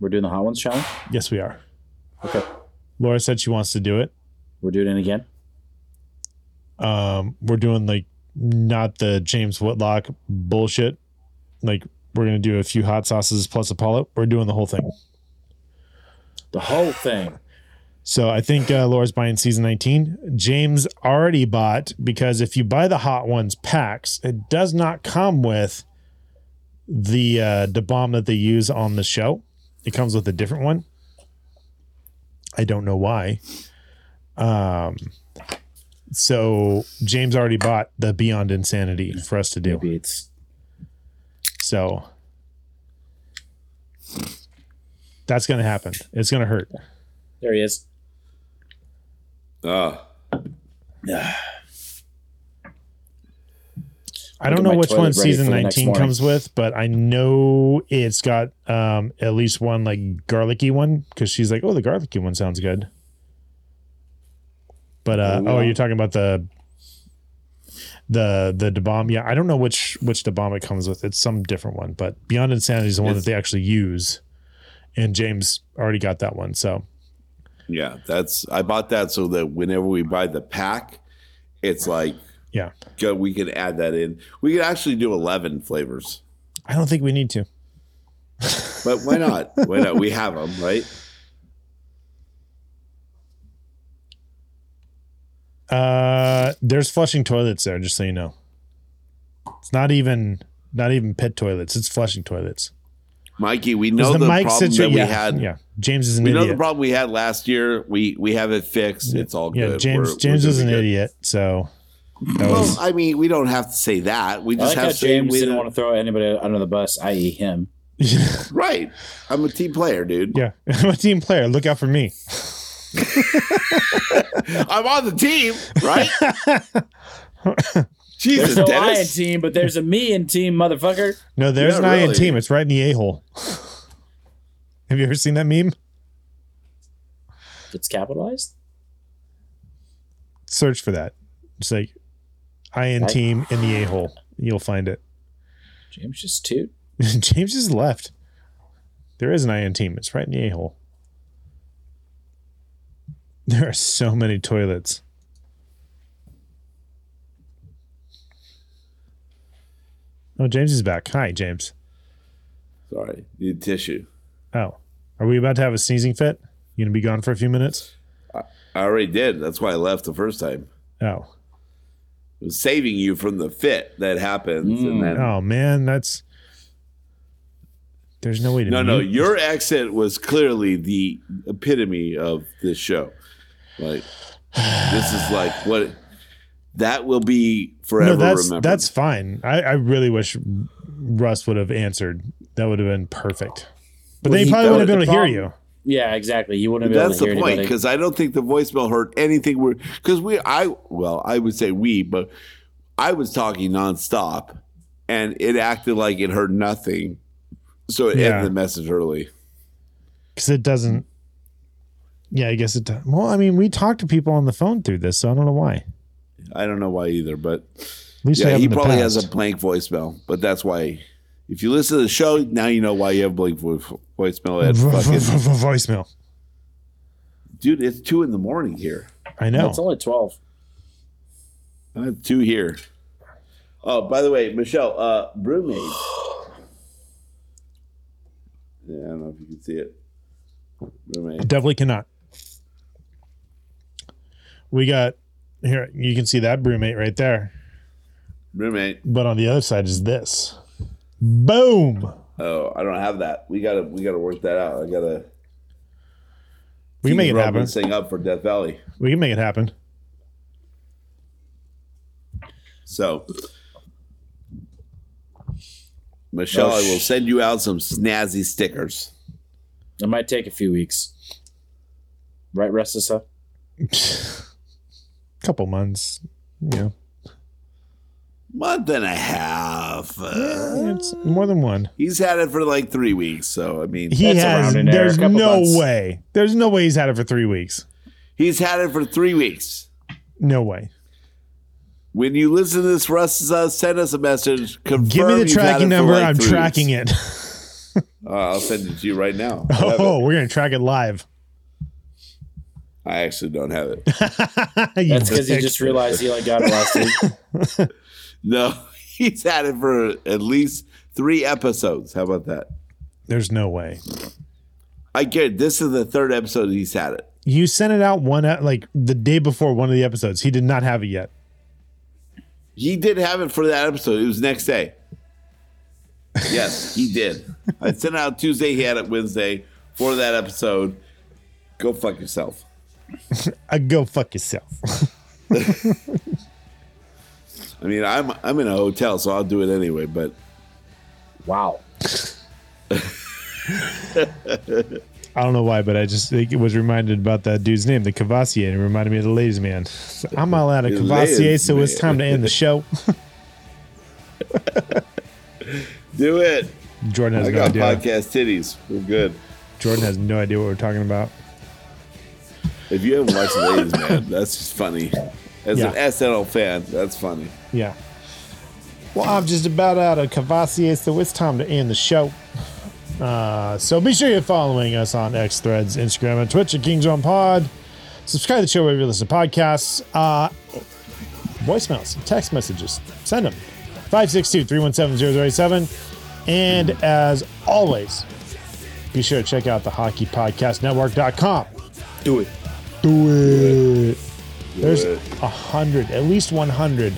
Speaker 3: We're doing the hot ones challenge.
Speaker 4: Yes, we are.
Speaker 3: Okay.
Speaker 4: Laura said she wants to do it.
Speaker 3: We're doing it again.
Speaker 4: Um, we're doing like not the James Whitlock bullshit. Like we're gonna do a few hot sauces plus a polyp. We're doing the whole thing.
Speaker 3: The whole thing.
Speaker 4: So I think uh, Laura's buying season 19. James already bought because if you buy the Hot Ones packs, it does not come with the uh, the bomb that they use on the show. It comes with a different one. I don't know why. Um, so James already bought the Beyond Insanity for us to do.
Speaker 3: Maybe it's
Speaker 4: So that's going to happen. It's going to hurt.
Speaker 3: there he is.
Speaker 5: Ah.
Speaker 4: I don't
Speaker 3: Get
Speaker 4: know
Speaker 3: my
Speaker 4: which
Speaker 3: toilet
Speaker 4: one
Speaker 3: ready
Speaker 4: season
Speaker 3: for the next
Speaker 4: 19
Speaker 3: morning.
Speaker 4: comes with, but I know it's got um, at least one like garlicky one because she's like, oh, the garlicky one sounds good. But uh,
Speaker 12: Oh,
Speaker 4: oh,
Speaker 12: yeah.
Speaker 4: you're talking about the the the debomb. Yeah, I don't know which which debomb it comes with. It's some different one, but Beyond Insanity is the one
Speaker 5: It's-
Speaker 4: that they actually use, and James already got that one. So
Speaker 5: Yeah, that's I bought that so that whenever we buy the pack, it's like
Speaker 4: yeah,
Speaker 5: go, we can add that in. We could actually do eleven flavors,
Speaker 4: I don't think we need to.
Speaker 5: but why not? why not? We have them, right?
Speaker 4: Uh, there's flushing toilets there, just so you know. It's not even not even pit toilets. It's flushing toilets.
Speaker 5: Mikey, we
Speaker 4: 'Cause
Speaker 5: know the,
Speaker 4: mic
Speaker 5: problem
Speaker 4: situa-
Speaker 5: that we
Speaker 4: yeah,
Speaker 5: had.
Speaker 4: Yeah, James is an
Speaker 5: we know the
Speaker 4: idiot.
Speaker 5: problem we had last year. We we have it fixed. It's all
Speaker 4: yeah,
Speaker 5: good.
Speaker 4: James
Speaker 5: We're-
Speaker 4: James
Speaker 5: we're
Speaker 4: is
Speaker 5: gonna
Speaker 4: an
Speaker 5: be good.
Speaker 4: idiot. So that
Speaker 5: Well,
Speaker 4: was-
Speaker 5: I mean, we don't have to say that. We
Speaker 3: I
Speaker 5: just
Speaker 3: like
Speaker 5: have
Speaker 3: how
Speaker 5: to say
Speaker 3: James
Speaker 5: we
Speaker 3: didn't want to throw anybody under the bus, i.e., him.
Speaker 5: right. I'm a team player, dude.
Speaker 4: yeah, I'm a team player. Look out for me.
Speaker 5: I'm on the team, right? Jesus,
Speaker 3: there's no
Speaker 5: Dennis.
Speaker 3: I in team, but there's a me in team, motherfucker.
Speaker 4: No, there's
Speaker 3: Yeah,
Speaker 4: an iron
Speaker 3: really.
Speaker 4: team. It's right in the a hole. Have you ever seen that meme?
Speaker 3: It's capitalized.
Speaker 4: Search for that. It's like iron
Speaker 3: Right.
Speaker 4: team in the a hole. You'll find it.
Speaker 3: James just toot.
Speaker 4: James just left. There is an iron team. It's right in the a hole. There are so many toilets. Oh, James is back. Hi, James.
Speaker 5: Sorry, need tissue.
Speaker 4: Oh, are we about to have a sneezing fit? You gonna be gone for a few minutes?
Speaker 5: I already did. That's why I left the first time.
Speaker 4: Oh,
Speaker 5: It was saving you from the fit that happens, and
Speaker 3: Um,
Speaker 5: then
Speaker 4: oh man, that's. There's no way to.
Speaker 5: No, no,
Speaker 4: mute-
Speaker 5: your exit was clearly the epitome of this show. Like this is like what that will be forever
Speaker 4: No, that's
Speaker 5: remembered.
Speaker 4: that's fine. I, I really wish Russ would have answered. That would have been perfect. But then
Speaker 3: Well, he-
Speaker 4: he probably
Speaker 3: that
Speaker 4: wouldn't have
Speaker 3: was
Speaker 4: been
Speaker 3: the
Speaker 4: able to hear
Speaker 3: problem.
Speaker 4: you.
Speaker 3: Yeah, exactly. You wouldn't be able
Speaker 5: that's
Speaker 3: to hear
Speaker 5: the point
Speaker 3: anybody.
Speaker 5: because I don't think the voicemail heard anything. We're because we, I well, I would say we, but I was talking nonstop, and it acted like it heard nothing, so it
Speaker 4: Yeah.
Speaker 5: ended the message early.
Speaker 4: because it doesn't. Yeah, I guess it. does Well, I mean, we talk to people on the phone through this, so I don't know why.
Speaker 5: I don't know why either, but
Speaker 4: least I
Speaker 5: yeah,
Speaker 4: have
Speaker 5: he
Speaker 4: in the
Speaker 5: probably has
Speaker 4: past.
Speaker 5: a blank voicemail, but that's why. If you listen to the show now, you know why you have blank vo- voicemail. At fucking,
Speaker 4: Voicemail.
Speaker 5: dude, it's two in the morning here.
Speaker 4: I know.
Speaker 3: It's only 12.
Speaker 5: I have two here. Oh, by the way, Michelle, uh, roommate. yeah, I don't know if you can see it. Roommate.
Speaker 4: Definitely cannot. We got here. You can see that brewmate right there,
Speaker 5: Roommate.
Speaker 4: but on the other side is this. Boom.
Speaker 5: Oh, I don't have that. We gotta we gotta work that out. I gotta.
Speaker 4: We can make it
Speaker 5: rubbing
Speaker 4: happen.
Speaker 5: This thing up for Death Valley.
Speaker 4: We can make it happen.
Speaker 5: So, Michelle,
Speaker 3: Oh,
Speaker 5: I will send you out some snazzy stickers.
Speaker 3: It might take a few weeks. Right, Restessa?
Speaker 4: Couple months. You know,
Speaker 5: Month and a half. Uh,
Speaker 4: it's more than one.
Speaker 5: he's had it for like three weeks. So, I mean,
Speaker 4: He has. There's no way. There's no way he's had it for three weeks.
Speaker 5: He's had it for three weeks.
Speaker 4: No way.
Speaker 5: When you listen to this, Russ, uh, send us a message. Confirm
Speaker 4: Give me the
Speaker 5: you've had it
Speaker 4: tracking
Speaker 5: for,
Speaker 4: number.
Speaker 5: like,
Speaker 4: I'm
Speaker 5: three
Speaker 4: tracking
Speaker 5: weeks.
Speaker 4: it.
Speaker 5: Uh, I'll send it to you right now. I, have
Speaker 4: Oh,
Speaker 5: it.
Speaker 4: we're gonna track it live.
Speaker 5: I actually don't have it.
Speaker 3: That's because he just realized he like got it last week.
Speaker 5: No, he's had it for at least three episodes. How about that?
Speaker 4: There's no way.
Speaker 5: I get this is the third episode he's had it.
Speaker 4: You sent it out one e- like the day before one of the episodes. He did not have it yet.
Speaker 5: He did have it for that episode. It was next day. Yes, he did. I sent it out Tuesday. He had it Wednesday for that episode. Go fuck yourself.
Speaker 4: I Uh, go fuck yourself.
Speaker 5: I mean, I'm I'm in a hotel, so I'll do it anyway. But
Speaker 3: wow,
Speaker 4: I don't know why, but I just think it was reminded about that dude's name, the Cavassier. and It reminded me of the ladies' man. So I'm all out of
Speaker 12: The
Speaker 4: Cavassier,
Speaker 12: ladies'
Speaker 4: so it's
Speaker 12: man.
Speaker 4: time to end the show.
Speaker 5: Do it.
Speaker 4: Jordan has
Speaker 5: I
Speaker 4: no
Speaker 5: got
Speaker 4: idea.
Speaker 5: podcast titties. We're good.
Speaker 4: Jordan has no idea what we're talking about.
Speaker 5: If you haven't watched Ladies Man, that's just funny. As
Speaker 4: Yeah.
Speaker 5: an SNL fan, that's funny.
Speaker 4: Yeah. Well, I'm just about out of Cavassier, so it's time to end the show. Uh, so be sure you're following us on X Threads, Instagram, and Twitch at Kings on Pod. Subscribe to the show wherever you listen to podcasts. Uh, voicemails, text messages, send them. 562 317 0087. And as always, be sure to check out the hockeypodcastnetwork.com. Do it. Do it. There's
Speaker 12: it.
Speaker 4: a hundred, at least 100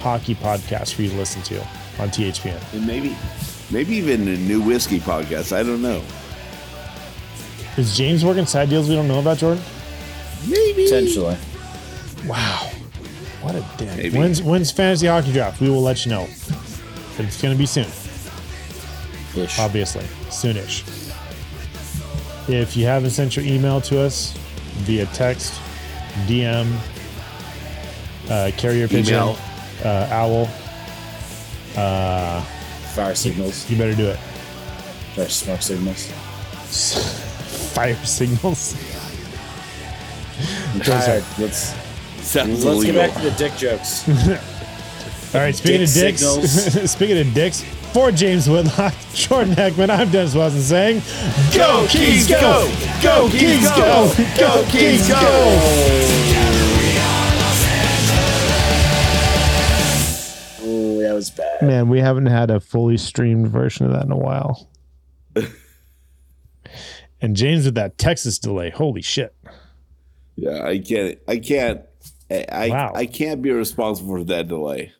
Speaker 4: hockey podcasts for you to listen to on THPN.
Speaker 5: And maybe maybe even a new whiskey podcast. I don't know.
Speaker 4: Is James working side deals we don't know about, Jordan?
Speaker 5: Maybe.
Speaker 3: Potentially.
Speaker 4: Wow. What a dick.
Speaker 3: Maybe.
Speaker 4: When's, when's fantasy hockey draft? We will let you know. It's going to be soon. Obviously. Soonish. If you haven't sent your email to us via text, DM, uh, carrier pigeon,
Speaker 3: Email.
Speaker 4: uh, owl, uh,
Speaker 3: fire signals.
Speaker 4: You, better do it.
Speaker 3: Fire smoke signals.
Speaker 4: Fire signals.
Speaker 3: I'm tired. Let's
Speaker 5: Sounds
Speaker 3: let's get
Speaker 4: illegal.
Speaker 3: back to the dick jokes.
Speaker 4: All right, speaking
Speaker 3: Dick
Speaker 4: of dicks,
Speaker 3: signals.
Speaker 4: speaking of dicks, for James Whitlock, Jordan Heckman, I'm Dennis Wilson saying,
Speaker 12: Go, Kings, go! Go, Kings, go! Go, Kings,
Speaker 3: Oh, that was bad.
Speaker 4: Man, we haven't had a fully streamed version of that in a while. and James with that Texas delay, holy shit!
Speaker 5: Yeah, I can't I can't I I, I can't be responsible for that delay.